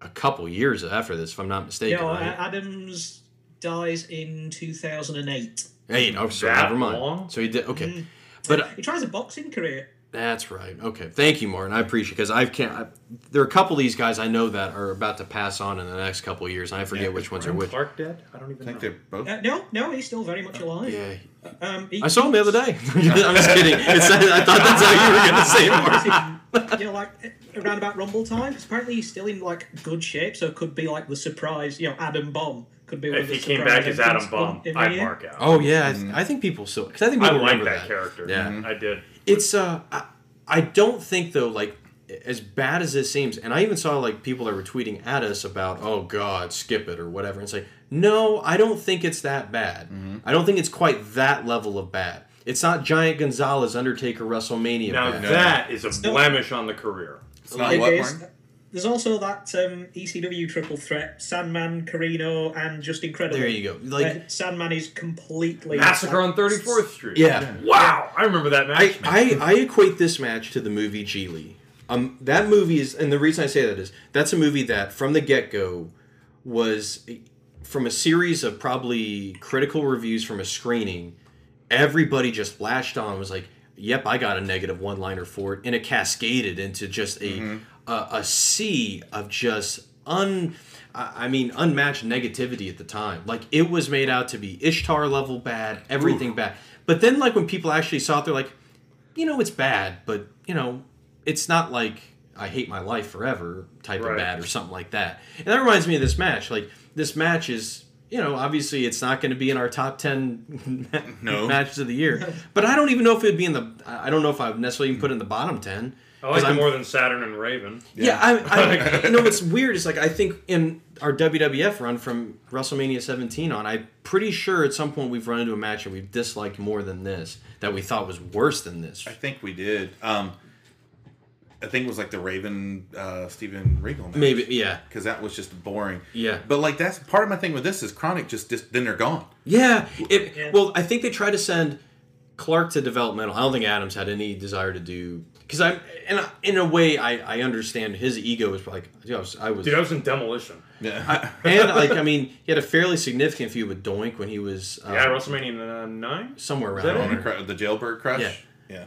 [SPEAKER 9] a couple years after this, if I'm not mistaken.
[SPEAKER 11] no,
[SPEAKER 9] right?
[SPEAKER 11] Adams dies in 2008.
[SPEAKER 9] Eight. Oh, sorry.
[SPEAKER 11] That
[SPEAKER 9] Never mind.
[SPEAKER 11] long? Mm.
[SPEAKER 9] So he did. Okay, but uh,
[SPEAKER 11] He tries a boxing career.
[SPEAKER 9] that's right. Okay, thank you, Martin. I appreciate because I can't. I, there are a couple of these guys I know that are about to pass on in the next couple of years, and I forget which ones are which.
[SPEAKER 8] Clark dead? I don't even know.
[SPEAKER 10] both.
[SPEAKER 11] Uh, no, no, he's still very much alive.
[SPEAKER 9] Uh, Yeah.
[SPEAKER 11] Um, he-
[SPEAKER 9] I saw him the other day. [LAUGHS] I'm just kidding. It's- I thought that's how you were going to say it, Martin. [LAUGHS]
[SPEAKER 11] you know, like eh, around about Rumble time. 'cause apparently, he's still in like good shape, so it could be like the surprise. You know, Adam Bomb could be. One
[SPEAKER 8] If
[SPEAKER 11] of the
[SPEAKER 8] he came
[SPEAKER 11] surprise
[SPEAKER 8] back as
[SPEAKER 11] entrants
[SPEAKER 8] Adam Bomb,
[SPEAKER 11] in
[SPEAKER 8] I'd
[SPEAKER 11] Mania.
[SPEAKER 8] mark out.
[SPEAKER 9] Oh yeah, I, th- I think people still because I think
[SPEAKER 8] I
[SPEAKER 9] people
[SPEAKER 8] like
[SPEAKER 9] remember Mm-hmm.
[SPEAKER 8] that character.
[SPEAKER 9] Yeah,
[SPEAKER 8] Mhm. I did.
[SPEAKER 9] It's uh, I, I don't think though like as bad as this seems, and I even saw like people that were tweeting at us about oh god, skip it or whatever. And it's like no, I don't think it's that bad. I don't think it's quite that level of bad. It's not Giant Gonzalez Undertaker WrestleMania.
[SPEAKER 8] Now
[SPEAKER 9] bad.
[SPEAKER 8] that is a blemish on the career.
[SPEAKER 11] It is- There's also that um, ECW triple threat: Sandman, Carino, and just incredible.
[SPEAKER 9] There you go. Like-
[SPEAKER 11] Where Sandman is completely
[SPEAKER 8] Massacre on
[SPEAKER 11] like,
[SPEAKER 8] 34th Street.
[SPEAKER 9] Yeah.
[SPEAKER 8] Wow. I remember that match.
[SPEAKER 9] I, I equate this match to the movie Geely. Um, that movie is, and the reason I say that is that's a movie that from the get go was from a series of probably critical reviews from a screening. Everybody just latched on, was like, "Yep, I got a negative one liner for it," and it cascaded into just a
[SPEAKER 8] Mm-hmm.
[SPEAKER 9] a, a sea of just un. I I mean, unmatched negativity at the time. Like it was made out to be Ishtar level bad, everything bad. But then, like when people actually saw it, they're like, you know, it's bad, but you know, it's not like I hate my life forever type
[SPEAKER 8] Right.
[SPEAKER 9] of bad or something like that. And that reminds me of this match. Like this match is, you know, obviously it's not going to be in our top ten [LAUGHS]
[SPEAKER 10] No.
[SPEAKER 9] matches of the year. But I don't even know if it'd be in the. I I don't know if I would necessarily even put it in the bottom ten.
[SPEAKER 8] I like
[SPEAKER 9] 'Cause
[SPEAKER 8] it
[SPEAKER 9] I'm-
[SPEAKER 8] more than Saturn and Raven.
[SPEAKER 9] yeah,
[SPEAKER 8] [LAUGHS]
[SPEAKER 9] I, I you know what's weird is like I think in our WWF run from WrestleMania 17 on, I'm pretty sure at some point we've run into a match and we've disliked more than this that we thought was worse than this.
[SPEAKER 10] I think we did. Um, I think it was like the Raven uh, Steven Regal. Match.
[SPEAKER 9] Maybe, yeah.
[SPEAKER 10] because that was just boring.
[SPEAKER 9] Yeah.
[SPEAKER 10] but like that's part of my thing with this is Chronic just, just then they're gone.
[SPEAKER 9] Yeah, it, well, I think they tried to send Clark to developmental. I don't think Adams had any desire to do because I'm and I, in a way I, I understand his ego was like dude, I was I was
[SPEAKER 8] Dude, I was in demolition.
[SPEAKER 9] I- [LAUGHS] and like I mean he had a fairly significant feud with Doink when he was um,
[SPEAKER 8] yeah, WrestleMania uh, nine.
[SPEAKER 9] somewhere
[SPEAKER 8] Is that
[SPEAKER 9] around
[SPEAKER 8] it?
[SPEAKER 9] there.
[SPEAKER 10] The jailbird crush.
[SPEAKER 9] Yeah.
[SPEAKER 10] yeah.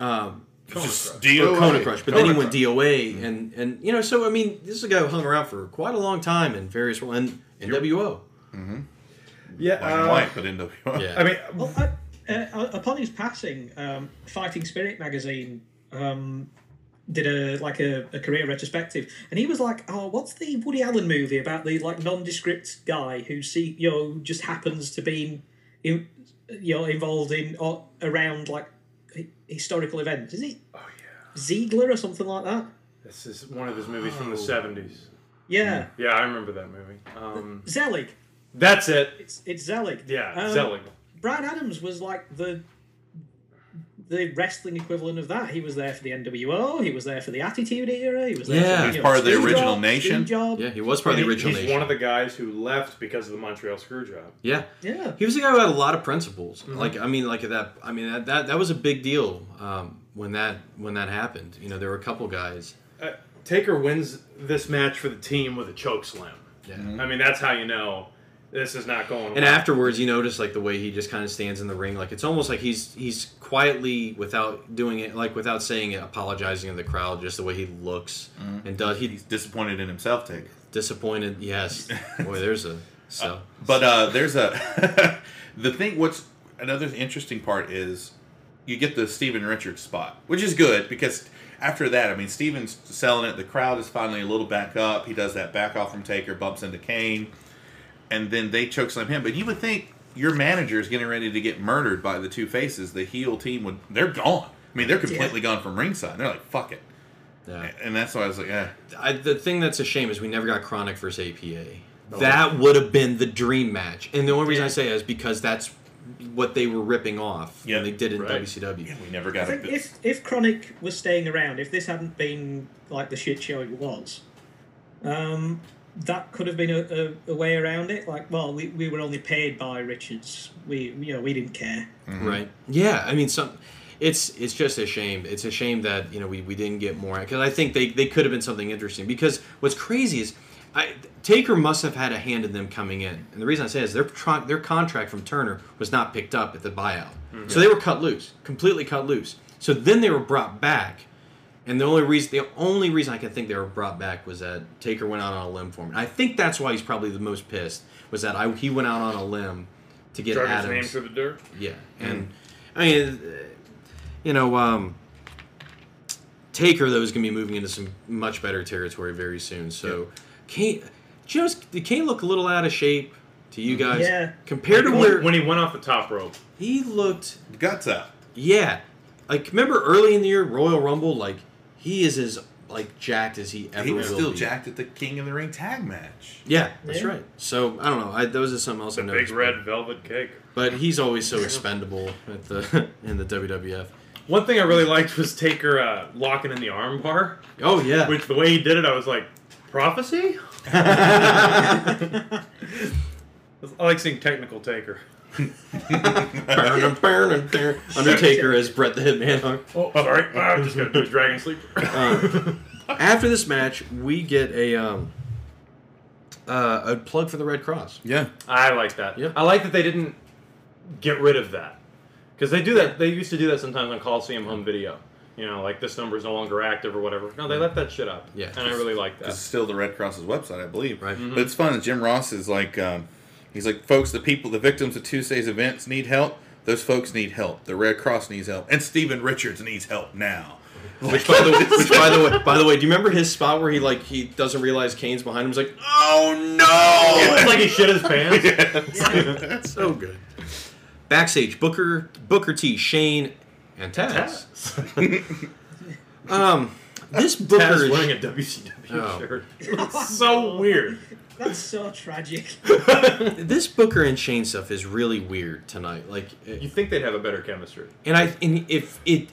[SPEAKER 9] um,
[SPEAKER 10] Just
[SPEAKER 9] Crush.
[SPEAKER 10] DOA.
[SPEAKER 9] Oh, Kona Crush, but then he
[SPEAKER 10] Kona
[SPEAKER 9] went DOA,
[SPEAKER 8] Mm-hmm.
[SPEAKER 9] and and you know, so I mean, this is a guy who hung around for quite a long time in various and NWO.
[SPEAKER 10] Mm-hmm.
[SPEAKER 8] Yeah,
[SPEAKER 10] Black and
[SPEAKER 9] uh,
[SPEAKER 10] white, but [LAUGHS] NWO.
[SPEAKER 9] yeah.
[SPEAKER 8] I mean,
[SPEAKER 11] Well, uh, uh, upon his passing, um, Fighting Spirit magazine um, did a like a, a career retrospective, and he was like, "Oh, what's the Woody Allen movie about the like nondescript guy who see you know just happens to be in, in, you know involved in or around like hi- historical events? Is he? Oh yeah, Ziegler or something like that.
[SPEAKER 8] this is one of his movies from the seventies.
[SPEAKER 11] Yeah,
[SPEAKER 8] Yeah, I remember that movie. Um,
[SPEAKER 11] Zelig.
[SPEAKER 8] that's it.
[SPEAKER 11] It's it's Zelig.
[SPEAKER 8] Yeah,
[SPEAKER 11] Um,
[SPEAKER 8] Zelig.
[SPEAKER 11] Brian Adams was like the the wrestling equivalent of that. He was there for the NWO. He was there for the Attitude Era. He was there.
[SPEAKER 9] Yeah.
[SPEAKER 11] for,
[SPEAKER 9] He's
[SPEAKER 11] you know,
[SPEAKER 10] part of the
[SPEAKER 11] Screwjob,
[SPEAKER 10] original nation.
[SPEAKER 11] Screwjob.
[SPEAKER 9] Yeah, he was part of the
[SPEAKER 8] He-
[SPEAKER 9] original
[SPEAKER 8] He's
[SPEAKER 9] nation.
[SPEAKER 8] one of the guys who left because of the Montreal Screwjob.
[SPEAKER 9] yeah,
[SPEAKER 11] Yeah.
[SPEAKER 9] he was a guy who had a lot of principles. Like I mean, like that. I mean that that, that was a big deal um, when that when that happened. You know, there were a couple guys.
[SPEAKER 8] Uh, Taker wins this match for the team with a choke slam.
[SPEAKER 9] Yeah.
[SPEAKER 8] I mean, that's how you know this is not going.
[SPEAKER 9] And
[SPEAKER 8] well.
[SPEAKER 9] afterwards, you notice like the way he just kind of stands in the ring, like it's almost like he's he's quietly without doing it, like without saying it, apologizing to the crowd, just the way he looks and does. He,
[SPEAKER 10] He's disappointed in himself, Take.
[SPEAKER 9] disappointed. Yes, boy, there's a so.
[SPEAKER 10] But uh, there's a [LAUGHS] the thing. What's another interesting part is you get the Steven Richards spot, which is good because after that, I mean, Steven's selling it. The crowd is finally a little back up. He does that back off from Taker, bumps into Kane, and then they chokeslam him. But you would think your manager is getting ready to get murdered by the two faces. The heel team would they're gone. I mean, they're completely gone from ringside. They're like, fuck it.
[SPEAKER 9] Yeah.
[SPEAKER 10] And that's why I was like, eh.
[SPEAKER 9] I, the thing that's a shame is we never got Chronic versus APA.
[SPEAKER 10] No.
[SPEAKER 9] That would have been the dream match, and the only reason I say that is because that's what they were ripping off when they did in WCW.
[SPEAKER 10] we never
[SPEAKER 11] I
[SPEAKER 10] got
[SPEAKER 11] think if if Chronic was staying around, if this hadn't been like the shit show it was, um, that could have been a, a, a way around it. Like, well, we, we were only paid by Richards. We you know we didn't care.
[SPEAKER 10] Mm.
[SPEAKER 9] Right. Mm-hmm. Yeah. I mean, some. It's it's just a shame. It's a shame that you know we, we didn't get more because I think they, they could have been something interesting. Because what's crazy is, I, Taker must have had a hand in them coming in. And the reason I say is their tron- their contract from Turner was not picked up at the buyout,
[SPEAKER 8] Mhm.
[SPEAKER 9] so they were cut loose, completely cut loose. So then they were brought back, and the only reason the only reason I can think they were brought back was that Taker went out on a limb for him. And I think that's why he's probably the most pissed was that I, he went out on a limb to get
[SPEAKER 8] Drug his
[SPEAKER 9] Adams.
[SPEAKER 8] name through the dirt?
[SPEAKER 9] Yeah, and I mean, uh, you know, um, Taker though is going to be moving into some much better territory very soon. So, Kane, just did Kane look a little out of shape to you guys?
[SPEAKER 8] Yeah.
[SPEAKER 9] Compared to
[SPEAKER 8] Like,
[SPEAKER 9] where
[SPEAKER 8] when he went off the top rope,
[SPEAKER 9] he looked
[SPEAKER 10] guts out.
[SPEAKER 9] Yeah, like remember early in the year Royal Rumble, like he is as like jacked as he ever
[SPEAKER 10] He was
[SPEAKER 9] will
[SPEAKER 10] still
[SPEAKER 9] be.
[SPEAKER 10] jacked at the King of the Ring tag match.
[SPEAKER 9] Yeah, that's
[SPEAKER 10] Yeah.
[SPEAKER 9] right. So I don't know. I, those are something else I noticed.
[SPEAKER 8] big red velvet cake.
[SPEAKER 9] But he's always so expendable at the [LAUGHS] in the WWF.
[SPEAKER 8] One thing I really liked was Taker uh, locking in the arm bar.
[SPEAKER 9] Oh yeah.
[SPEAKER 8] Which the way he did it, I was like, prophecy. [LAUGHS] I like seeing technical Taker.
[SPEAKER 9] Undertaker as Brett the Hitman. Hart.
[SPEAKER 8] Oh, sorry. I'm just gonna do a dragon sleeper.
[SPEAKER 9] Um, after this match, we get a um, uh, a plug for the Red Cross.
[SPEAKER 10] Yeah,
[SPEAKER 8] [LAUGHS] I like that. I like that they didn't get rid of that because they do that. They used to do that sometimes on Coliseum home video. You know, like this number is no longer active or whatever. No, they left that shit up.
[SPEAKER 10] Yeah.
[SPEAKER 8] and I really like
[SPEAKER 10] It's
[SPEAKER 8] that.
[SPEAKER 10] still the Red Cross's website, I believe. Right.
[SPEAKER 8] Mhm.
[SPEAKER 10] But it's fun. that Jim Ross is like, um, he's like, folks, the people, the victims of Tuesday's events need help. Those folks need help. The Red Cross needs help, and Stephen Richards needs help now.
[SPEAKER 9] Which by the which by the way, by the way, do you remember his spot where he like he doesn't realize Kane's behind him? He's like, oh no!
[SPEAKER 8] It's like he shit his pants. [LAUGHS]
[SPEAKER 9] That's so good. Backstage, Booker Booker T, Shane, and Taz. um, this Booker
[SPEAKER 8] Taz
[SPEAKER 9] is-
[SPEAKER 8] wearing a WCW [LAUGHS]
[SPEAKER 9] Oh.
[SPEAKER 8] shirt. It's so weird.
[SPEAKER 11] That's so
[SPEAKER 9] [LAUGHS]
[SPEAKER 11] tragic.
[SPEAKER 9] this Booker and Shane stuff is really weird tonight. Like,
[SPEAKER 8] you think they'd have a better chemistry?
[SPEAKER 9] and I and if it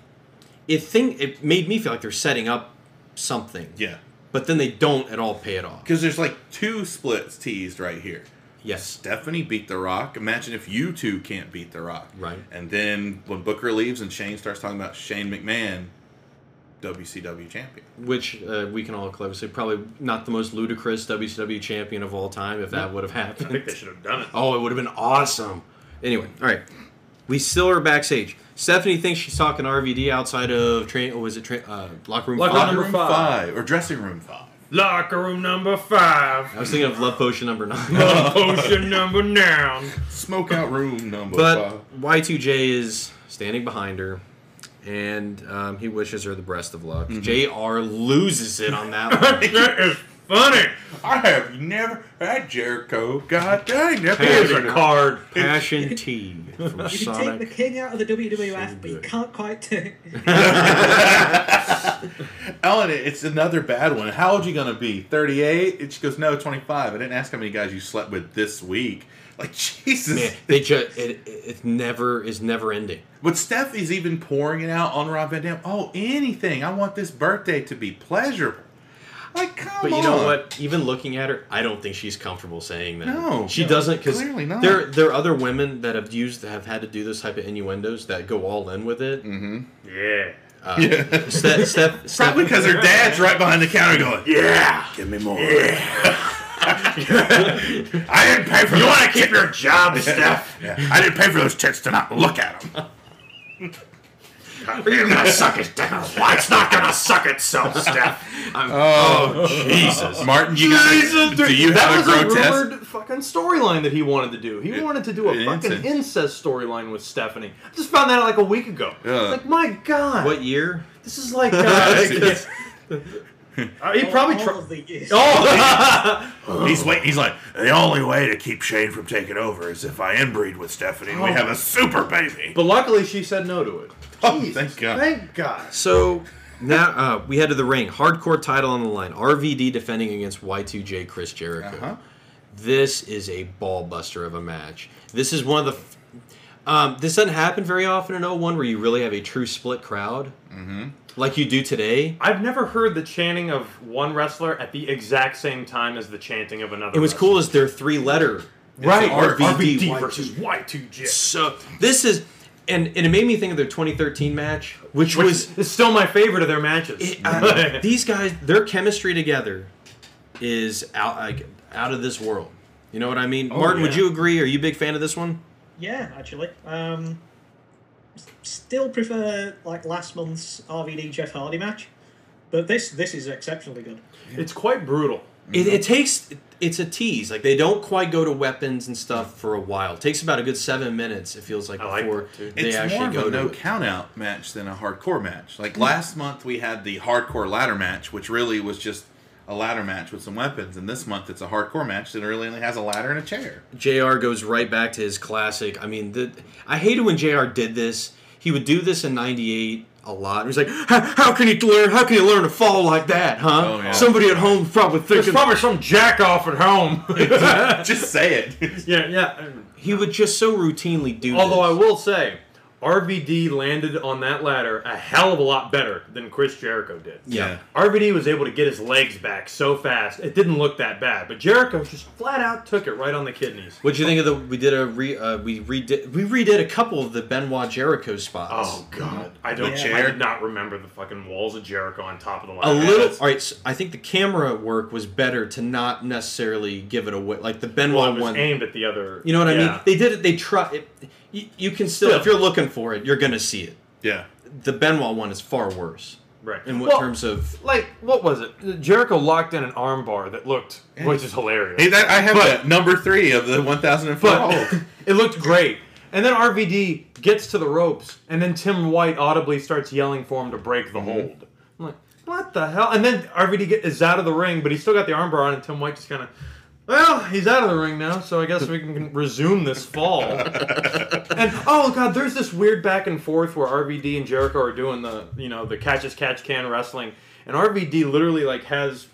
[SPEAKER 9] it thing it made me feel like they're setting up something.
[SPEAKER 10] Yeah.
[SPEAKER 9] But then they don't at all pay it off.
[SPEAKER 10] Because there's like two splits teased right here.
[SPEAKER 9] Yes.
[SPEAKER 10] Stephanie beat The Rock. Imagine if you two can't beat The Rock.
[SPEAKER 9] Right.
[SPEAKER 10] And then when Booker leaves and Shane starts talking about Shane McMahon, WCW champion.
[SPEAKER 9] Which uh, we can all collectively say probably not the most ludicrous WCW champion of all time. If that would have happened,
[SPEAKER 8] I think they should have done it.
[SPEAKER 9] [LAUGHS] Oh, it would have been awesome. Anyway, all right. We still are backstage. Stephanie thinks she's talking RVD outside of train. Oh, was it train? Uh, locker room.
[SPEAKER 8] Locker
[SPEAKER 9] five?
[SPEAKER 8] room five.
[SPEAKER 10] or dressing room five.
[SPEAKER 8] Locker room number five.
[SPEAKER 9] I was thinking of love potion number nine.
[SPEAKER 8] Love potion number nine.
[SPEAKER 10] Smoke [LAUGHS] out room number
[SPEAKER 9] But Y2J is standing behind her, and um, he wishes her the best of luck.
[SPEAKER 8] Mm-hmm.
[SPEAKER 9] JR loses it
[SPEAKER 8] [LAUGHS]
[SPEAKER 9] on that one.
[SPEAKER 8] that is funny.
[SPEAKER 10] I have never had Jericho. God dang, that
[SPEAKER 9] Here's
[SPEAKER 10] bastard.
[SPEAKER 9] a card. Passion tea from
[SPEAKER 11] You can take
[SPEAKER 9] Sonic.
[SPEAKER 11] the king out of the WWF, but you can't quite [LAUGHS] take.
[SPEAKER 10] Ellen, it's another bad one. How old you gonna be? Thirty-eight? And she goes, no, twenty-five. I didn't ask how many guys you slept with this week. Like [LAUGHS] Jesus,
[SPEAKER 9] Man, they just it, it, it never is never ending.
[SPEAKER 10] But Steph is even pouring it out on Rob Van Dam. Oh, anything. I want this birthday to be pleasurable. Like, come
[SPEAKER 9] But you know
[SPEAKER 10] on.
[SPEAKER 9] what? Even looking at her, I don't think she's comfortable saying that.
[SPEAKER 10] No.
[SPEAKER 9] she
[SPEAKER 10] No,
[SPEAKER 9] doesn't because
[SPEAKER 10] clearly not.
[SPEAKER 9] there there are other women that have used have had to do this type of innuendos that go all in with it. Mm-hmm.
[SPEAKER 8] Yeah.
[SPEAKER 9] Uh,
[SPEAKER 10] [LAUGHS] Yeah.
[SPEAKER 9] Steph, Steph, Steph,
[SPEAKER 10] Probably because her dad's right behind the counter going, Yeah, give me more. I didn't pay for You want to keep your job,
[SPEAKER 8] Steph?
[SPEAKER 10] I didn't pay for those chicks to not look at them. You're going to suck it down. Why it's not going to suck itself, Steph?
[SPEAKER 9] oh, Jesus,
[SPEAKER 10] Martin, you got- do you
[SPEAKER 8] that
[SPEAKER 10] have a
[SPEAKER 8] was
[SPEAKER 10] grotesque-
[SPEAKER 8] a rumored fucking storyline that he wanted to do. He wanted to do a
[SPEAKER 9] an
[SPEAKER 8] fucking
[SPEAKER 9] incest.
[SPEAKER 8] incest storyline with Stephanie. I just found that out like a week ago.
[SPEAKER 9] Yeah.
[SPEAKER 8] Like my god,
[SPEAKER 9] What year?
[SPEAKER 8] this is
[SPEAKER 10] [LAUGHS]
[SPEAKER 8] like. Uh, Uh, he probably
[SPEAKER 11] all
[SPEAKER 8] tri-
[SPEAKER 10] [LAUGHS]
[SPEAKER 11] of the years.
[SPEAKER 8] Oh. [LAUGHS]
[SPEAKER 10] he's wait, he's like the only way to keep Shane from taking over is if I inbreed with Stephanie. and We have a super baby.
[SPEAKER 8] Oh. But luckily, she said no to it.
[SPEAKER 10] Oh, thank God.
[SPEAKER 8] Thank God.
[SPEAKER 9] So now uh, we head to the ring. Hardcore title on the line. RVD defending against Y2J Chris Jericho.
[SPEAKER 10] Uh-huh.
[SPEAKER 9] This is a ball buster of a match. This is one of the. F- oh um, this doesn't happen very often in 01 where you really have a true split crowd.
[SPEAKER 10] Mm-hmm.
[SPEAKER 9] like you do today.
[SPEAKER 8] I've never heard the chanting of one wrestler at the exact same time as the chanting of another.
[SPEAKER 9] And what's cool is their three letter.
[SPEAKER 8] Right,
[SPEAKER 9] It's
[SPEAKER 8] RVD,
[SPEAKER 9] Y2J.
[SPEAKER 8] versus Y2J.
[SPEAKER 9] So this is, and, and it made me think of their 2013 match, which,
[SPEAKER 8] Which
[SPEAKER 9] was
[SPEAKER 8] is still my favorite of their matches. [LAUGHS]
[SPEAKER 9] I- these guys, their chemistry together is out like, out of this world. You know what I mean?
[SPEAKER 11] Oh,
[SPEAKER 9] Martin, would
[SPEAKER 11] yeah.
[SPEAKER 9] you agree? Are you a big fan of this one?
[SPEAKER 11] Yeah, actually. Um, s- still prefer like last month's RVD Jeff Hardy match, but this this is exceptionally good.
[SPEAKER 8] It's quite brutal.
[SPEAKER 10] Mm-hmm.
[SPEAKER 9] It, it takes it's a tease. Like they don't quite go to weapons and stuff for a while. It takes about a good seven minutes. It feels like before they
[SPEAKER 10] it's
[SPEAKER 9] actually
[SPEAKER 10] more of
[SPEAKER 9] go
[SPEAKER 10] a
[SPEAKER 9] to
[SPEAKER 10] no
[SPEAKER 9] it.
[SPEAKER 10] count out match than a hardcore match. Like last month we had the hardcore ladder match, which really was just a ladder match with some weapons, and this month it's a hardcore match that really only has a ladder and a chair. [LAUGHS]
[SPEAKER 9] Jr. goes right back to his classic. I mean, the, I hated when Jr. did this. He would do this in '98 a lot. He was like, "How how can he learn? How can he learn to fall like that, huh?"
[SPEAKER 8] Oh, yeah.
[SPEAKER 9] Somebody at home probably
[SPEAKER 8] There's
[SPEAKER 9] thinking.
[SPEAKER 8] probably some jack off at [LAUGHS] home.
[SPEAKER 10] just say it. [LAUGHS]
[SPEAKER 8] yeah, [LAUGHS] yeah.
[SPEAKER 9] He would just so routinely do.
[SPEAKER 8] Although I will say, RVD landed on that ladder a hell of a lot better than Chris Jericho did.
[SPEAKER 9] Yeah.
[SPEAKER 8] RVD was able to get his legs back so fast, it didn't look that bad. But Jericho just flat out took it right on the kidneys.
[SPEAKER 9] What'd you think of the? We did a re. Uh, we redid. We redid a couple of the Benoit Jericho spots.
[SPEAKER 8] Oh god, I
[SPEAKER 9] The
[SPEAKER 8] don't. I
[SPEAKER 9] chair.
[SPEAKER 8] did not remember the fucking walls of Jericho on top of the
[SPEAKER 9] a
[SPEAKER 8] ladder.
[SPEAKER 9] little. All right, so I think the camera work was better to not necessarily give it away. Like the Benoit
[SPEAKER 8] Well, it was
[SPEAKER 9] one
[SPEAKER 8] aimed at the other.
[SPEAKER 9] You know what I
[SPEAKER 8] Yeah.
[SPEAKER 9] mean? They did it. They try. It, you, you can still, if you're looking for it, you're gonna see it.
[SPEAKER 10] Yeah.
[SPEAKER 9] The Benoit one is far worse.
[SPEAKER 8] Right.
[SPEAKER 9] In what
[SPEAKER 8] Well-
[SPEAKER 9] terms of
[SPEAKER 8] Like what was it? Jericho locked in an armbar that looked, which is hilarious.
[SPEAKER 10] Hey, that, I have
[SPEAKER 8] But-
[SPEAKER 10] that number three of the 1004
[SPEAKER 8] But- [LAUGHS]
[SPEAKER 10] hold.
[SPEAKER 8] It looked great. And then RVD gets to the ropes, and then Tim White audibly starts yelling for him to break the hold. I'm like, what the hell? And then RVD get, is out of the ring, but he's still got the armbar on, and Tim White just kind of, well, he's out of the ring now, so I guess we can resume this fall. and oh god, there's this weird back and forth where RVD and Jericho are doing the, you know, the catch as catch can wrestling, and RVD literally like has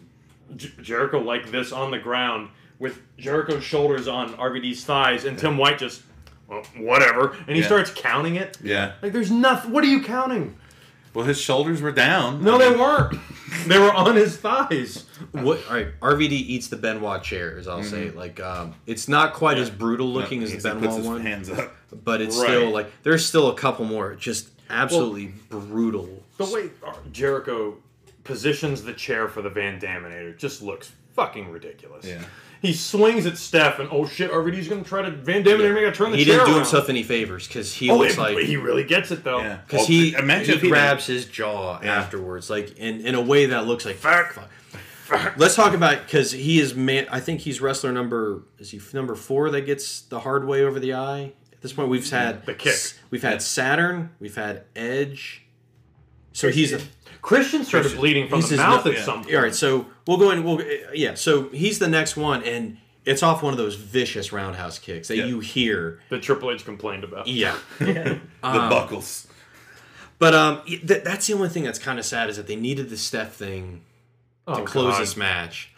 [SPEAKER 8] J- Jericho like this on the ground with Jericho's shoulders on RVD's thighs, and Tim White just, well, whatever, and he
[SPEAKER 10] Yeah.
[SPEAKER 8] starts counting it.
[SPEAKER 10] Yeah.
[SPEAKER 8] Like, there's nothing. What are you counting?
[SPEAKER 10] Well, his shoulders were down.
[SPEAKER 8] No, they weren't. [LAUGHS] they were on his thighs.
[SPEAKER 9] what? All right, RVD eats the Benoit chair, as I'll
[SPEAKER 8] Mm-hmm.
[SPEAKER 9] say.
[SPEAKER 10] Mhm.
[SPEAKER 9] Like, um, it's not quite as brutal looking
[SPEAKER 10] No,
[SPEAKER 9] as the
[SPEAKER 10] he's- he
[SPEAKER 9] Benoit
[SPEAKER 10] puts his
[SPEAKER 9] one.
[SPEAKER 10] hands up.
[SPEAKER 9] But it's
[SPEAKER 10] Right.
[SPEAKER 9] still like there's still a couple more just absolutely brutal.
[SPEAKER 8] The way uh, Jericho positions the chair for the Van Daminator just looks fucking ridiculous.
[SPEAKER 9] Yeah.
[SPEAKER 8] He swings at Steph, and oh shit, RVD's gonna try to Van Daminator make a turn the
[SPEAKER 9] he
[SPEAKER 8] chair
[SPEAKER 9] didn't do
[SPEAKER 8] around.
[SPEAKER 9] himself any favors because he
[SPEAKER 8] Oh,
[SPEAKER 9] looks
[SPEAKER 8] it-
[SPEAKER 9] like
[SPEAKER 8] he really gets it though.
[SPEAKER 9] Because
[SPEAKER 8] Well,
[SPEAKER 9] he,
[SPEAKER 8] imagine
[SPEAKER 9] he
[SPEAKER 8] if he
[SPEAKER 9] grabs his jaw afterwards, like in, in a way that looks like fuck. fuck. Let's talk about because he is man. I think he's wrestler number is he f- number four that gets the hard way over the eye. At this point, we've had
[SPEAKER 8] Mm, The kick.
[SPEAKER 9] s- We've had Saturn. We've had Edge. So he's the,
[SPEAKER 8] Christian started bleeding from
[SPEAKER 9] he's
[SPEAKER 8] the
[SPEAKER 9] his
[SPEAKER 8] mouth
[SPEAKER 9] nu-
[SPEAKER 8] at some point.
[SPEAKER 9] All right, so we'll go in. We'll uh, yeah. So he's the next one, and it's off one of those vicious roundhouse kicks that
[SPEAKER 8] Yeah.
[SPEAKER 9] you hear
[SPEAKER 8] that Triple H complained about.
[SPEAKER 9] Yeah,
[SPEAKER 8] The
[SPEAKER 10] buckles.
[SPEAKER 9] But um, y- th- that's the only thing that's kind of sad is that they needed the Steph thing to
[SPEAKER 10] Oh,
[SPEAKER 9] close
[SPEAKER 10] God.
[SPEAKER 9] this match,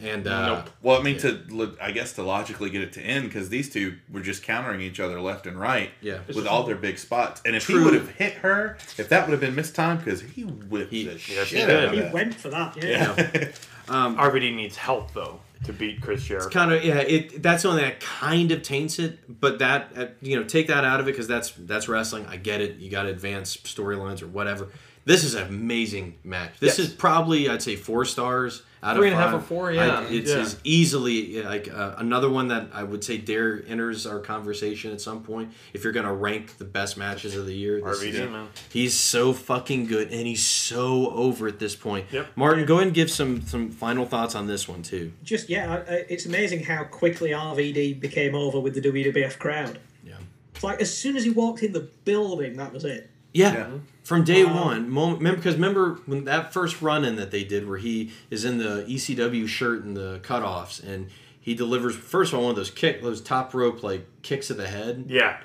[SPEAKER 9] and uh,
[SPEAKER 10] Well, I mean, to lo- I guess to logically get it to end because these two were just countering each other left and right.
[SPEAKER 9] Yeah.
[SPEAKER 10] with all their big spots. And if he
[SPEAKER 9] True.
[SPEAKER 10] would have hit her, if that would have been mistimed, because he whipped the shit out of
[SPEAKER 11] He
[SPEAKER 10] that.
[SPEAKER 11] went for that. Yeah.
[SPEAKER 10] Yeah.
[SPEAKER 9] um,
[SPEAKER 8] RVD needs help though to beat Chris Jericho.
[SPEAKER 9] it's kind of yeah. It that's the only thing that kind of taints it, but that uh, you know take that out of it because that's that's wrestling. I get it. You got to advance storylines or whatever. This is an amazing match. This
[SPEAKER 8] Yes.
[SPEAKER 9] is probably I'd say four stars out
[SPEAKER 8] Three
[SPEAKER 9] of
[SPEAKER 8] and a half
[SPEAKER 9] five.
[SPEAKER 8] or four,
[SPEAKER 9] I-
[SPEAKER 8] yeah,
[SPEAKER 9] it's
[SPEAKER 8] yeah.
[SPEAKER 9] it's easily uh, like uh, another one that I would say dare enters our conversation at some point. If you're gonna rank the best matches of the year, this
[SPEAKER 8] RVD,
[SPEAKER 9] is-
[SPEAKER 8] man.
[SPEAKER 9] he's so fucking good and he's so over at this point.
[SPEAKER 11] Yep.
[SPEAKER 9] Martin, go ahead and give some some final thoughts on this one too.
[SPEAKER 11] Just yeah, I- I- it's amazing how quickly RVD became over with the WWF crowd.
[SPEAKER 9] Yeah.
[SPEAKER 11] It's like as soon as he walked in the building, that was it.
[SPEAKER 9] Yeah. From day
[SPEAKER 11] Wow.
[SPEAKER 9] one, moment because remember when that first run in that they did, where he is in the ECW shirt and the cutoffs, and he delivers first of all one of those kick, those top rope like kicks of the head.
[SPEAKER 8] Yeah,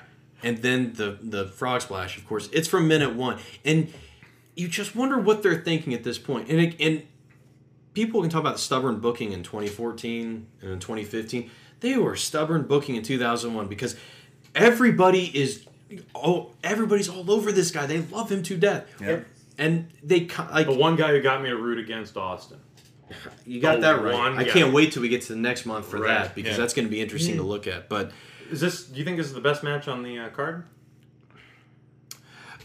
[SPEAKER 9] and then the the frog splash. Of course, it's from minute one, and you just wonder what they're thinking at this point. And it, and people can talk about the stubborn booking in 2014 and in 2015. They were stubborn booking in 2001 because everybody is oh everybody's all over this guy. They love him to death.
[SPEAKER 10] Yep.
[SPEAKER 9] and they ki- like
[SPEAKER 8] the one guy who got me to root against Austin.
[SPEAKER 9] You got
[SPEAKER 8] The
[SPEAKER 9] that right.
[SPEAKER 8] one
[SPEAKER 9] I
[SPEAKER 8] guy.
[SPEAKER 9] can't wait till we get to the next month for
[SPEAKER 8] Right,
[SPEAKER 9] that because
[SPEAKER 8] yeah.
[SPEAKER 9] that's going to be interesting to
[SPEAKER 8] Mhm.
[SPEAKER 9] look at. But
[SPEAKER 8] Is this? Do you think this is the best match on the uh, card?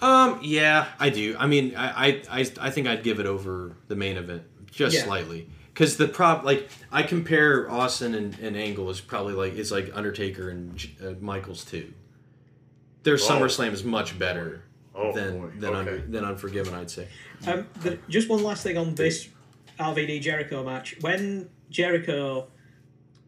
[SPEAKER 9] um, yeah, I do. I mean, I I, I, I think I'd give it over the main event just
[SPEAKER 8] Yeah.
[SPEAKER 9] slightly because the prop like I compare Austin and, and Angle is probably like it's like Undertaker and J- uh, Michaels too. Their
[SPEAKER 11] Oh.
[SPEAKER 9] SummerSlam is much better
[SPEAKER 11] Oh,
[SPEAKER 9] than
[SPEAKER 11] boy.
[SPEAKER 9] than Under, than Unforgiven. I'd say.
[SPEAKER 11] Um, the, just one last thing on this RVD Jericho match. When Jericho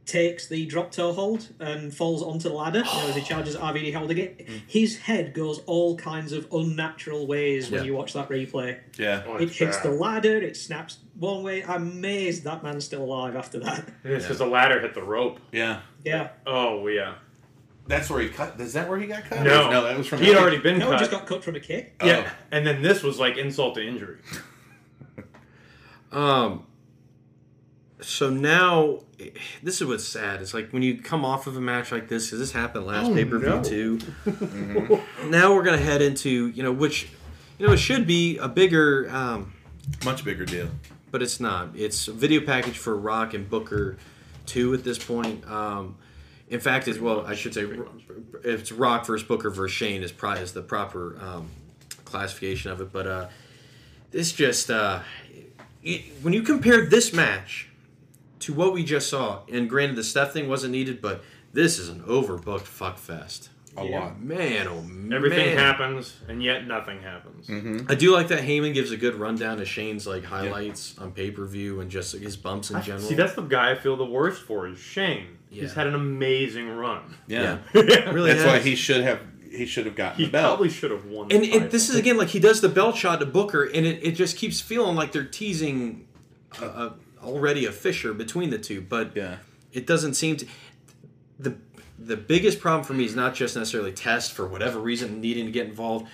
[SPEAKER 11] takes the drop toe hold and falls onto the ladder, you know, as he charges RVD holding it,
[SPEAKER 10] Mm.
[SPEAKER 11] his head goes all kinds of unnatural ways when
[SPEAKER 10] Yeah.
[SPEAKER 11] you watch that replay.
[SPEAKER 10] Yeah.
[SPEAKER 8] Oh,
[SPEAKER 11] it hits the ladder, it snaps one way. I'm amazed that man's still alive after that. [LAUGHS]
[SPEAKER 8] It's because the ladder hit the rope.
[SPEAKER 10] Yeah.
[SPEAKER 11] Yeah.
[SPEAKER 8] Oh yeah.
[SPEAKER 10] That's where he cut. Is that where he got cut?
[SPEAKER 8] No,
[SPEAKER 10] no, that was from.
[SPEAKER 8] He had already been
[SPEAKER 11] no,
[SPEAKER 8] cut.
[SPEAKER 11] it just got cut from a kick.
[SPEAKER 8] Yeah,
[SPEAKER 10] Oh.
[SPEAKER 8] and then this was like insult to injury.
[SPEAKER 9] Um. So now, this is what's sad. It's like when you come off of a match like this, because this happened last
[SPEAKER 8] Oh,
[SPEAKER 9] pay per view
[SPEAKER 8] no.
[SPEAKER 9] too.
[SPEAKER 8] [LAUGHS]
[SPEAKER 9] now we're gonna head into you know which, you know, it should be a bigger, um,
[SPEAKER 10] much bigger deal,
[SPEAKER 9] but it's not. It's a video package for Rock and Booker, two at this point. Um, in fact, it's well, I should say, it's Rock versus Booker versus Shane is probably is the proper um, classification of it. But uh, this just uh, it, when you compare this match to what we just saw, and granted the Steph thing wasn't needed, but this is an overbooked fuckfest.
[SPEAKER 8] A Yeah. lot.
[SPEAKER 9] man. Oh man, Mm-hmm.
[SPEAKER 8] Everything happens, and yet nothing happens.
[SPEAKER 9] I do like that Heyman gives a good rundown of Shane's like highlights on pay per view and just like, his bumps in
[SPEAKER 8] I-
[SPEAKER 9] general.
[SPEAKER 8] See, that's the guy I feel the worst for is Shane. He's
[SPEAKER 9] Yeah.
[SPEAKER 8] had an amazing run.
[SPEAKER 10] Yeah.
[SPEAKER 9] Really
[SPEAKER 10] That's why
[SPEAKER 9] has.
[SPEAKER 10] he should have. He should have gotten
[SPEAKER 8] He
[SPEAKER 10] the belt.
[SPEAKER 8] probably should have won. the
[SPEAKER 9] and it,
[SPEAKER 8] title.
[SPEAKER 9] this is again like he does the belt shot to Booker, and it, it just keeps feeling like they're teasing a, a, already a fissure between the two. But
[SPEAKER 10] yeah.
[SPEAKER 9] it doesn't seem to the the biggest problem for me is not just necessarily Test for whatever reason needing to get involved,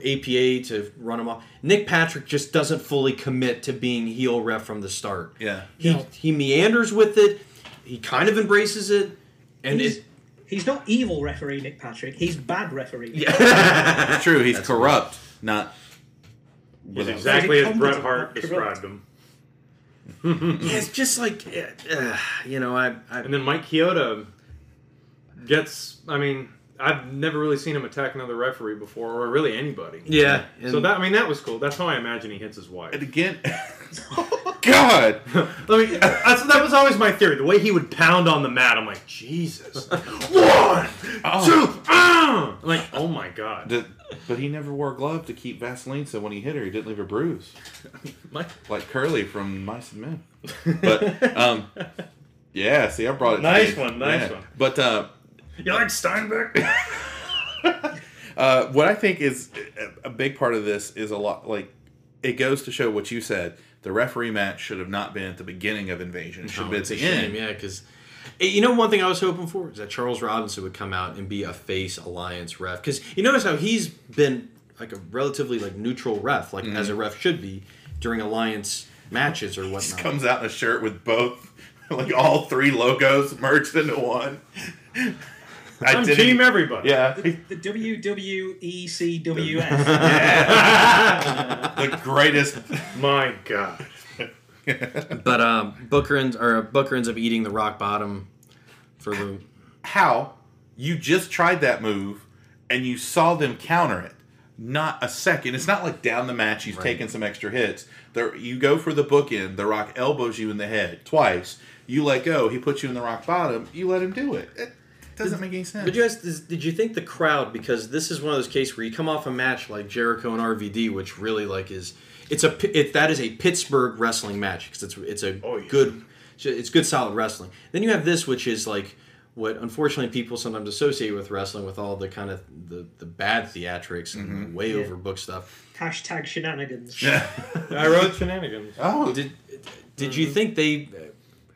[SPEAKER 9] APA to run him off. Nick Patrick just doesn't fully commit to being heel ref from the start.
[SPEAKER 10] Yeah.
[SPEAKER 9] He
[SPEAKER 11] No.
[SPEAKER 9] he meanders with it. He kind of embraces it, and
[SPEAKER 11] he's,
[SPEAKER 9] it,
[SPEAKER 11] he's not evil referee Nick Patrick. He's bad referee. Nick
[SPEAKER 10] It's true. He's corrupt, not.
[SPEAKER 8] He's
[SPEAKER 10] without-
[SPEAKER 8] exactly as
[SPEAKER 11] Incumbent
[SPEAKER 8] Bret
[SPEAKER 11] is
[SPEAKER 8] Hart
[SPEAKER 11] not
[SPEAKER 8] described him.
[SPEAKER 9] yeah, it's just like eh, eh, you know I, I
[SPEAKER 8] And then Mike Chioda gets. I mean, I've never really seen him attack another referee before, or really anybody.
[SPEAKER 9] Yeah,
[SPEAKER 8] so
[SPEAKER 9] and-
[SPEAKER 8] that I mean, that was cool. That's how I imagine he hits his wife. And
[SPEAKER 10] again, [LAUGHS] God.
[SPEAKER 8] Let me. That's, that was always my theory. The way he would pound on the mat, I'm like, Jesus. [LAUGHS] One, two, ah! I'm like, oh my God.
[SPEAKER 10] The- but he never wore a glove to keep Vaseline, so when he hit her, he didn't leave
[SPEAKER 8] [LAUGHS]
[SPEAKER 10] a bruise. like Curly from Mice and Men. But um, yeah, see, I brought it. to
[SPEAKER 8] Nice
[SPEAKER 10] you.
[SPEAKER 8] one, nice one.
[SPEAKER 10] But uh,
[SPEAKER 8] You like Steinbeck?
[SPEAKER 10] uh, what I think is a a big part of this is a lot like it goes to show what you said. The referee match should have not been at the beginning of Invasion. It should have
[SPEAKER 9] No,
[SPEAKER 10] been at
[SPEAKER 9] it's a
[SPEAKER 10] the
[SPEAKER 9] shame,
[SPEAKER 10] end.
[SPEAKER 9] yeah, because you know one thing I was hoping for is that Charles Robinson would come out and be a face alliance ref because you notice how he's been like a relatively like neutral ref, like as a ref should be during alliance matches or whatnot.
[SPEAKER 10] Comes out in a shirt with both, [LAUGHS] like all three logos merged into one.
[SPEAKER 8] I'm
[SPEAKER 10] Identity-
[SPEAKER 8] team everybody.
[SPEAKER 10] Yeah.
[SPEAKER 11] the E WWECWS.
[SPEAKER 10] [LAUGHS] the greatest.
[SPEAKER 8] My God.
[SPEAKER 9] but um, Booker ends or Booker ends up eating the rock bottom [SIGHS] for the
[SPEAKER 10] How you just tried that move and you saw them counter it. Not a second. It's not like down the match. He's
[SPEAKER 9] Right.
[SPEAKER 10] taking some extra hits. There, you go for the bookend. The Rock elbows you in the head twice. You let go. He puts you in the Rock bottom. You let him do it. It doesn't make any sense.
[SPEAKER 9] But you guys, does- did you think the crowd? Because this is one of those cases where you come off a match like Jericho and RVD, which really like is it's a pi- it, that is a Pittsburgh wrestling match because it's it's a good it's good solid wrestling. Then you have this, which is like what unfortunately people sometimes associate with wrestling with all the kind of the, the bad theatrics and the way
[SPEAKER 11] Yeah.
[SPEAKER 9] overbooked stuff.
[SPEAKER 11] Hashtag shenanigans.
[SPEAKER 8] I wrote shenanigans.
[SPEAKER 10] Oh,
[SPEAKER 9] did did
[SPEAKER 8] Mm-hmm.
[SPEAKER 9] you think they?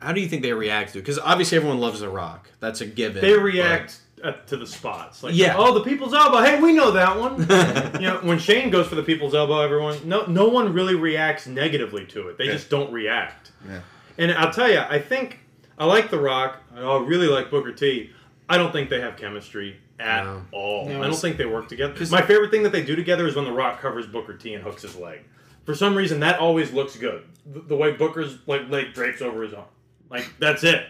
[SPEAKER 9] How do you think they react to? Because obviously everyone loves The Rock. That's a given.
[SPEAKER 8] They
[SPEAKER 9] but-
[SPEAKER 8] react uh to the spots. Like,
[SPEAKER 9] Yeah.
[SPEAKER 8] oh, the people's elbow. Hey, we know that one. you know, when Shane goes for the people's elbow, everyone no no one really reacts negatively to it. They
[SPEAKER 10] Yeah.
[SPEAKER 8] just don't react.
[SPEAKER 10] Yeah.
[SPEAKER 8] And I'll tell you, I think I like The Rock. I really like Booker T. I don't think they have chemistry. at all.
[SPEAKER 9] No,
[SPEAKER 8] I don't
[SPEAKER 9] it's-
[SPEAKER 8] think they work together. My favorite thing that they do together is when The Rock covers Booker T and hooks his leg. For some reason, that always looks good. The, the way Booker's like leg drapes over his arm, like that's it.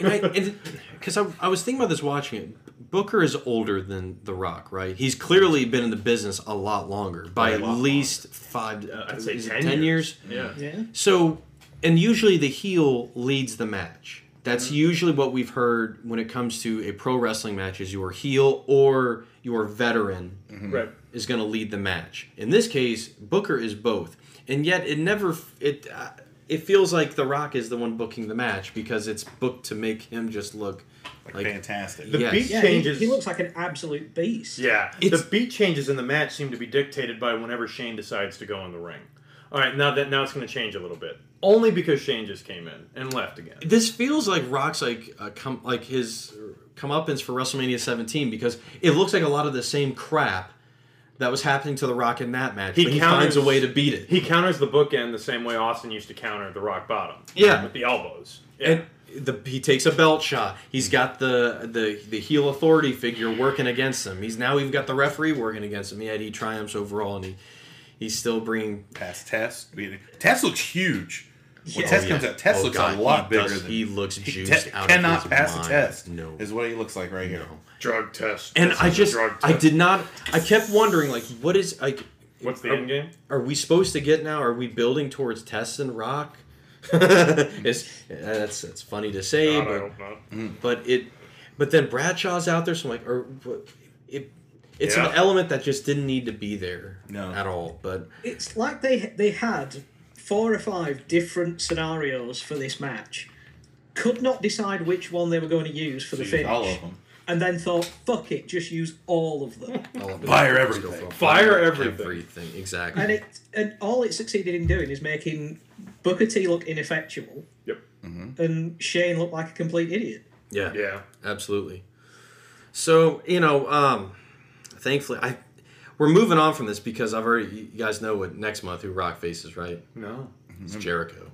[SPEAKER 9] and because I, I was thinking about this watching it. Booker is older than The Rock, right? He's clearly been in the business a lot longer, by
[SPEAKER 8] A
[SPEAKER 9] at
[SPEAKER 8] lot
[SPEAKER 9] least five,
[SPEAKER 8] Uh, I'd
[SPEAKER 9] is
[SPEAKER 8] say
[SPEAKER 9] it
[SPEAKER 8] 10
[SPEAKER 9] 10 years.
[SPEAKER 8] years. Yeah. Yeah.
[SPEAKER 9] So, and usually the heel leads the match. That's
[SPEAKER 8] Mm-hmm.
[SPEAKER 9] usually what we've heard when it comes to a pro wrestling match: is your heel or your veteran
[SPEAKER 8] Right.
[SPEAKER 9] is going to lead the match. In this case, Booker is both, and yet it never it uh, it feels like The Rock is the one booking the match because it's booked to make him just look like,
[SPEAKER 10] fantastic.
[SPEAKER 9] yes.
[SPEAKER 11] yeah, he- He, looks like an absolute beast.
[SPEAKER 8] Yeah, the beat changes in the match seem to be dictated by whenever Shane decides to go in the ring. All right, now that now it's going to change a little bit, only because Shane just came in and left again.
[SPEAKER 9] This feels like Rock's like uh, come like his comeuppance for WrestleMania 17 because it looks like a lot of the same crap that was happening to The Rock in that match. but he finds a way to beat it.
[SPEAKER 8] He counters the bookend the same way Austin used to counter the rock bottom.
[SPEAKER 9] Yeah.
[SPEAKER 8] with the elbows.
[SPEAKER 9] And the, he takes a belt shot. He's got the, the the heel authority figure working against him. He's now even got the referee working against him. Yet he triumphs overall, and he he's still bringing
[SPEAKER 10] past Test. Test looks huge. When
[SPEAKER 9] oh,
[SPEAKER 10] Test comes out, Test looks a lot
[SPEAKER 9] he
[SPEAKER 10] bigger
[SPEAKER 9] does-
[SPEAKER 10] than
[SPEAKER 9] he looks
[SPEAKER 10] He
[SPEAKER 9] juiced
[SPEAKER 10] te-
[SPEAKER 9] out.
[SPEAKER 10] Cannot
[SPEAKER 9] of his
[SPEAKER 10] pass
[SPEAKER 9] mind.
[SPEAKER 10] a test.
[SPEAKER 9] No,
[SPEAKER 10] is what he looks like right here.
[SPEAKER 8] Drug test.
[SPEAKER 9] and
[SPEAKER 10] This
[SPEAKER 9] I
[SPEAKER 10] is a
[SPEAKER 9] just
[SPEAKER 10] drug
[SPEAKER 9] I
[SPEAKER 10] test.
[SPEAKER 9] did not. I kept wondering like, what is like?
[SPEAKER 8] What's the
[SPEAKER 9] are-
[SPEAKER 8] end game?
[SPEAKER 9] Are we supposed to get now? Are we building towards Test and Rock? [LAUGHS] it's, that's that's funny to say,
[SPEAKER 8] God, I
[SPEAKER 9] but
[SPEAKER 8] hope not.
[SPEAKER 9] Mm. but it but then Bradshaw's out there, so I'm like, or but it it's
[SPEAKER 11] Yeah.
[SPEAKER 9] an element that just didn't need to be there at all. But
[SPEAKER 11] It's like they they had four or five different scenarios for this match, could not decide which one they were going to use for the
[SPEAKER 10] Jeez,
[SPEAKER 11] finish,
[SPEAKER 10] all of them.
[SPEAKER 11] and then thought, "Fuck it, just use all of
[SPEAKER 10] [LAUGHS]
[SPEAKER 11] them."
[SPEAKER 9] all of it
[SPEAKER 10] Fire
[SPEAKER 9] was
[SPEAKER 10] everything.
[SPEAKER 9] still-
[SPEAKER 10] Fire everything.
[SPEAKER 9] everything, Exactly.
[SPEAKER 11] and it and all it succeeded in doing is making Booker T look ineffectual.
[SPEAKER 8] Yep.
[SPEAKER 11] And Shane look like a complete idiot.
[SPEAKER 9] Yeah. Yeah. Absolutely. So, you know, um thankfully I we're moving on from this because I've already you guys know what next month who Rock faces, right?
[SPEAKER 8] No.
[SPEAKER 9] It's Jericho.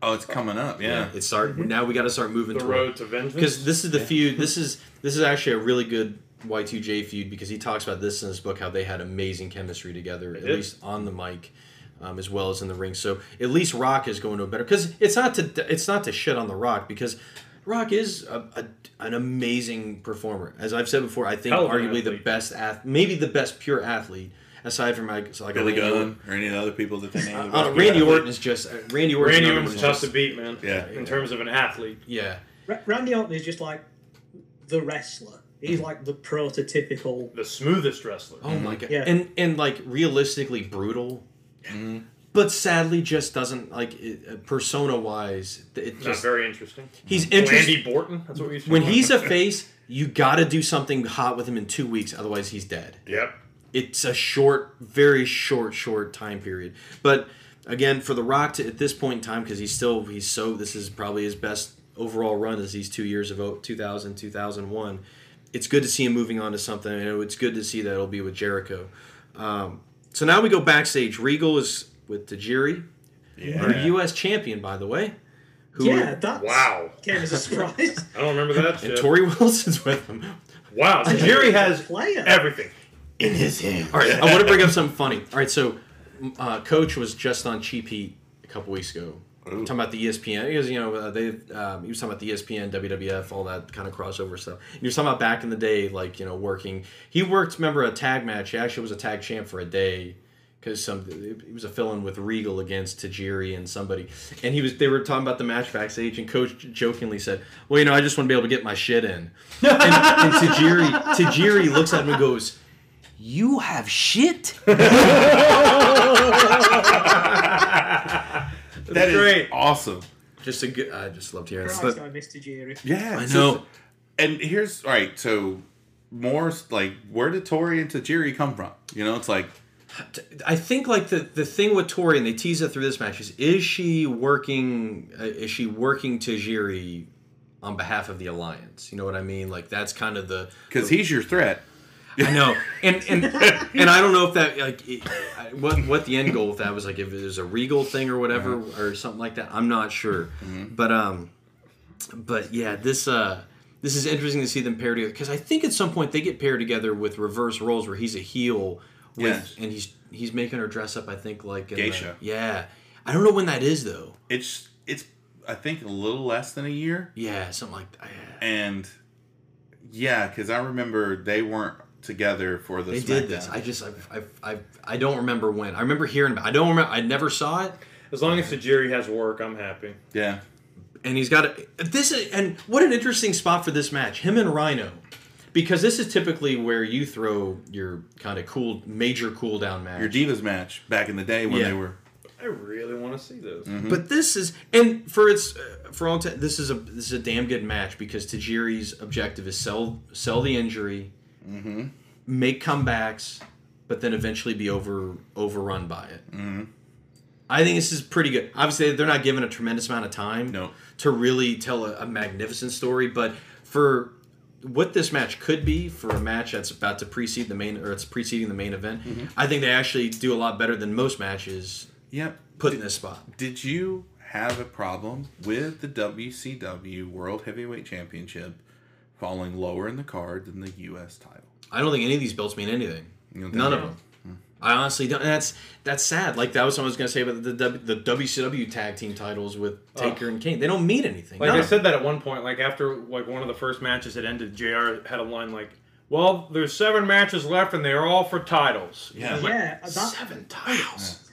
[SPEAKER 10] Oh, it's coming up, yeah.
[SPEAKER 9] it's start now we gotta start moving
[SPEAKER 8] Mm-hmm. The
[SPEAKER 9] toward-
[SPEAKER 8] road to vengeance?
[SPEAKER 9] Because this is the
[SPEAKER 8] Yeah. Mm-hmm.
[SPEAKER 9] feud this is this is actually a really good Y2J feud because he talks about this in his book how they had amazing chemistry together, at
[SPEAKER 8] did.
[SPEAKER 9] least on the mic. Um, as well as in the ring, so at least Rock is going to a better because it's not to it's not to shit on the Rock because Rock is a, a, an amazing performer. As I've said before, I think
[SPEAKER 10] Hell of an
[SPEAKER 9] arguably the best ath- maybe the best pure athlete aside from like, like a
[SPEAKER 10] Billy
[SPEAKER 9] Randy
[SPEAKER 10] Gunn or any of the other people
[SPEAKER 9] [LAUGHS]
[SPEAKER 10] that they named.
[SPEAKER 9] Uh, Randy Orton is just uh, Randy Orton.
[SPEAKER 8] Randy
[SPEAKER 9] another
[SPEAKER 8] Orton's
[SPEAKER 9] one
[SPEAKER 8] tough
[SPEAKER 9] who's
[SPEAKER 8] to beat, man.
[SPEAKER 10] Yeah.
[SPEAKER 8] in terms of an athlete.
[SPEAKER 9] Yeah,
[SPEAKER 11] Ra- Randy Orton is just like the wrestler. He's like the prototypical,
[SPEAKER 8] the smoothest wrestler.
[SPEAKER 9] Oh my god!
[SPEAKER 11] Yeah.
[SPEAKER 9] And and like realistically brutal, Mm. but sadly just doesn't like persona wise. It
[SPEAKER 8] Not
[SPEAKER 9] just
[SPEAKER 8] very interesting.
[SPEAKER 9] He's
[SPEAKER 8] Blandy
[SPEAKER 9] interesting.
[SPEAKER 8] Borton? That's what we used to [LAUGHS]
[SPEAKER 9] When
[SPEAKER 8] call him.
[SPEAKER 9] he's a face, you got to do something hot with him in two weeks, otherwise he's dead.
[SPEAKER 8] Yep.
[SPEAKER 9] It's a short, very short, short time period. But again, for The Rock to at this point in time, because he's still he's so this is probably his best overall run is these two years of oh- 2000 2001 it's good to see him moving on to something and it's good to see that it'll be with jericho um, so now we go backstage regal is with tajiri
[SPEAKER 8] Yeah.
[SPEAKER 9] our us champion by the way
[SPEAKER 8] Yeah, that's- Wow.
[SPEAKER 11] came as
[SPEAKER 10] [LAUGHS]
[SPEAKER 11] a surprise.
[SPEAKER 8] I don't remember that.
[SPEAKER 9] and
[SPEAKER 8] shit.
[SPEAKER 9] Tori [LAUGHS] Wilson's with him.
[SPEAKER 8] Wow, so Jerry has everything.
[SPEAKER 9] in his hand. All right, I want to bring up something funny. All right, so uh, Coach was just on Cheap Heat a couple weeks ago. Talking about the E ESPN, because you know uh, they, um, he was talking about the ESPN, WWF, all that kind of crossover stuff. And he was talking about back in the day, like you know, working. He worked, remember, a tag match. He actually was a tag champ for a day because some it was a fill-in with Regal against Tajiri and somebody, and he was they were talking about the match backstage, and Coach jokingly said, "Well, you know, I just want to be able to get my shit in." And, and Tajiri Tajiri looks at him and goes, "You have shit."
[SPEAKER 10] That is
[SPEAKER 9] great.
[SPEAKER 10] awesome.
[SPEAKER 9] Just a good. I just loved hearing
[SPEAKER 11] Christ, I missed Tajiri.
[SPEAKER 10] Yeah,
[SPEAKER 9] I
[SPEAKER 10] it's
[SPEAKER 9] know.
[SPEAKER 10] just- and here's all right. So more like where did Tori and Tajiri come from? You know, it's like
[SPEAKER 9] I think like the the thing with Tori and they tease it through this match is is she working uh, is she working Tajiri on behalf of the alliance? You know what I mean? Like that's kind of the
[SPEAKER 10] because he's your threat.
[SPEAKER 9] I know, and
[SPEAKER 10] [LAUGHS]
[SPEAKER 9] and and I don't know if that like it, I- what what the end goal with that was like if it was a regal thing or whatever
[SPEAKER 10] Uh-huh. Mm-hmm.
[SPEAKER 9] or something like that. I'm not sure, but um, but yeah, this uh, this is interesting to see them pair together because I think at some point they get paired together with reverse roles where he's a heel with
[SPEAKER 10] Yes.
[SPEAKER 9] and he's he's making her dress up. I think like in the-
[SPEAKER 10] Geisha.
[SPEAKER 9] yeah, I don't know when that is though.
[SPEAKER 10] It's it's I think a little less than a year.
[SPEAKER 9] Yeah, something like that.
[SPEAKER 10] And yeah, because I remember they weren't together for the.
[SPEAKER 9] They did this.
[SPEAKER 10] SmackDown.
[SPEAKER 9] I just I, I, I, I don't remember when. I remember hearing about. I don't remember. I never saw it.
[SPEAKER 8] As long as Tajiri has work, I'm happy.
[SPEAKER 10] Yeah.
[SPEAKER 9] And he's got a, this. is- And what an interesting spot for this match. Him and Rhino, because this is typically where you throw your kind of cool major cool down match.
[SPEAKER 10] Your divas match back in the day when they were.
[SPEAKER 8] I really want to see those.
[SPEAKER 9] But this is, and for its uh, for all intent, this is a this is a damn good match because Tajiri's objective is sell sell the injury,
[SPEAKER 10] Mm-hmm.
[SPEAKER 9] make comebacks, but then eventually be over overrun by it. I think this is pretty good. Obviously, they're not given a tremendous amount of time to really tell a, a magnificent story, but for what this match could be for a match that's about to precede the main or it's preceding the main event,
[SPEAKER 10] Mhm.
[SPEAKER 9] I think they actually do a lot better than most matches.
[SPEAKER 10] Yep.
[SPEAKER 9] Put in this spot.
[SPEAKER 10] Did you have a problem with the WCW World Heavyweight Championship falling lower in the card than the U.S. title?
[SPEAKER 9] I don't think any of these belts mean anything.
[SPEAKER 10] don't think
[SPEAKER 9] None of
[SPEAKER 10] so?
[SPEAKER 9] them. I honestly don't. And that's that's sad. Like that was what I was gonna say about the W- the WCW tag team titles with Taker and Kane. They don't mean anything.
[SPEAKER 8] Oh. Like
[SPEAKER 9] None
[SPEAKER 8] I
[SPEAKER 9] of
[SPEAKER 8] said that at one point, like after like one of the first matches had ended, Jr. had a line like, "Well, there's seven matches left, and they're all for titles."
[SPEAKER 11] Uh, Yeah,
[SPEAKER 8] Like,
[SPEAKER 11] that-
[SPEAKER 9] seven titles.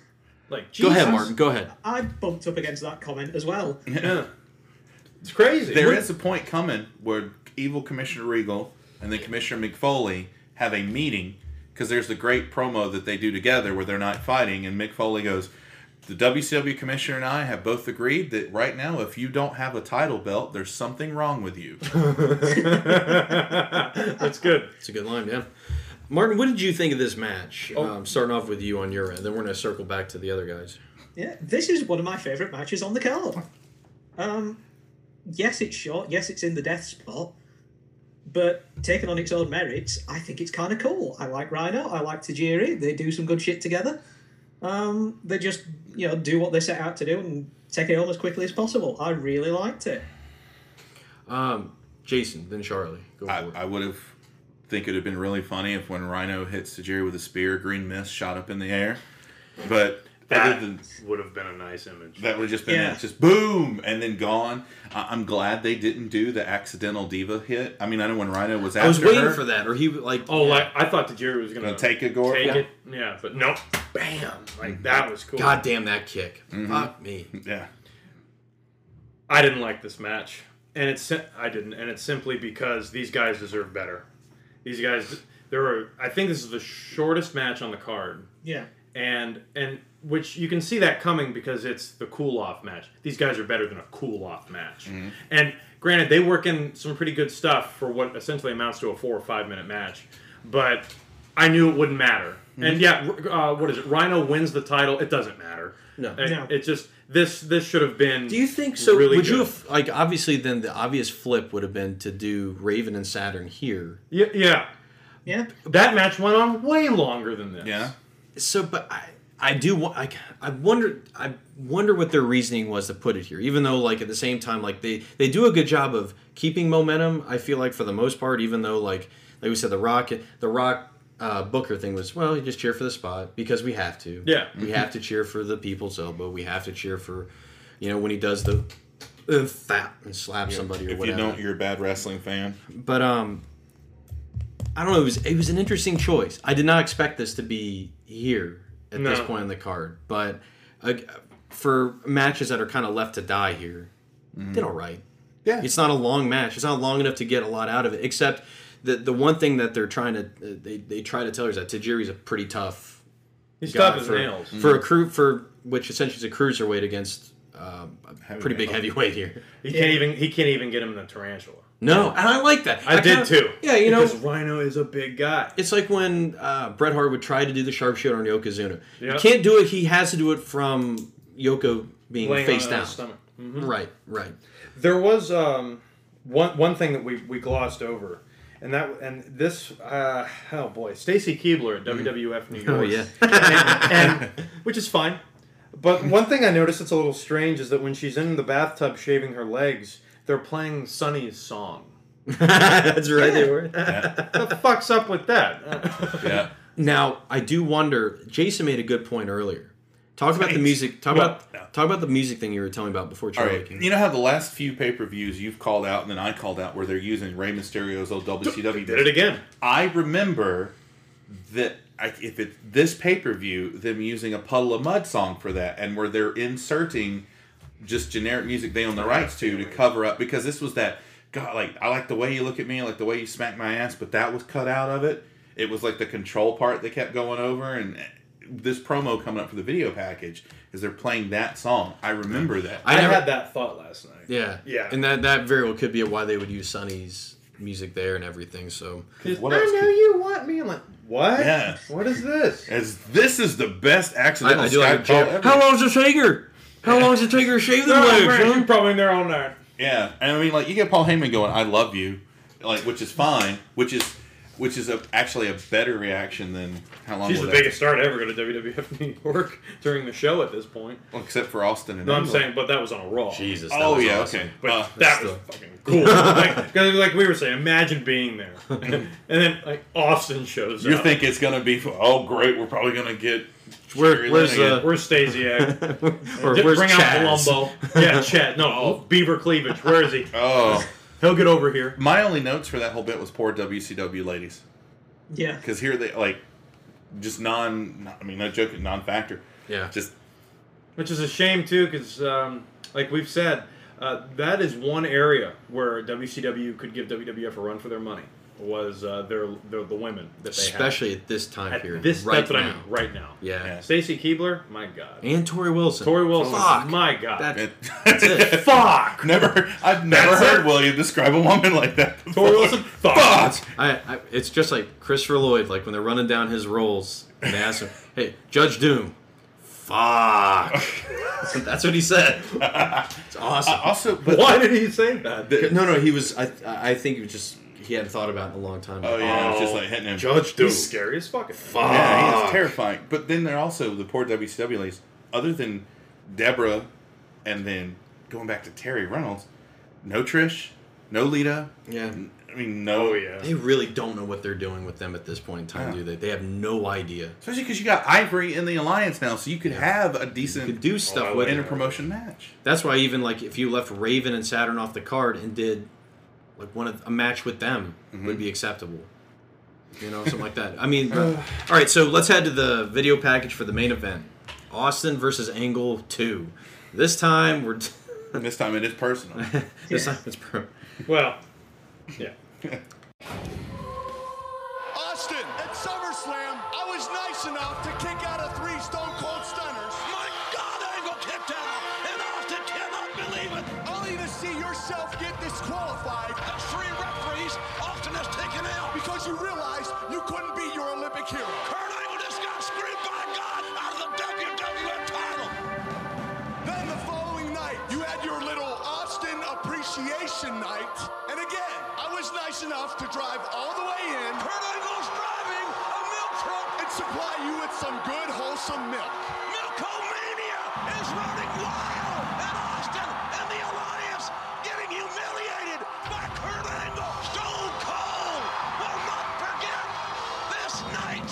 [SPEAKER 8] Like,
[SPEAKER 11] Go ahead, Jesus. Martin,
[SPEAKER 9] Go ahead.
[SPEAKER 11] I bumped up against that comment as well.
[SPEAKER 8] It's crazy.
[SPEAKER 10] There
[SPEAKER 11] What-
[SPEAKER 10] is a point coming where evil Commissioner Regal and then Commissioner McFoley have a meeting because there's the great promo that they do together where they're not fighting, and McFoley goes, "The WCW Commissioner and I have both agreed that right now, if you don't have a title belt, there's something wrong with you."
[SPEAKER 8] That's good.
[SPEAKER 9] It's a good line, yeah. Martin, what did you think of this match?
[SPEAKER 8] Oh.
[SPEAKER 9] Um, starting off with you on your end, then we're gonna circle back to the other guys.
[SPEAKER 11] Yeah, this is one of my favourite matches on the card. Um, yes, it's short. Yes, it's in the death spot. But taken on its own merits, I think it's kind of cool. I like Rhino. I like Tajiri. They do some good shit together. Um, they just, you know, do what they set out to do and take it home as quickly as possible. I really liked it.
[SPEAKER 9] Um, Jason, then Charlie. Go
[SPEAKER 10] I, I would have think it would have been really funny if when Rhino hits Tajiri with a spear, green mist shot up in the air. But
[SPEAKER 8] That
[SPEAKER 10] other than
[SPEAKER 8] would have been a nice image.
[SPEAKER 10] That would have just been
[SPEAKER 8] Yeah.
[SPEAKER 10] it. Just boom, and then gone. I- I'm glad they didn't do the accidental diva hit. I mean, I know when Rhino was after
[SPEAKER 9] I was waiting
[SPEAKER 10] her,
[SPEAKER 9] for that, or he like.
[SPEAKER 8] Oh, like I thought the Jerry was gonna
[SPEAKER 10] Gonna take a gore?
[SPEAKER 8] Take
[SPEAKER 10] Yeah.
[SPEAKER 8] it, yeah. But no, bam! Like that was cool.
[SPEAKER 9] God damn that kick!
[SPEAKER 10] Mm-hmm.
[SPEAKER 9] Fuck me.
[SPEAKER 10] Yeah.
[SPEAKER 8] I didn't like this match, and it's sim- I didn't, and it's simply because these guys deserve better. These guys, there were. I think this is the shortest match on the card,
[SPEAKER 11] Yeah.
[SPEAKER 8] and and which you can see that coming because it's the cool off match. These guys are better than a cool off match,
[SPEAKER 9] Mm-hmm.
[SPEAKER 8] and granted, they work in some pretty good stuff for what essentially amounts to a four or five minute match, but I knew it wouldn't matter. And
[SPEAKER 9] Mhm.
[SPEAKER 8] yeah, r- uh, what is it? Rhino wins the title. It doesn't matter.
[SPEAKER 9] No.
[SPEAKER 8] It-
[SPEAKER 9] No.
[SPEAKER 8] it's just this. This should have been.
[SPEAKER 9] Do you think so?
[SPEAKER 8] Really
[SPEAKER 9] would you
[SPEAKER 8] good.
[SPEAKER 9] have like obviously then the obvious flip would have been to do Raven and Saturn here?
[SPEAKER 8] Yeah, yeah,
[SPEAKER 11] yeah.
[SPEAKER 8] That match went on way longer than this.
[SPEAKER 10] Yeah.
[SPEAKER 9] So, but I I do wa- I I wonder I wonder what their reasoning was to put it here. Even though like at the same time like they they do a good job of keeping momentum. I feel like for the most part, even though like like we said the Rock the Rock. Uh, Booker thing was well, you just cheer for the spot because we have to.
[SPEAKER 8] Yeah.
[SPEAKER 9] we have to cheer for the people's elbow. We have to cheer for, you know, when he does the, uh, fat and slap somebody or
[SPEAKER 10] if
[SPEAKER 9] whatever.
[SPEAKER 10] you don't, you're a bad wrestling fan.
[SPEAKER 9] But um, I don't know. It was it was an interesting choice. I did not expect this to be here at this
[SPEAKER 8] No.
[SPEAKER 9] point in the card. But uh, for matches that are kind of left to die here, did all right.
[SPEAKER 10] Yeah,
[SPEAKER 9] it's not a long match. It's not long enough to get a lot out of it. Except the the one thing that they're trying to uh, they they try to tell you is that Tajiri's a pretty tough.
[SPEAKER 8] He's
[SPEAKER 9] guy
[SPEAKER 8] tough as
[SPEAKER 9] for,
[SPEAKER 8] nails.
[SPEAKER 9] for a crew for which essentially is a cruiserweight against um, a pretty big heavyweight here.
[SPEAKER 8] He can't even he can't even get him in the tarantula.
[SPEAKER 9] No, and I like that.
[SPEAKER 8] I, did
[SPEAKER 9] kinda-
[SPEAKER 8] too.
[SPEAKER 9] Yeah, you know,
[SPEAKER 8] because Rhino is a big guy.
[SPEAKER 9] It's like when uh, Bret Hart would try to do the sharpshooter on Yokozuna.
[SPEAKER 8] Yeah.
[SPEAKER 9] You can't do it. He has to do it from Yoko being
[SPEAKER 8] Laying
[SPEAKER 9] face
[SPEAKER 8] on his
[SPEAKER 9] down.
[SPEAKER 8] stomach. Mhm.
[SPEAKER 9] Right, right.
[SPEAKER 8] There was um, one one thing that we, we glossed over, and that and this uh, oh boy, Stacy Keebler at WWF New York.
[SPEAKER 9] [LAUGHS] Oh, yeah.
[SPEAKER 8] and, and-
[SPEAKER 9] [LAUGHS]
[SPEAKER 8] which is fine. But one thing I noticed that's a little strange is that when she's in the bathtub shaving her legs, they're playing Sonny's song.
[SPEAKER 9] That's right, they
[SPEAKER 8] Yeah.
[SPEAKER 9] were.
[SPEAKER 8] What the fuck's up with
[SPEAKER 9] [LAUGHS]
[SPEAKER 8] that?
[SPEAKER 10] yeah.
[SPEAKER 9] Now I do wonder. Jason made a good point earlier. Talk about the
[SPEAKER 10] Thanks.
[SPEAKER 9] music. Talk
[SPEAKER 10] Well,
[SPEAKER 9] about talk about the music thing you were telling me about before
[SPEAKER 10] All
[SPEAKER 9] Charlie
[SPEAKER 10] right.
[SPEAKER 9] came.
[SPEAKER 10] You know how the last few pay per views you've called out and then I called out where they're using Rey Mysterio's old WCW.
[SPEAKER 8] Did it again.
[SPEAKER 10] I remember that I, if it's this pay per view, them using a Puddle of Mud song for that and where they're inserting just generic music they own the rights to to cover up because this was that God like I like the way you look at me, I like the way you smack my ass, but that was cut out of it. It was like the control part they kept going over and this promo coming up for the video package is they're playing that song. I remember that.
[SPEAKER 9] I never-
[SPEAKER 8] had that thought last night.
[SPEAKER 9] Yeah.
[SPEAKER 8] Yeah.
[SPEAKER 9] And that that very well could be why they would use Sonny's music there and everything. So
[SPEAKER 8] I know you want me. I'm like, what?
[SPEAKER 10] Yeah.
[SPEAKER 8] What is this? [LAUGHS]
[SPEAKER 10] As this is the best accidental
[SPEAKER 9] I- I do like
[SPEAKER 10] Skype
[SPEAKER 9] the
[SPEAKER 10] call
[SPEAKER 9] jab.
[SPEAKER 10] ever.
[SPEAKER 9] How long's it take her? How long's it take her to shave
[SPEAKER 8] [LAUGHS]
[SPEAKER 9] them
[SPEAKER 8] No,
[SPEAKER 9] legs?
[SPEAKER 8] Brad,
[SPEAKER 9] huh?
[SPEAKER 8] you're probably in there all night.
[SPEAKER 10] Yeah, and I mean, like you get Paul Heyman going, "I love you," like which is fine, which is which is a, actually a better reaction than how long.
[SPEAKER 8] She's
[SPEAKER 10] will
[SPEAKER 8] the
[SPEAKER 10] that-
[SPEAKER 8] biggest star to ever go to WWF New York [LAUGHS] during the show at this point.
[SPEAKER 10] Well, except for Austin and.
[SPEAKER 8] No, I'm
[SPEAKER 10] England.
[SPEAKER 8] saying, but that was on a Raw. Jesus.
[SPEAKER 10] that Oh, was yeah, awesome. okay.
[SPEAKER 8] But
[SPEAKER 10] Uh,
[SPEAKER 8] that
[SPEAKER 10] that's
[SPEAKER 8] was
[SPEAKER 10] the-
[SPEAKER 8] fucking cool. like, 'cause like we were saying, imagine being there, and then like Austin shows
[SPEAKER 10] You
[SPEAKER 8] up.
[SPEAKER 10] think it's gonna be oh great? We're probably gonna get Jerry Lynn
[SPEAKER 8] where's uh,
[SPEAKER 10] again."
[SPEAKER 8] where's Stasiak?
[SPEAKER 9] Or
[SPEAKER 8] Just
[SPEAKER 9] where's
[SPEAKER 8] bring
[SPEAKER 9] Chaz?
[SPEAKER 8] out Palumbo. Yeah, Chad. No, oh, Beaver Cleavage. Where is he?
[SPEAKER 10] Oh,
[SPEAKER 8] he'll get over here.
[SPEAKER 10] My only notes for that whole bit was poor WCW ladies
[SPEAKER 11] Yeah.
[SPEAKER 10] because here they like just non. I mean, no joke, non-factor.
[SPEAKER 9] Yeah.
[SPEAKER 10] Just
[SPEAKER 8] Which is a shame too, because um, like we've said, uh, that is one area where WCW could give WWF a run for their money was uh, their, their the women that they had.
[SPEAKER 9] Especially at this time
[SPEAKER 8] At
[SPEAKER 9] period.
[SPEAKER 8] This
[SPEAKER 9] right
[SPEAKER 8] that's what
[SPEAKER 9] now.
[SPEAKER 8] I mean, right now.
[SPEAKER 9] Yeah. Yeah.
[SPEAKER 8] Stacy Keebler, my God.
[SPEAKER 9] And Tori Wilson.
[SPEAKER 8] Tori Wilson,
[SPEAKER 9] Fuck.
[SPEAKER 8] my God.
[SPEAKER 10] [LAUGHS]
[SPEAKER 9] That-
[SPEAKER 8] that's it. Fuck.
[SPEAKER 10] Never. I've never
[SPEAKER 9] That's
[SPEAKER 10] heard William describe a woman like that. Before.
[SPEAKER 8] Tori Wilson, fuck.
[SPEAKER 9] I, I, it's just like Christopher Lloyd, like when they're running down his roles and they ask
[SPEAKER 8] [LAUGHS]
[SPEAKER 9] him, "Hey, Judge Doom, fuck." [LAUGHS] That's what he said. It's awesome. Uh,
[SPEAKER 10] Uh, also, but-
[SPEAKER 8] Why did he say that?
[SPEAKER 9] no, no, he was. I, I think he was just he hadn't thought about it in a long time.
[SPEAKER 10] Oh yeah, it was just like hitting him.
[SPEAKER 9] Judge Doom.
[SPEAKER 8] He's scary as fucking.
[SPEAKER 10] Yeah, it's terrifying. But then they're also the poor WCW ladies. Other than Deborah, and then going back to Terry Reynolds, no Trish, no Lita.
[SPEAKER 9] Yeah. Oh,
[SPEAKER 10] I mean
[SPEAKER 8] Oh,
[SPEAKER 10] no.
[SPEAKER 9] They really don't know what they're doing with them at this point in time,
[SPEAKER 10] Yeah.
[SPEAKER 9] do they? They have no idea.
[SPEAKER 10] Especially because you got Ivory in the alliance now, so you could have a decent
[SPEAKER 9] could do stuff
[SPEAKER 10] uh,
[SPEAKER 9] with it.
[SPEAKER 10] interpromotion match.
[SPEAKER 9] That's why even like if you left Raven and Saturn off the card and did like one of a match with them would be acceptable. You know, something like that. I mean, but- [SIGHS] all right, so let's head to the video package for the main event. Austin versus Angle 2. This time we're [LAUGHS]
[SPEAKER 10] this time it is personal.
[SPEAKER 9] this time it's per-
[SPEAKER 8] Well, yeah.
[SPEAKER 3] Austin, at SummerSlam, I was nice enough to kick out of three Stone Cold Stunners. My God, Angle kicked out, and Austin cannot believe it. Only to see yourself get disqualified. At three referees, Austin is taken out. Because you realized you couldn't be your Olympic hero. Kurt Angle just got screamed by God out of the WWF title. Then the following night, you had your little Austin appreciation night. And again, I was nice enough to drive all the way in. Kurt Angle's driving a milk truck and supply you with some good, wholesome milk. Milkomania is running wild at Austin and the Alliance, getting humiliated by Kurt Angle. Stone Cold will not forget this night.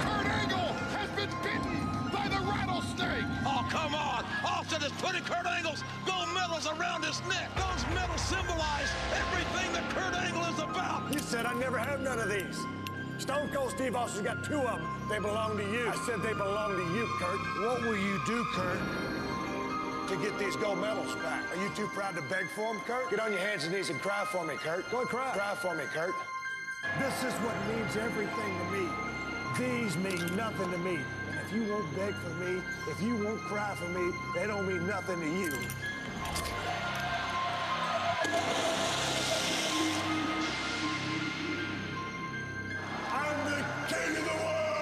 [SPEAKER 3] Kurt Angle has been bitten by the rattlesnake. Oh, come on. Austin is putting Kurt Angle's gold medals around his neck. Those medals symbolize everything that Kurt Angle is about.
[SPEAKER 1] You said I'd never have none of these. Stone Cold Steve Austin's got two of them. They belong to you. I said they belong to you, Kurt. What will you do, Kurt, to get these gold medals back? Are you too proud to beg for them, Kurt? Get on your hands and knees and cry for me, Kurt. Go and cry. Cry for me, Kurt. This is what means everything to me. These mean nothing to me. And if you won't beg for me, if you won't cry for me, they don't mean nothing to you.
[SPEAKER 6] I'm the king of the world.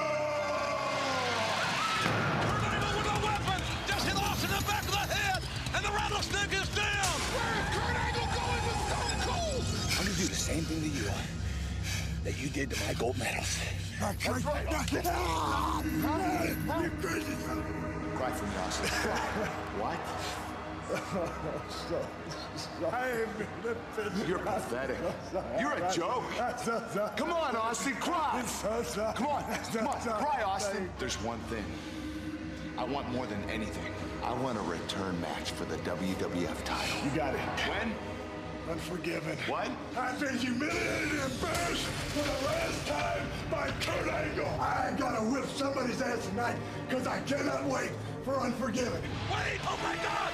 [SPEAKER 3] Just hit Austin in the back of the head, and the rattlesnake is down. Where is Kurt Angle going with Stone Cold?
[SPEAKER 6] I'm gonna do the same thing to you that you did to my gold medals. That's right.
[SPEAKER 3] [LAUGHS]
[SPEAKER 6] You're crazy. Cry for me, Austin. what?
[SPEAKER 12] so, so I
[SPEAKER 6] You're pathetic. You're a joke.
[SPEAKER 12] Come on, Austin, cry. Come on, come on,
[SPEAKER 6] Cry, Austin. There's one thing. I want more than anything. I want a return match for the WWF title. You got it. When?
[SPEAKER 12] Unforgiven. Uh, What? I've been humiliated and embarrassed for the last time by Kurt Angle. I gotta whip somebody's ass tonight because I cannot wait for Unforgiven.
[SPEAKER 3] Wait! Oh my God!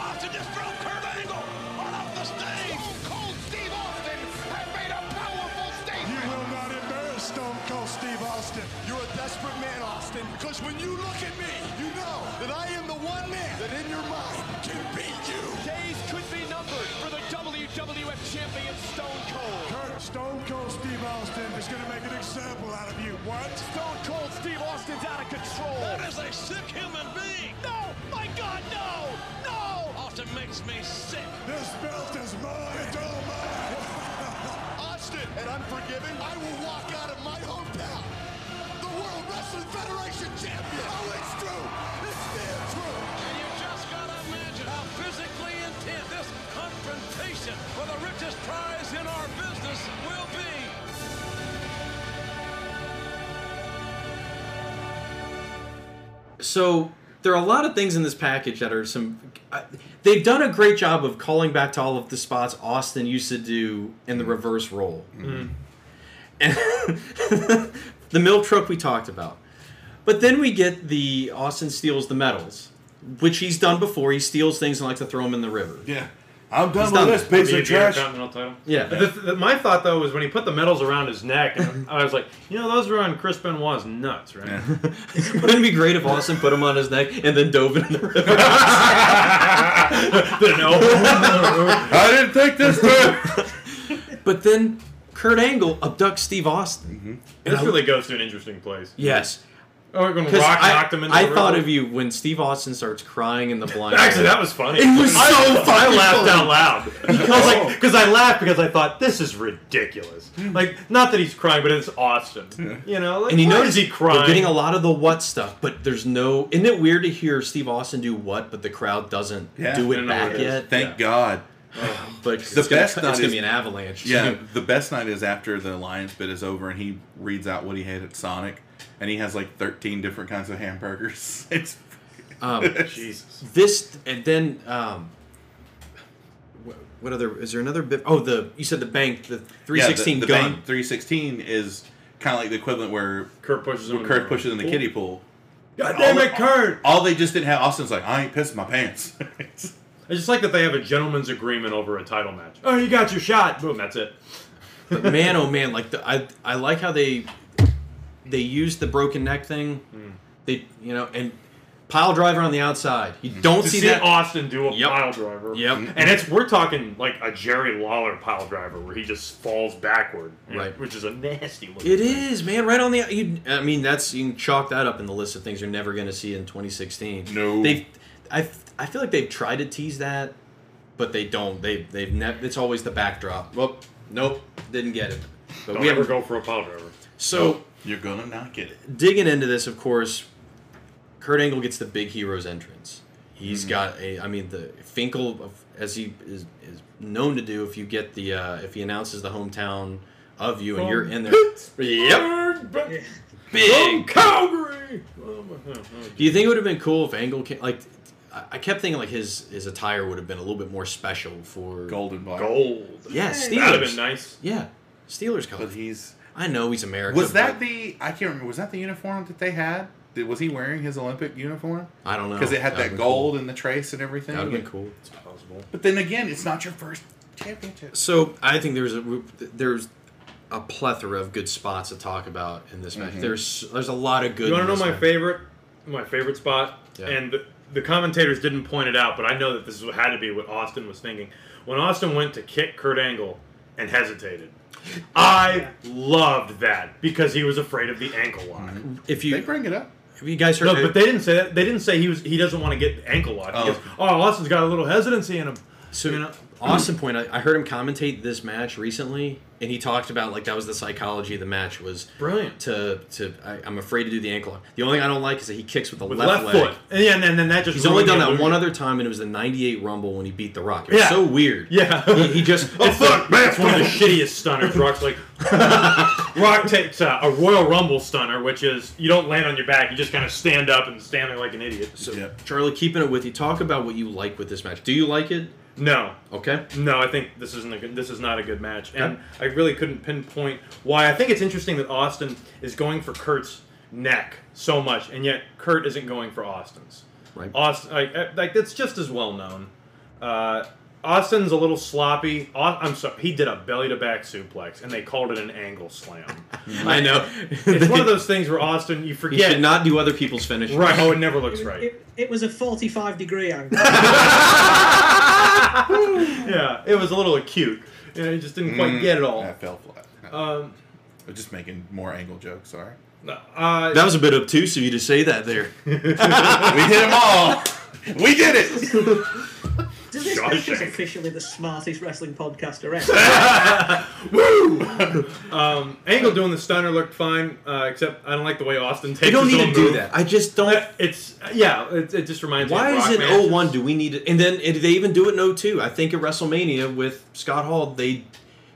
[SPEAKER 3] Austin just threw Kurt Angle on off the stage. Cold Steve Austin has made a powerful
[SPEAKER 12] You will not embarrass Stone Cold Steve Austin.
[SPEAKER 6] You're a desperate man, Austin, because when you look at me, you know that I am the one man that in your mind can beat you.
[SPEAKER 7] Days could be numbered for the WWF champion Stone Cold.
[SPEAKER 12] Kurt Stone Cold Steve Austin is gonna make an example out of you. What?
[SPEAKER 7] Stone Cold Steve Austin's out of control.
[SPEAKER 3] That is a sick human being.
[SPEAKER 7] No! My God, no! No!
[SPEAKER 3] Austin makes me sick.
[SPEAKER 12] This belt is mine. It's all mine.
[SPEAKER 6] Austin and Unforgiven, I will walk out of my hometown, the World Wrestling Federation champion. Oh, it's true. It's damn true.
[SPEAKER 3] And you just gotta imagine how physically intense this confrontation for the richest prize in our business will be.
[SPEAKER 9] So there are a lot of things in this package that are some. I, they've done a great job of calling back to all of the spots Austin used to do in the reverse roll. [LAUGHS] the mill trope we talked about. But then we get the Austin steals the medals, which he's done before. He steals things and likes to throw them in the river.
[SPEAKER 10] Yeah. I'm
[SPEAKER 8] done with this piece of trash.
[SPEAKER 9] Yeah.
[SPEAKER 8] The, the, my thought though was when he put the medals around his neck, and I was like, you know, those were on Chris Benoit's nuts, right?
[SPEAKER 9] [LAUGHS] Wouldn't it be great if Austin put him on his neck and then dove in the river?
[SPEAKER 8] [LAUGHS]
[SPEAKER 9] I
[SPEAKER 10] didn't think this
[SPEAKER 9] but then Kurt Angle abducts Steve Austin.
[SPEAKER 8] This really goes to an interesting place.
[SPEAKER 9] Yes.
[SPEAKER 8] Oh, we're going to
[SPEAKER 9] 'Cause
[SPEAKER 8] rock
[SPEAKER 9] I,
[SPEAKER 8] knocked him into
[SPEAKER 9] I
[SPEAKER 8] the
[SPEAKER 9] thought
[SPEAKER 8] river?
[SPEAKER 9] of you when Steve Austin starts crying in the blind.
[SPEAKER 8] Actually, that was funny.
[SPEAKER 9] It was so
[SPEAKER 8] I,
[SPEAKER 9] funny.
[SPEAKER 8] I laughed out loud Oh. because like because I laughed because I thought this is ridiculous. Like not that he's crying, but it's Austin. You know, like,
[SPEAKER 9] and you
[SPEAKER 8] why is
[SPEAKER 9] notice
[SPEAKER 8] he
[SPEAKER 9] We're
[SPEAKER 8] crying? [LAUGHS]
[SPEAKER 9] getting a lot of the what stuff, but there's no. Isn't it weird to hear Steve Austin do what, but the crowd doesn't
[SPEAKER 10] Yeah.
[SPEAKER 9] do
[SPEAKER 10] I
[SPEAKER 9] it
[SPEAKER 10] know what
[SPEAKER 9] back
[SPEAKER 10] it is.
[SPEAKER 9] yet?
[SPEAKER 10] Thank God.
[SPEAKER 9] But
[SPEAKER 10] the
[SPEAKER 9] it's gonna-
[SPEAKER 10] best
[SPEAKER 9] it's
[SPEAKER 10] night
[SPEAKER 9] gonna
[SPEAKER 10] is-
[SPEAKER 9] be an avalanche.
[SPEAKER 10] Yeah, the best night is after the Lions bit is over and he reads out what he had at Sonic, and he has like thirteen different kinds of hamburgers. [LAUGHS] It's
[SPEAKER 9] Um, [LAUGHS] This and then um, what, what other is there another bit? Oh, the you said the bank, the three sixteen
[SPEAKER 10] yeah, the, the
[SPEAKER 9] gun.
[SPEAKER 10] Three sixteen is kind of like the equivalent where
[SPEAKER 8] Kurt pushes
[SPEAKER 10] where
[SPEAKER 8] him in
[SPEAKER 10] Kurt
[SPEAKER 8] the Oh.
[SPEAKER 10] pushes in the
[SPEAKER 8] pool.
[SPEAKER 10] kiddie pool.
[SPEAKER 8] God
[SPEAKER 10] All
[SPEAKER 8] damn
[SPEAKER 10] they-
[SPEAKER 8] it, Kurt!
[SPEAKER 10] All they just didn't have. Austin's like, I ain't pissing my pants. [LAUGHS]
[SPEAKER 8] I just like that they have a gentleman's agreement over a title match. Oh, you got your shot. Boom, that's it.
[SPEAKER 9] But man, oh man, like the I I like how they they used the broken neck thing.
[SPEAKER 8] Mm.
[SPEAKER 9] They you know and pile driver on the outside. You don't
[SPEAKER 8] Mm-hmm. To
[SPEAKER 9] see, that.
[SPEAKER 8] Austin do a pile driver.
[SPEAKER 9] Yep.
[SPEAKER 8] And it's we're talking like a Jerry Lawler pile driver where he just falls backward,
[SPEAKER 9] Right.
[SPEAKER 8] Which is a nasty look.
[SPEAKER 9] It is, man. Right on the. You, I mean, that's you can chalk that up in the list of things you're never going to see in 2016.
[SPEAKER 10] No.
[SPEAKER 9] they. I. I feel like they've tried to tease that, but they don't. They. They've never. It's always the backdrop. Well, nope, didn't get it. But
[SPEAKER 8] Don't
[SPEAKER 9] we have
[SPEAKER 8] ever go for a pile driver.
[SPEAKER 9] So
[SPEAKER 10] you're gonna not get it.
[SPEAKER 9] digging into this, of course, Kurt Angle gets the big hero's entrance. He's
[SPEAKER 10] Mm-hmm.
[SPEAKER 9] got a, I mean, the Finkel, of- as he is, is known to do, if you get the, uh, if he announces the hometown of you and you're in there. yep. Big.
[SPEAKER 8] Calgary.
[SPEAKER 10] Oh
[SPEAKER 9] Do you think it would have been cool if Angle came, like, I I kept thinking like his his attire would have been a little bit more special for
[SPEAKER 10] gold and black.
[SPEAKER 8] Gold.
[SPEAKER 9] Yeah,
[SPEAKER 10] Hey.
[SPEAKER 9] Steelers.
[SPEAKER 10] That'd have been
[SPEAKER 8] nice.
[SPEAKER 9] Yeah, Steelers color.
[SPEAKER 10] But he's.
[SPEAKER 9] I know he's American.
[SPEAKER 10] Was that the? I can't remember. Was that the uniform that they had? Did, was he wearing his Olympic uniform?
[SPEAKER 9] I don't know.
[SPEAKER 10] Because it had
[SPEAKER 9] That'd
[SPEAKER 10] that
[SPEAKER 9] been
[SPEAKER 10] gold and the trace and everything.
[SPEAKER 9] That'd have been cool. It's
[SPEAKER 8] possible.
[SPEAKER 10] But then again, it's not your first championship.
[SPEAKER 9] So I think there's a there's a plethora of good spots to talk about in this match.
[SPEAKER 10] Mm-hmm.
[SPEAKER 8] Mhm.
[SPEAKER 9] There's there's a lot of good.
[SPEAKER 8] You want
[SPEAKER 9] in
[SPEAKER 8] to know
[SPEAKER 9] this
[SPEAKER 8] my
[SPEAKER 9] match.
[SPEAKER 8] favorite, my favorite spot,
[SPEAKER 9] Yeah.
[SPEAKER 8] and the, the commentators didn't point it out, but I know that this is what had to be what Austin was thinking when Austin went to kick Kurt Angle and hesitated. I loved that because he was afraid of the ankle lock.
[SPEAKER 9] If you they
[SPEAKER 10] bring it up,
[SPEAKER 9] have you guys heard?
[SPEAKER 8] No, but they didn't say that. They didn't say he was. He doesn't want to get ankle locked. He [CLEARS THROAT]
[SPEAKER 9] Oh.
[SPEAKER 8] goes, oh, Austin's got a little hesitancy in him.
[SPEAKER 9] So Austin point. I, I heard him commentate this match recently, and he talked about like that was the psychology of the match was
[SPEAKER 8] Brilliant.
[SPEAKER 9] To to I, I'm afraid to do the ankle. lock. The only thing I don't like is that he kicks with the
[SPEAKER 8] With left
[SPEAKER 9] left, leg.
[SPEAKER 8] foot. And yeah, and then- then that just
[SPEAKER 9] he's only
[SPEAKER 8] ruined
[SPEAKER 9] done
[SPEAKER 8] the
[SPEAKER 9] that one
[SPEAKER 8] illusion.
[SPEAKER 9] other time, and it was the '98 Rumble when he beat The Rock. It was
[SPEAKER 8] Yeah.
[SPEAKER 9] so weird.
[SPEAKER 8] Yeah.
[SPEAKER 9] he, he just
[SPEAKER 8] [LAUGHS] Oh,
[SPEAKER 9] it's
[SPEAKER 8] fuck,
[SPEAKER 9] the-
[SPEAKER 8] man,
[SPEAKER 9] it's one [LAUGHS] of the
[SPEAKER 8] shittiest stunners. Rock's
[SPEAKER 9] [LAUGHS]
[SPEAKER 8] like, Rock takes uh, a Royal Rumble stunner, which is you don't land on your back, you just kind of stand up and stand there like an idiot.
[SPEAKER 9] So, Charlie, keeping it with you, talk about what you like with this match. Do you like it?
[SPEAKER 8] No.
[SPEAKER 9] Okay.
[SPEAKER 8] No, I think this isn't a good, this is not a good match, and I really couldn't pinpoint why. I think it's interesting that Austin is going for Kurt's neck so much, and yet Kurt isn't going for Austin's.
[SPEAKER 9] Right.
[SPEAKER 8] Austin, like, uh, like that's just as well known. Uh, Austin's a little sloppy. Au- I'm sorry, he did a belly to back suplex, and they called it an angle
[SPEAKER 9] [LAUGHS]
[SPEAKER 8] slam.
[SPEAKER 9] I know.
[SPEAKER 8] Mm-hmm. it's one of
[SPEAKER 9] [LAUGHS]
[SPEAKER 8] those things where Austin, you
[SPEAKER 9] He
[SPEAKER 8] forget.
[SPEAKER 9] should not do other people's finishes.
[SPEAKER 8] Right.
[SPEAKER 9] [LAUGHS]
[SPEAKER 8] Oh, it never looks right.
[SPEAKER 11] It, it was a 45 degree angle.
[SPEAKER 8] yeah, it was a little acute, and I just didn't quite
[SPEAKER 10] Mm,
[SPEAKER 8] get it all.
[SPEAKER 10] That fell flat.
[SPEAKER 8] Um,
[SPEAKER 10] I'm just making more angle jokes. Sorry.
[SPEAKER 8] uh,
[SPEAKER 9] That was a bit obtuse of you to say that there.
[SPEAKER 10] we did them all. We did it.
[SPEAKER 11] So this this is officially the smartest wrestling podcast around.
[SPEAKER 8] Um, Angle doing the stunner looked fine, uh, except I don't like the way Austin takes.
[SPEAKER 9] You don't
[SPEAKER 8] his
[SPEAKER 9] need
[SPEAKER 8] own
[SPEAKER 9] to do
[SPEAKER 8] move. Uh,
[SPEAKER 9] that. I just don't.
[SPEAKER 8] It's yeah. It, it just reminds
[SPEAKER 9] Why
[SPEAKER 8] me. of
[SPEAKER 9] is
[SPEAKER 8] Rock
[SPEAKER 9] it
[SPEAKER 8] matches.
[SPEAKER 9] 01? Do we need it? And then and they even do it in 02. I think at WrestleMania with Scott Hall, they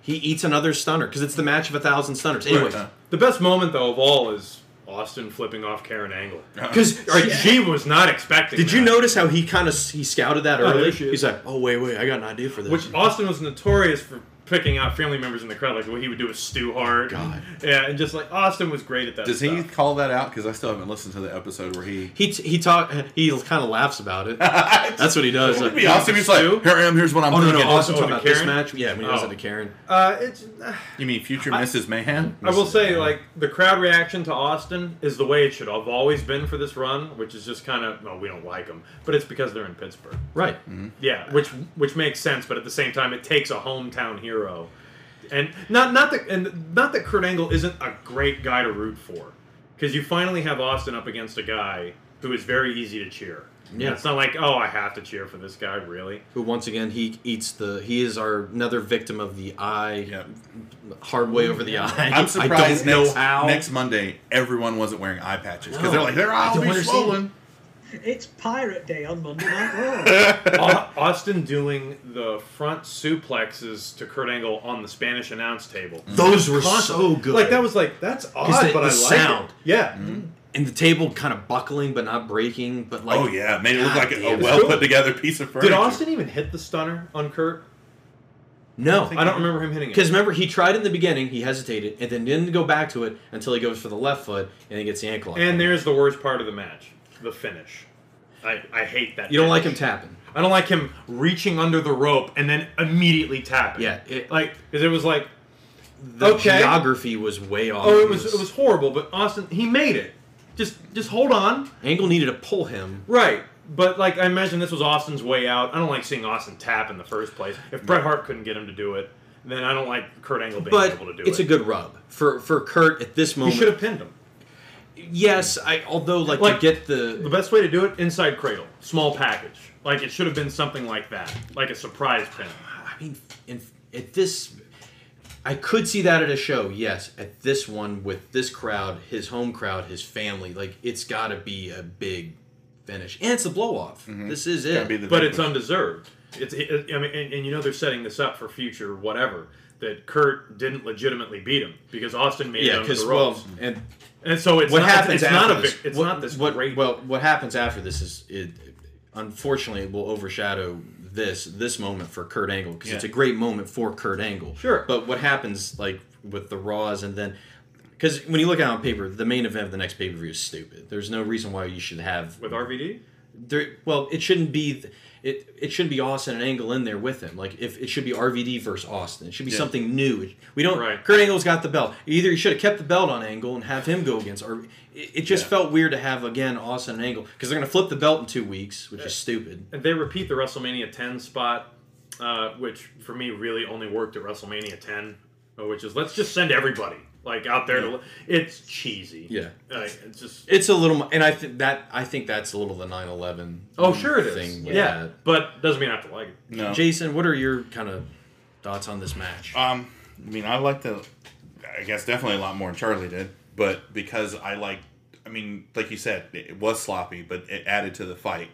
[SPEAKER 9] he eats another stunner because it's the match of a thousand stunners. Anyway,
[SPEAKER 8] Right. Uh-huh. the best moment though of all is Austin flipping off Karen Angle
[SPEAKER 9] 'Cause-
[SPEAKER 8] All right, [LAUGHS] she was not expecting.
[SPEAKER 9] did you notice how he kind of he scouted that
[SPEAKER 8] Oh, there
[SPEAKER 9] early?
[SPEAKER 8] she is.
[SPEAKER 9] He's like, oh wait, wait, I got an idea for this.
[SPEAKER 8] Which Austin was notorious for picking out family members in the crowd, like what he would do with Stu Hart.
[SPEAKER 10] God.
[SPEAKER 8] Yeah, and just like Austin was great at that.
[SPEAKER 10] Does
[SPEAKER 8] stuff.
[SPEAKER 10] he call that out? Because I still haven't listened to the episode where he
[SPEAKER 9] he t- he talk he kind of laughs about
[SPEAKER 10] [LAUGHS]
[SPEAKER 9] it. That's what he does.
[SPEAKER 10] It'd be awesome. He's like, here I am. Here's what I'm
[SPEAKER 9] oh,
[SPEAKER 10] thinking.
[SPEAKER 9] No, no, Austin
[SPEAKER 10] Oh,
[SPEAKER 9] talking
[SPEAKER 10] to
[SPEAKER 9] about this
[SPEAKER 10] Karen?
[SPEAKER 9] match. Yeah, when he does
[SPEAKER 10] Oh.
[SPEAKER 9] it to Karen.
[SPEAKER 8] Uh, it's.
[SPEAKER 10] You mean future Mrs. Mayhem?
[SPEAKER 8] I will say, like, the crowd reaction to Austin is the way it should have always been for this run, which is just kind of, well, we don't like them, but it's because they're in Pittsburgh.
[SPEAKER 9] Right.
[SPEAKER 10] Hmm.
[SPEAKER 8] Yeah, which which makes sense, but at the same time, it takes a hometown hero, and not not that and not that Kurt Angle isn't a great guy to root for, because you finally have Austin up against a guy who is very easy to cheer.
[SPEAKER 9] Yeah.
[SPEAKER 8] it's not like oh, I have to cheer for this guy,
[SPEAKER 9] [LAUGHS]
[SPEAKER 8] really.
[SPEAKER 9] Who once again he eats the he is our another victim of the eye hard way over the eye.
[SPEAKER 10] I'm surprised
[SPEAKER 9] [LAUGHS] I don't know
[SPEAKER 10] next,
[SPEAKER 9] how.
[SPEAKER 10] next Monday everyone wasn't wearing eye patches because
[SPEAKER 9] No.
[SPEAKER 10] they're like they're
[SPEAKER 9] I
[SPEAKER 10] all
[SPEAKER 9] don't
[SPEAKER 10] be
[SPEAKER 9] understand.
[SPEAKER 10] swollen.
[SPEAKER 11] It's Pirate Day on Monday Night Raw.
[SPEAKER 8] Au- Austin doing the front suplexes to Kurt Angle on the Spanish announce table.
[SPEAKER 9] Those were so good.
[SPEAKER 8] Like that was like that's odd,
[SPEAKER 9] 'Cause the-
[SPEAKER 8] but
[SPEAKER 9] the
[SPEAKER 8] I like
[SPEAKER 9] sound. Mm-hmm.
[SPEAKER 8] it. Yeah.
[SPEAKER 9] and the table kind of buckling but not breaking, but like
[SPEAKER 10] oh yeah, made it look
[SPEAKER 9] God
[SPEAKER 10] like a
[SPEAKER 9] damn.
[SPEAKER 10] well put together piece of furniture.
[SPEAKER 8] Did Austin even hit the stunner on Kurt?
[SPEAKER 9] No,
[SPEAKER 8] I don't remember him hitting it.
[SPEAKER 9] Because remember, he tried in the beginning, he hesitated, and then didn't go back to it until he goes for the left foot and he gets the ankle. lock.
[SPEAKER 8] And there's the worst part of the match, the finish. I, I hate that.
[SPEAKER 9] You don't like
[SPEAKER 8] finish.
[SPEAKER 9] him tapping.
[SPEAKER 8] I don't like him reaching under the rope and then immediately tapping.
[SPEAKER 9] Yeah, it-
[SPEAKER 8] like because it was like
[SPEAKER 9] The
[SPEAKER 8] okay.
[SPEAKER 9] geography was way off.
[SPEAKER 8] oh, it was it was horrible. But Austin, he made it. Just just hold on.
[SPEAKER 9] Angle needed to pull him.
[SPEAKER 8] Right. But like I imagine this was Austin's way out. I don't like seeing Austin tap in the first place. If Bret Hart couldn't get him to do it, then I don't like Kurt Angle being
[SPEAKER 9] but
[SPEAKER 8] able to do
[SPEAKER 9] it's
[SPEAKER 8] it.
[SPEAKER 9] a good rub for for Kurt at this
[SPEAKER 8] He
[SPEAKER 9] moment.
[SPEAKER 8] should have pinned him.
[SPEAKER 9] Yes, I although like,
[SPEAKER 8] Like-
[SPEAKER 9] to get the
[SPEAKER 8] The best way to do it inside cradle, small package. Like it should have been something like that, like a surprise pin.
[SPEAKER 9] I mean, in, at this, I could see that at a show. Yes, at this one with this crowd, his home crowd, his family, like it's got to be a big finish, and it's a blow off. This is it.
[SPEAKER 8] but it's undeserved. It's it, I mean, and, and you know they're setting this up for future whatever that Kurt didn't legitimately beat him because Austin made
[SPEAKER 9] yeah,
[SPEAKER 8] him the
[SPEAKER 9] because
[SPEAKER 8] ropes.
[SPEAKER 9] well, and
[SPEAKER 8] and so it's
[SPEAKER 9] what
[SPEAKER 8] not,
[SPEAKER 9] happens
[SPEAKER 8] It's
[SPEAKER 9] after
[SPEAKER 8] not a
[SPEAKER 9] this?
[SPEAKER 8] vic- It's
[SPEAKER 9] what,
[SPEAKER 8] not this
[SPEAKER 9] what,
[SPEAKER 8] great.
[SPEAKER 9] Well, what happens after this is it. Unfortunately, it will overshadow this this moment for Kurt Angle because it's a
[SPEAKER 8] Yeah.
[SPEAKER 9] great moment for Kurt Angle.
[SPEAKER 8] Sure.
[SPEAKER 9] But what happens like with the Raws and then because when you look at it on paper, the main event of the next pay per view is stupid. There's no reason why you should have
[SPEAKER 8] with RVD.
[SPEAKER 9] there, well, it shouldn't be th- it. It shouldn't be Austin and Angle in there with him. Like if it should be RVD versus Austin, it should be
[SPEAKER 8] Yeah.
[SPEAKER 9] something new. It- We don't.
[SPEAKER 8] Right.
[SPEAKER 9] Kurt Angle's got the belt. Either you should have kept the belt on Angle and have him go against. Or it, it just felt weird to have again Austin and Angle because they're going to flip the belt in two weeks, which is stupid.
[SPEAKER 8] And they repeat the WrestleMania 10 spot, uh, which for me really only worked at WrestleMania 10. which is let's just send everybody like out there to. It's cheesy.
[SPEAKER 9] Yeah.
[SPEAKER 8] Like, it's just.
[SPEAKER 9] It's a little, mo- and I think that I think that's a little the 9/11.
[SPEAKER 8] Oh, sure it is.
[SPEAKER 9] with
[SPEAKER 8] Yeah.
[SPEAKER 9] that.
[SPEAKER 8] But doesn't mean I have to like it. No.
[SPEAKER 9] Jason, what are your kind of thoughts on this match?
[SPEAKER 10] Um, I mean, I like the, I guess definitely a lot more than Charlie did, but because I like, I mean, like you said, it was sloppy, but it added to the fight.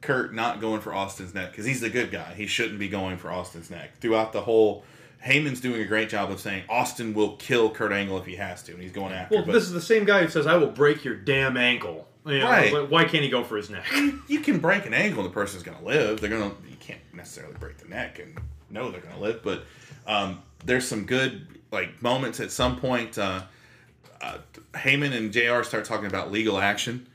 [SPEAKER 10] Kurt not going for Austin's neck because he's the good guy. He shouldn't be going for Austin's neck throughout the whole. Heyman's doing a great job of saying Austin will kill Kurt Angle if he has to, and he's going after.
[SPEAKER 8] Well,
[SPEAKER 10] but
[SPEAKER 8] this is the same guy who says, "I will break your damn ankle." You know,
[SPEAKER 10] Right.
[SPEAKER 8] like, why can't he go for his neck?
[SPEAKER 10] you can break an ankle and the person's going to live. They're going to you can't necessarily break the neck and know they're going to live, but um, there's some good like moments at some point. Uh, uh, Heyman and Jr. start talking about legal action,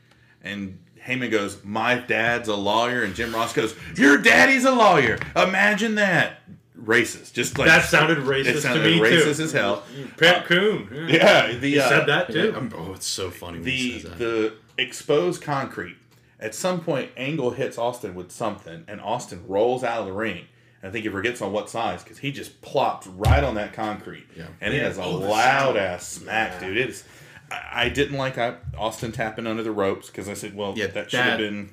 [SPEAKER 10] and Heyman goes, "My dad's a lawyer," and Jim Ross goes, "Your daddy's a lawyer." Imagine that. Racist, just like
[SPEAKER 8] That sounded racist
[SPEAKER 10] It
[SPEAKER 8] to
[SPEAKER 10] sounded
[SPEAKER 8] me, too.
[SPEAKER 10] racist as hell.
[SPEAKER 8] [LAUGHS] Pat Coon.
[SPEAKER 10] Yeah, the,
[SPEAKER 8] he
[SPEAKER 10] uh,
[SPEAKER 8] said that too.
[SPEAKER 9] oh, it's so funny. When he
[SPEAKER 10] the
[SPEAKER 9] says that.
[SPEAKER 10] the exposed concrete. At some point, Angle hits Austin with something, and Austin rolls out of the ring. And I think he forgets on what size because he just plopped right on that concrete,
[SPEAKER 9] Yeah.
[SPEAKER 10] and it
[SPEAKER 9] Yeah.
[SPEAKER 10] is a
[SPEAKER 9] Oh, the
[SPEAKER 10] loud
[SPEAKER 9] sound.
[SPEAKER 10] ass smack,
[SPEAKER 9] Yeah.
[SPEAKER 10] dude. It's I, I didn't like I, Austin tapping under the ropes because I said, well, that should have
[SPEAKER 9] that-
[SPEAKER 10] been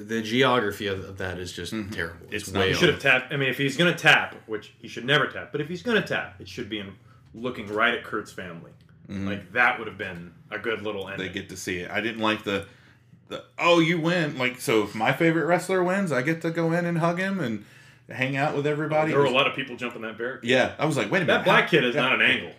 [SPEAKER 9] the geography of, of that is just terrible. It's,
[SPEAKER 8] It's not-
[SPEAKER 9] way
[SPEAKER 8] he
[SPEAKER 9] off.
[SPEAKER 8] should have tapped. I mean, if he's going to tap, which he should never tap, but if he's going to tap, it should be in looking right at Kurt's family.
[SPEAKER 10] Mhm.
[SPEAKER 8] Like that would have been a good little ending.
[SPEAKER 10] they get to see it. I didn't like the the oh you win like so if my favorite wrestler wins, I get to go in and hug him and hang out with everybody.
[SPEAKER 8] there were a lot of people jumping that barricade.
[SPEAKER 10] Yeah, I was like, wait a minute,
[SPEAKER 8] That black
[SPEAKER 10] how-
[SPEAKER 8] kid is
[SPEAKER 10] that-
[SPEAKER 8] not an
[SPEAKER 10] [LAUGHS]
[SPEAKER 8] angle.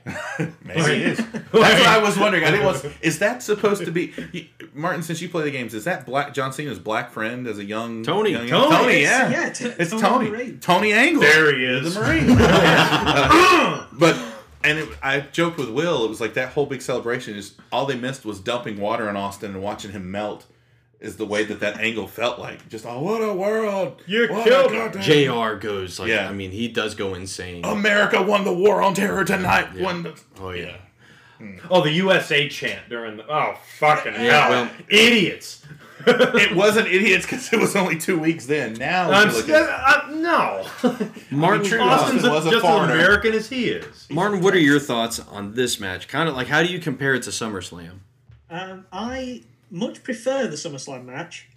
[SPEAKER 10] Maybe it is. [LAUGHS] That's what I was wondering. I didn't
[SPEAKER 9] [LAUGHS]
[SPEAKER 10] want. Is that supposed to be you, Martin? Since you play the games, is that Black John Cena's black friend as a young
[SPEAKER 9] Tony.
[SPEAKER 10] Young,
[SPEAKER 9] Tony. It's-
[SPEAKER 10] yeah,
[SPEAKER 9] yeah, t-
[SPEAKER 10] it's
[SPEAKER 9] Tony
[SPEAKER 10] Tony.
[SPEAKER 9] the Marine.
[SPEAKER 10] Tony Angle.
[SPEAKER 8] There he is.
[SPEAKER 10] The Marine. Uh, but and it, I joked with Will. It was like that whole big celebration is all they missed was dumping water on Austin and watching him melt. Is the way that that angle felt like. Just oh, what a world! You
[SPEAKER 9] killed Jr. goes like,
[SPEAKER 10] Yeah. Oh,
[SPEAKER 9] I mean, he does go insane.
[SPEAKER 10] America won the war on terror tonight.
[SPEAKER 9] Yeah.
[SPEAKER 10] Won the
[SPEAKER 9] Oh yeah.
[SPEAKER 8] Oh, the USA chant during the oh fucking
[SPEAKER 10] Yeah,
[SPEAKER 8] hell,
[SPEAKER 10] well-
[SPEAKER 8] idiots!
[SPEAKER 10] it wasn't idiots because it was only two weeks then. Now
[SPEAKER 8] I'm
[SPEAKER 10] if you look
[SPEAKER 8] st-
[SPEAKER 10] at it-
[SPEAKER 8] uh, [LAUGHS] no.
[SPEAKER 9] Martin
[SPEAKER 8] I mean,
[SPEAKER 9] Truman
[SPEAKER 8] Austin's
[SPEAKER 9] was a
[SPEAKER 8] just
[SPEAKER 9] foreigner.
[SPEAKER 8] as American as he is.
[SPEAKER 9] Martin, what are your thoughts on this match? Kind of like, how do you compare it to SummerSlam?
[SPEAKER 11] Um, I much prefer the SummerSlam match,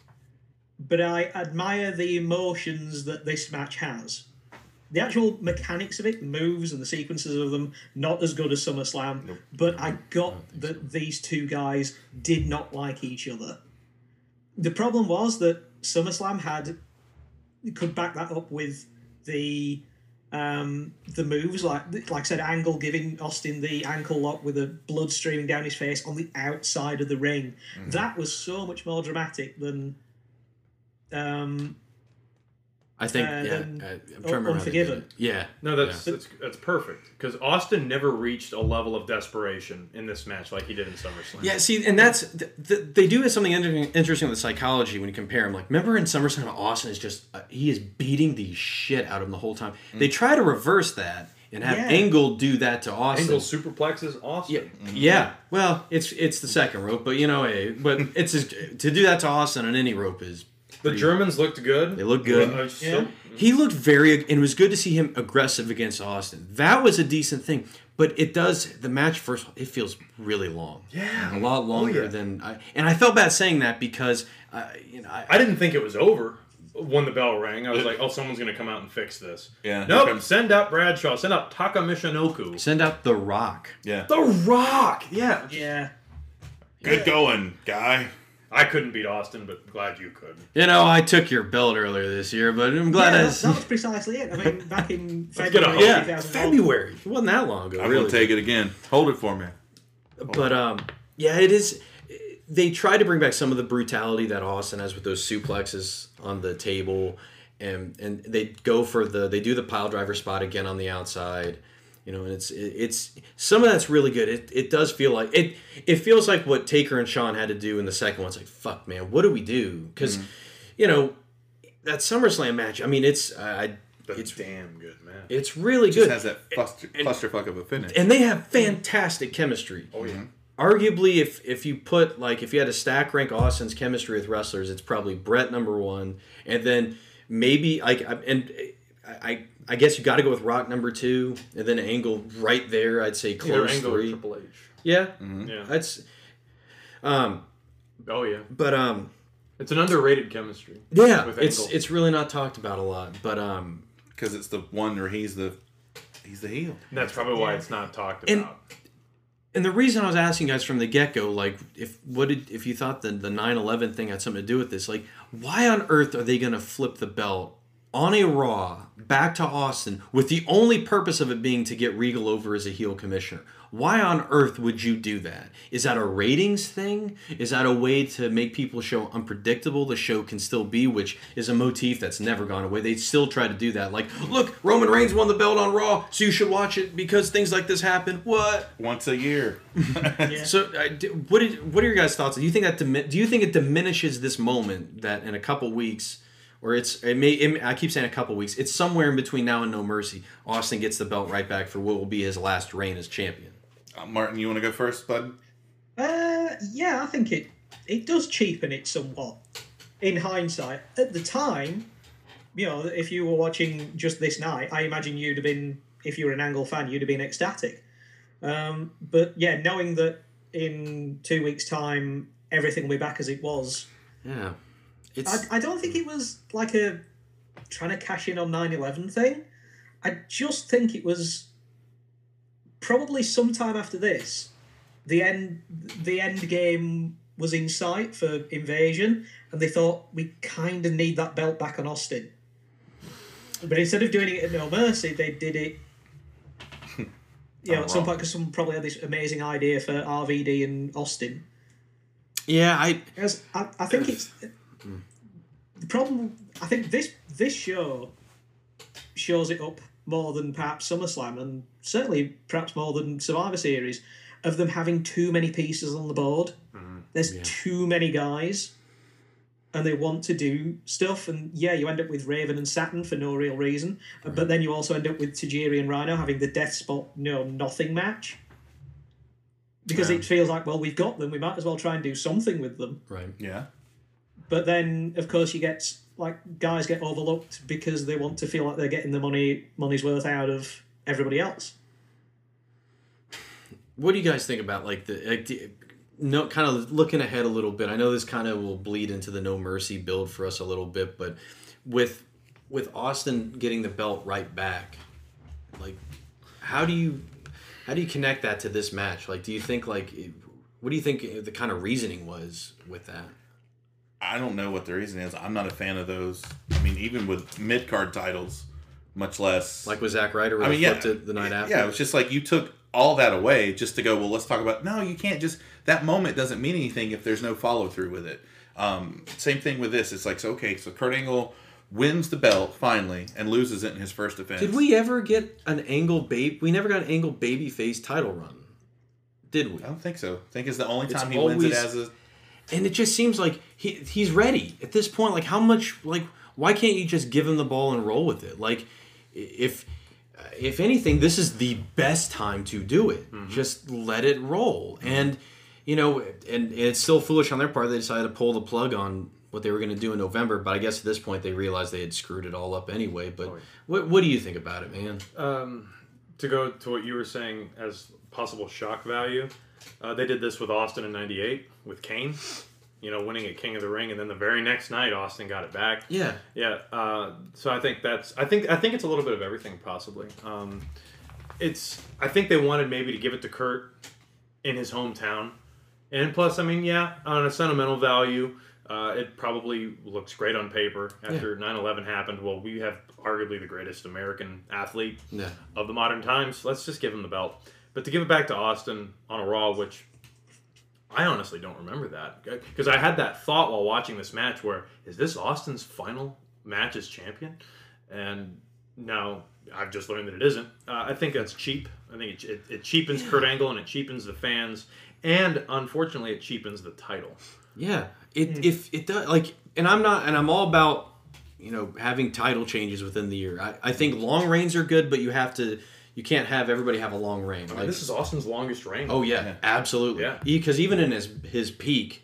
[SPEAKER 11] but I admire the emotions that this match has. The actual mechanics of it, the moves and the sequences of them, not as good as SummerSlam, but I got that these two guys did not like each other. The problem was that SummerSlam had could back that up with the um, the moves, like like I said, Angle giving Austin the ankle lock with the blood streaming down his face on the outside of the ring.
[SPEAKER 9] Mm-hmm.
[SPEAKER 13] Mhm.
[SPEAKER 11] That was so much more dramatic than. Um,
[SPEAKER 9] I think.
[SPEAKER 11] uh,
[SPEAKER 9] yeah,
[SPEAKER 11] than
[SPEAKER 9] I, I'm trying to
[SPEAKER 11] Un-
[SPEAKER 9] remember. how they did
[SPEAKER 11] Unforgiven.
[SPEAKER 9] it. Yeah.
[SPEAKER 8] No, that's
[SPEAKER 9] yeah.
[SPEAKER 8] that's, that's perfect because Austin never reached a level of desperation in this match like he did in SummerSlam.
[SPEAKER 9] Yeah, see, and that's th- th- they do something inter- interesting with psychology when you compare him. Like, remember in SummerSlam, Austin is just uh, he is beating the shit out of him the whole time. They try to reverse that and have
[SPEAKER 8] Yeah.
[SPEAKER 9] Angle do that to Austin.
[SPEAKER 8] Angle superplexes Austin.
[SPEAKER 9] Yeah, well, it's it's the second rope, but you know, eh, but it's just, to do that to Austin on any rope is.
[SPEAKER 8] The Germans looked good.
[SPEAKER 9] They looked good.
[SPEAKER 8] Yeah, I just- Yeah.
[SPEAKER 9] He looked very, and it was good to see him aggressive against Austin. That was a decent thing, but it does the match first. It feels really long.
[SPEAKER 8] Yeah.
[SPEAKER 9] a lot longer
[SPEAKER 8] yeah.
[SPEAKER 9] than I. And I felt bad saying that because uh, you know I,
[SPEAKER 8] I didn't think it was over when the bell rang. I was like, oh, someone's gonna come out and fix this.
[SPEAKER 9] Yeah.
[SPEAKER 8] Nope.
[SPEAKER 9] Okay.
[SPEAKER 8] Send out Bradshaw. Send out Taka Michinoku.
[SPEAKER 9] send out the Rock.
[SPEAKER 10] Yeah,
[SPEAKER 8] The Rock. Yeah.
[SPEAKER 11] Yeah.
[SPEAKER 10] Good going, guy.
[SPEAKER 8] I couldn't beat Austin, but glad you could.
[SPEAKER 9] You know, I took your belt earlier this year, but I'm glad
[SPEAKER 11] yeah,
[SPEAKER 9] I.
[SPEAKER 11] that,
[SPEAKER 9] [LAUGHS]
[SPEAKER 11] that was precisely it. I mean, back in
[SPEAKER 9] Let's get a hold.
[SPEAKER 11] February
[SPEAKER 9] Yeah,
[SPEAKER 11] 2001.
[SPEAKER 9] February. It wasn't that long ago.
[SPEAKER 10] I'm
[SPEAKER 9] really.
[SPEAKER 10] gonna take it again. Hold it for me.
[SPEAKER 9] But um, yeah, it is. They try to bring back some of the brutality that Austin has with those suplexes on the table, and and they go for the they do the pile driver spot again on the outside, you know, and it's it's some of that's really good. It it does feel like it it feels like what Taker and Sean had to do in the second one. It's like fuck, man, what do we do? Because
[SPEAKER 10] Mm-hmm.
[SPEAKER 9] you know that SummerSlam match. I mean, it's I. It's
[SPEAKER 8] damn good, man.
[SPEAKER 9] It's really
[SPEAKER 10] Just
[SPEAKER 9] good.
[SPEAKER 10] has that cluster, clusterfuck of a finish.
[SPEAKER 9] And they have fantastic chemistry. Oh
[SPEAKER 8] Mm-hmm.
[SPEAKER 9] yeah. Arguably, if if you put like if you had to stack rank Austin's chemistry with wrestlers, it's probably Brett number one, and then maybe like I- and I, I- I guess you got to go with Rock number two, and then Angle right there. I'd say close
[SPEAKER 8] Angle or
[SPEAKER 9] three.
[SPEAKER 8] Triple H.
[SPEAKER 9] Yeah,
[SPEAKER 8] Mhm. Yeah.
[SPEAKER 9] That's. Um,
[SPEAKER 8] Oh yeah.
[SPEAKER 9] but um,
[SPEAKER 8] It's an underrated chemistry.
[SPEAKER 9] yeah,
[SPEAKER 8] with
[SPEAKER 9] it's
[SPEAKER 8] Angle.
[SPEAKER 9] it's really not talked about a lot, but um,
[SPEAKER 10] because it's the one where he's the he's the heel.
[SPEAKER 8] That's probably why it's not talked about.
[SPEAKER 9] and and the reason I was asking you guys from the get go, like, if what did if you thought that the 9-11 thing had something to do with this, like, why on earth are they gonna flip the belt on a Raw back to Austin with the only purpose of it being to get Regal over as a heel commissioner? Why on earth would you do that? Is that a ratings thing? Is that a way to make people show unpredictable the show can still be, which is a motif that's never gone away? They still try to do that. Like, look, Roman Reigns won the belt on Raw, so you should watch it because things like this happen. What?
[SPEAKER 10] Once a year.
[SPEAKER 9] So, I d what did, what are your guys' thoughts? Do you think that dimi- do you think it diminishes this moment that in a couple weeks, or it's it may it, may- I keep saying a couple weeks, it's somewhere in between now and No Mercy. Austin gets the belt right back for what will be his last reign as champion.
[SPEAKER 10] Uh, Martin, you want to go first, bud?
[SPEAKER 11] Uh, yeah, I think it it does cheapen it somewhat in hindsight. At the time, you know, if you were watching just this night, I imagine you'd have been, if you were an Angle fan, you'd have been ecstatic. Um, but yeah, knowing that in two weeks' time everything will be back as it was,
[SPEAKER 9] Yeah,
[SPEAKER 11] I, I don't think it was like a trying to cash in on 9 11 thing. I just think it was probably sometime after this. The end, the end game was in sight for Invasion, and they thought we kind of need that belt back on Austin. But instead of doing it at No Mercy, they did it. You know,
[SPEAKER 9] On
[SPEAKER 11] at some
[SPEAKER 9] Raw.
[SPEAKER 11] point, because someone probably had this amazing idea for RVD and Austin.
[SPEAKER 9] yeah, I
[SPEAKER 11] Yes, I, I think it's the problem. I think this this show shows it up more than perhaps SummerSlam, and certainly perhaps more than Survivor Series, of them having too many pieces on the board. There's too many guys, and they want to do stuff. And yeah, you end up with Raven and Saturn for no real reason, but then you also end up with Tajiri and Rhino having the Death Spot No Nothing match. Because
[SPEAKER 9] Yeah.
[SPEAKER 11] it feels like, well, we've got them. We might as well try and do something with them.
[SPEAKER 9] right.
[SPEAKER 10] Yeah.
[SPEAKER 11] But then, of course, you get like guys get overlooked because they want to feel like they're getting the money money's worth out of everybody else.
[SPEAKER 9] What do you guys think about like the like, the- no kind of looking ahead a little bit? I know this kind of will bleed into the No Mercy build for us a little bit, but with with Austin getting the belt right back, like how do you how do you connect that to this match? Like, do you think like it- what do you think the kind of reasoning was with that?
[SPEAKER 10] I don't know what the reason is. I'm not a fan of those. I mean, even with mid card titles, much less
[SPEAKER 9] Like with Zack Ryder, when
[SPEAKER 10] I mean,
[SPEAKER 9] he
[SPEAKER 10] yeah,
[SPEAKER 9] flipped it the night
[SPEAKER 10] yeah,
[SPEAKER 9] after.
[SPEAKER 10] Yeah, it was just like you took all that away just to go. Well, let's talk about. No, you can't just. That moment doesn't mean anything if there's no follow through with it. Um, same thing with this. It's like so, okay, so Kurt Angle wins the belt finally and loses it in his first defense.
[SPEAKER 9] Did we ever get an angle babe? We never got an angle baby face title run, did we? I
[SPEAKER 10] don't think so. I think it's the only
[SPEAKER 9] It's
[SPEAKER 10] time he wins it
[SPEAKER 9] always-
[SPEAKER 10] as a.
[SPEAKER 9] and it just seems like he he's ready at this point. Like how much like why can't you just give him the ball and roll with it? Like if uh, if anything, this is the best time to do it. Just let it roll, and you know, and, and it's still foolish on their part. They decided to pull the plug on what they were going to do in November, but I guess at this point they realized they had screwed it all up anyway. But what what do you think about it, man?
[SPEAKER 8] um, to go to what you were saying as possible shock value, uh, they did this with Austin in '98 with Kane, you know, winning at King of the Ring, and then the very next night Austin got it back.
[SPEAKER 9] Yeah.
[SPEAKER 8] yeah. Uh, so I think that's I think I think it's a little bit of everything possibly. Um, it's I think they wanted maybe to give it to Kurt in his hometown, and plus I mean yeah on a sentimental value. Uh, it probably looks great on paper after 9-11 happened well we have arguably the greatest american athlete
[SPEAKER 9] Yeah.
[SPEAKER 8] of the modern times. Let's just give him the belt. But to give it back to Austin on a Raw, which I honestly don't remember that because I had that thought while watching this match: where is this Austin's final match as champion? And now I've just learned that it isn't. Uh, I think that's cheap. I think it, it, it cheapens Kurt Angle and it cheapens the fans, and unfortunately, it cheapens the title.
[SPEAKER 9] Yeah, it
[SPEAKER 8] Hmm.
[SPEAKER 9] if it does like, and I'm not, and I'm all about you know having title changes within the year. I, I think long reigns are good, but you have to you can't have everybody have a long reign.
[SPEAKER 8] I mean, Oh, this is Austin's longest reign.
[SPEAKER 9] oh yeah, absolutely. Yeah, because even in his his peak,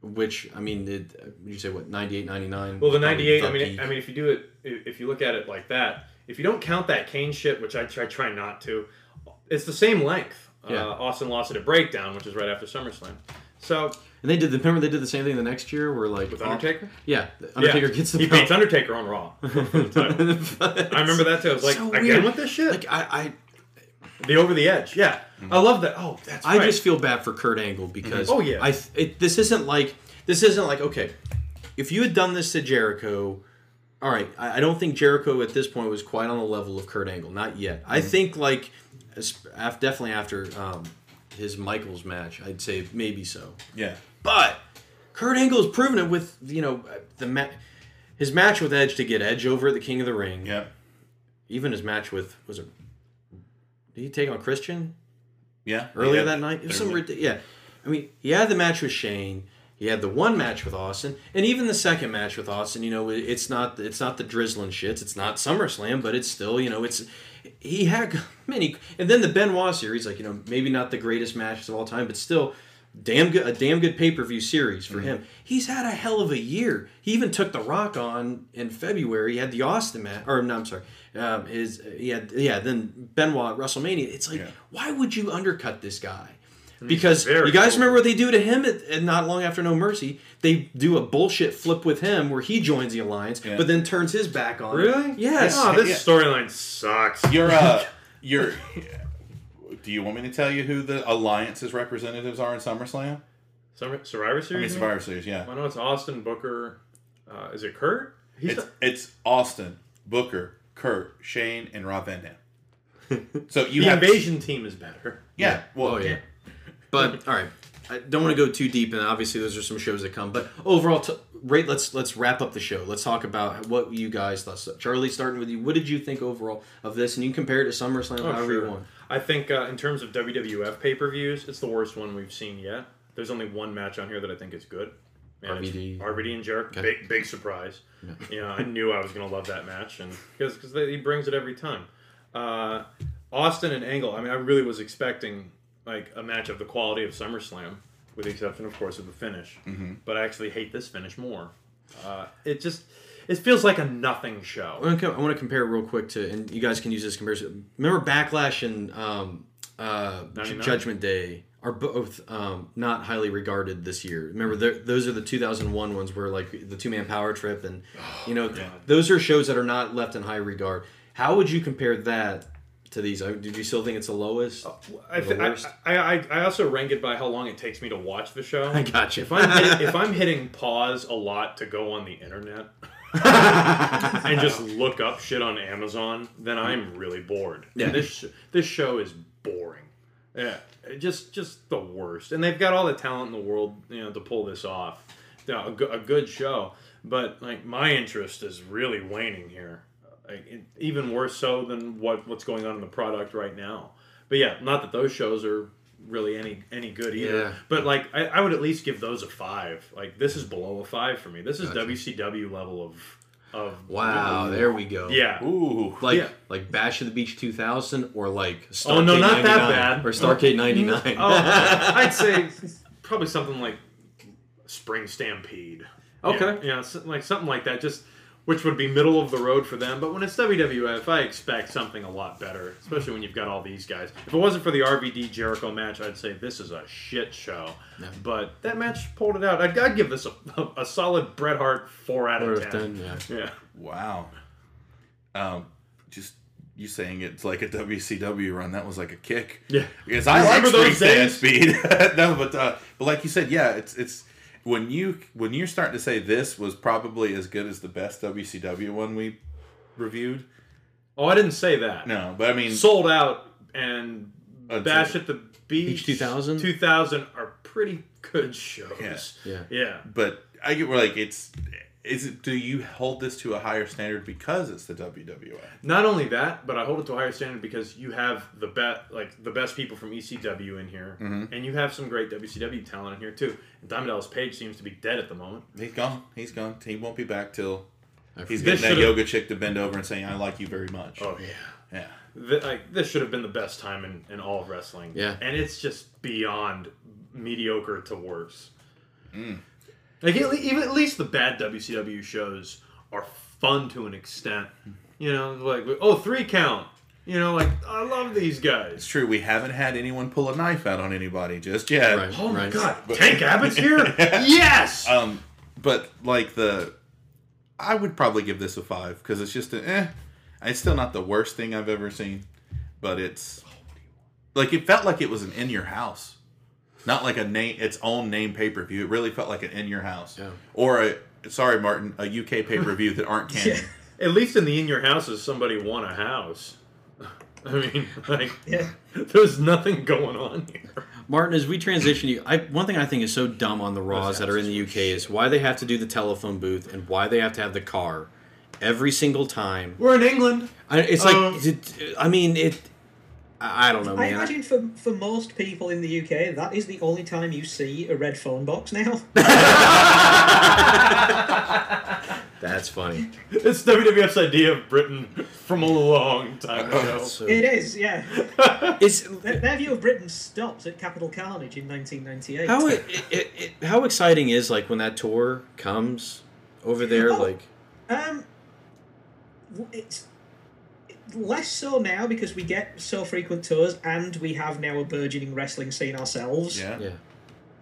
[SPEAKER 9] which I mean, it, you say what 98, 99?
[SPEAKER 8] Well, the '98. I
[SPEAKER 9] the
[SPEAKER 8] mean,
[SPEAKER 9] peak.
[SPEAKER 8] I mean, if you do it i- if you look at it like that, if you don't count that Kane shit, which I try try not to, it's the same length. Uh,
[SPEAKER 9] Yeah.
[SPEAKER 8] Austin lost at a breakdown, which is right after SummerSlam. So
[SPEAKER 9] And they did. The, remember they did the same thing the next year, where like
[SPEAKER 8] With Undertaker?
[SPEAKER 9] yeah, Undertaker
[SPEAKER 8] Yeah.
[SPEAKER 9] gets the
[SPEAKER 8] He
[SPEAKER 9] belt.
[SPEAKER 8] beats Undertaker on
[SPEAKER 9] [LAUGHS]
[SPEAKER 8] Raw. I remember that too. I was like,
[SPEAKER 9] So
[SPEAKER 8] again
[SPEAKER 9] weird.
[SPEAKER 8] with this shit?
[SPEAKER 9] Like I,
[SPEAKER 8] I the over the edge. Yeah, I love that. Oh, that's
[SPEAKER 9] Mm. I
[SPEAKER 8] right.
[SPEAKER 9] just feel bad for Kurt Angle because
[SPEAKER 8] Mhm. Oh, yeah.
[SPEAKER 9] I th- it, this isn't like this isn't like okay, if you had done this to Jericho, all right, I, I don't think Jericho at this point was quite on the level of Kurt Angle, not yet. I
[SPEAKER 8] Mm-hmm.
[SPEAKER 13] Mhm.
[SPEAKER 9] think like as, af- definitely after um, his Michaels match, I'd say maybe so.
[SPEAKER 10] Yeah.
[SPEAKER 9] But Kurt Angle's proven it with you know the ma- his match with Edge to get Edge over at the King of the Ring.
[SPEAKER 10] Yeah.
[SPEAKER 9] Even his match with was it? Did he take on Christian?
[SPEAKER 10] Yeah,
[SPEAKER 9] Earlier
[SPEAKER 10] yeah.
[SPEAKER 9] that night, it was some
[SPEAKER 10] There's
[SPEAKER 9] ridic- yeah. I mean, he had the match with Shane. He had the one match with Austin, and even the second match with Austin. You know, it- it's not it's not the drizzling shits. It's not SummerSlam, but it's still you know it's he had [LAUGHS] many. And then the Benoit series, like you know, maybe not the greatest matches of all time, but still damn good a damn good pay per view series for him. He's had a hell of a year. He even took The Rock on in February. He had the Austin match, or no, I'm sorry, um, is he had yeah then Benoit at WrestleMania. It's like why would you undercut this guy? Because
[SPEAKER 8] very
[SPEAKER 9] you guys remember what they do to him at, at not long after No Mercy? They do a bullshit flip with him where he joins the alliance, but then turns his back on. it.
[SPEAKER 8] Really?
[SPEAKER 9] Yes.
[SPEAKER 8] Oh, this storyline sucks.
[SPEAKER 10] You're
[SPEAKER 9] [LAUGHS]
[SPEAKER 10] uh, you're. Do you want me to tell you who the alliance's representatives are in SummerSlam?
[SPEAKER 8] Summer, Survivor Series.
[SPEAKER 10] I mean,
[SPEAKER 9] Mm-hmm.
[SPEAKER 8] you
[SPEAKER 10] Survivor Series, yeah.
[SPEAKER 8] I know it's Austin Booker. Uh, is it Kurt? He's
[SPEAKER 10] It's, it's Austin, Booker, Kurt, Shane, and Rob Van Dam.
[SPEAKER 8] [LAUGHS]
[SPEAKER 10] So you
[SPEAKER 8] the
[SPEAKER 10] have
[SPEAKER 8] invasion team is better.
[SPEAKER 10] Yeah. Well,
[SPEAKER 9] oh, yeah. But all right, I don't want to go too deep, and obviously those are some shows that come. But overall, t- rate. Let's let's wrap up the show. Let's talk about what you guys thought. So, Charlie, starting with you, what did you think overall of this? And you can compare it to SummerSlam,
[SPEAKER 8] Oh,
[SPEAKER 9] however
[SPEAKER 8] sure.
[SPEAKER 9] you want.
[SPEAKER 8] I think uh, in terms of WWF pay per views, it's the worst one we've seen yet. There's only one match on here that I think is good. And it's
[SPEAKER 9] RVD.
[SPEAKER 8] RVD and Jericho.
[SPEAKER 9] Okay.
[SPEAKER 8] Big, big surprise.
[SPEAKER 9] Yeah.
[SPEAKER 8] You know, I knew I was going to love that match and because he brings it every time. Uh, Austin and Angle, I mean, I really was expecting like a match of the quality of SummerSlam, with the exception, of course, of the finish.
[SPEAKER 9] Mhm.
[SPEAKER 8] But I actually hate this finish more. Uh, it just. It feels like a nothing show.
[SPEAKER 9] I want, to, I want to compare real quick to, and you guys can use this comparison. Remember Backlash and um, uh, J-
[SPEAKER 8] 99?
[SPEAKER 9] Judgment Day are both um, not highly regarded this year. Remember, they're- those are the 2001 ones where like the two man power trip, and
[SPEAKER 8] Oh,
[SPEAKER 9] you know those are shows that are not left in high regard. How would you compare that to these? I- Did you still think it's the lowest?
[SPEAKER 8] I,
[SPEAKER 9] the
[SPEAKER 8] th- I,
[SPEAKER 9] worst?
[SPEAKER 8] I, I I also rank it by how long it takes me to watch the show.
[SPEAKER 9] I gotcha.
[SPEAKER 8] If I'm hitting, if
[SPEAKER 9] [LAUGHS]
[SPEAKER 8] I'm hitting pause a lot to go on the internet and just look up shit on Amazon, then I'm really bored.
[SPEAKER 9] Yeah.
[SPEAKER 8] This sh- this show is boring. Yeah, just just the worst. And they've got all the talent in the world, you know, to pull this off. Yeah, a, go- a good show, but like my interest is really waning here. Like, it, even worse so than what what's going on in the product right now. But yeah, not that those shows are really any any good either.
[SPEAKER 9] Yeah.
[SPEAKER 8] But like I, I would at least give those a five. Like this is below a five for me. This is
[SPEAKER 9] Gotcha.
[SPEAKER 8] WCW level of of
[SPEAKER 9] Wow, there we go.
[SPEAKER 8] Yeah.
[SPEAKER 9] Ooh. Like
[SPEAKER 8] Yeah.
[SPEAKER 9] like Bash of the Beach 2000 or like Starcade
[SPEAKER 8] Oh no, not
[SPEAKER 9] 99,
[SPEAKER 8] that bad.
[SPEAKER 9] or Starcade
[SPEAKER 8] Oh,
[SPEAKER 9] 99.
[SPEAKER 8] oh,
[SPEAKER 9] [LAUGHS]
[SPEAKER 8] I'd say [LAUGHS] probably something like Spring Stampede.
[SPEAKER 9] Okay.
[SPEAKER 8] Yeah, yeah, so- like something like that. Just which would be middle of the road for them. But when it's WWF, I expect something a lot better, especially when you've got all these guys. If it wasn't for the RVD Jericho match, I'd say this is a shit show. But that match pulled it out. I'd, I'd give this a, a, [LAUGHS] solid Bret Hart four out of ten. yeah.
[SPEAKER 10] Wow. Um, just you saying it's like a WCW run. That was like a kick.
[SPEAKER 8] Yeah.
[SPEAKER 10] Because I
[SPEAKER 8] You
[SPEAKER 10] like
[SPEAKER 8] remember
[SPEAKER 10] Spring
[SPEAKER 8] those
[SPEAKER 10] Stand
[SPEAKER 8] days?
[SPEAKER 10] Speed. [LAUGHS] no, but uh, but like you said, yeah, it's it's when you when you're starting to say this was probably as good as the best WCW one we reviewed.
[SPEAKER 8] Oh, I didn't say that.
[SPEAKER 10] No, but I mean uh,
[SPEAKER 8] sold out and
[SPEAKER 10] Until-
[SPEAKER 8] Bash at the Beach,
[SPEAKER 10] Beach 2000?
[SPEAKER 8] 2000 are pretty good shows.
[SPEAKER 10] Yeah.
[SPEAKER 8] Yeah.
[SPEAKER 10] But I get where like it's is it do you hold this to a higher standard because it's the WWF?
[SPEAKER 8] Not only that, but I hold it to a higher standard because you have the best, like the best people from ECW in here,
[SPEAKER 10] Mhm.
[SPEAKER 8] and you have some great WCW talent in here too. And Diamond Dallas Page seems to be dead at the moment.
[SPEAKER 10] He's gone. He's gone. He won't be back till
[SPEAKER 8] forget.
[SPEAKER 10] he's getting that
[SPEAKER 8] This should've-
[SPEAKER 10] yoga chick to bend over and saying, "I like you very much."
[SPEAKER 8] Oh yeah,
[SPEAKER 10] yeah.
[SPEAKER 8] Th- like this should have been the best time in, in all of wrestling.
[SPEAKER 10] Yeah.
[SPEAKER 8] and it's just beyond mediocre to worse.
[SPEAKER 10] Mm.
[SPEAKER 8] Like at, le- even at least the bad WCW shows are fun to an extent. You know, like oh three count. You know, like I love these guys. It's
[SPEAKER 10] true. We haven't had anyone pull a knife out on anybody just yet.
[SPEAKER 8] Right, Oh my right. God, Tank Abbott's here?
[SPEAKER 10] [LAUGHS]
[SPEAKER 8] Yes!
[SPEAKER 10] Um, but like the, I would probably give this a five because it's just a eh. It's still not the worst thing I've ever seen, but it's like it felt like it was an in your house, not like a name its own name pay per view. It really felt like an in your house or a sorry Martin a UK pay per view that aren't canon.
[SPEAKER 8] At least in the in your houses, somebody won a house. [LAUGHS] I mean, like there's nothing going on here.
[SPEAKER 9] Martin, as we transition you, I, one thing I think is so dumb on the Raws that are in the UK is why they have to do the telephone booth and why they have to have the car every single time.
[SPEAKER 8] We're in England.
[SPEAKER 9] I, it's like,
[SPEAKER 11] Um,
[SPEAKER 9] it- I mean, it. I I don't know,
[SPEAKER 11] I
[SPEAKER 9] man.
[SPEAKER 11] imagine for, for most people in the UK, that is the only time you see a red phone box [LAUGHS] now.
[SPEAKER 9] That's funny.
[SPEAKER 8] It's WWF's idea of Britain from a long time ago.
[SPEAKER 11] It is, yeah. their, their view of Britain stops at Capital Carnage in 1998.
[SPEAKER 9] How it, it, it, how exciting is like when that tour comes over
[SPEAKER 11] Oh.
[SPEAKER 9] there? Like,
[SPEAKER 11] Um, w- it's it- less so now because we get so frequent tours and we have now a burgeoning wrestling scene ourselves.
[SPEAKER 9] yeah.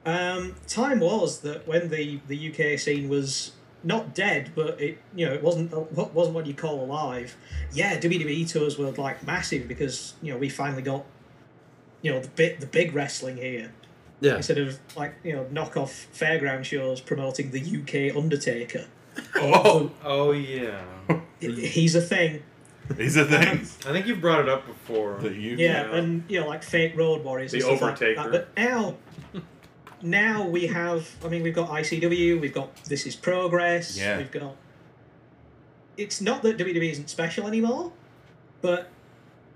[SPEAKER 11] Um, time was that when the, the UK scene was not dead, but it you know it wasn't what wasn't what you call alive. Yeah, WWE tours were like massive because you know we finally got you know the bit the big wrestling here.
[SPEAKER 9] Yeah.
[SPEAKER 11] Instead of like you know knockoff fairground shows promoting the UK Undertaker.
[SPEAKER 8] Oh, oh yeah.
[SPEAKER 11] He's a thing.
[SPEAKER 10] He's a thing.
[SPEAKER 8] I think you've brought it up before. The
[SPEAKER 10] UK.
[SPEAKER 11] Yeah, and you know, like fake road warriors. and
[SPEAKER 8] The
[SPEAKER 11] stuff like that.
[SPEAKER 8] Overtaker.
[SPEAKER 11] But now, now we have. I mean, we've got ICW. We've got This Is Progress.
[SPEAKER 10] Yeah.
[SPEAKER 11] We've got. It's not that WWE isn't special anymore, but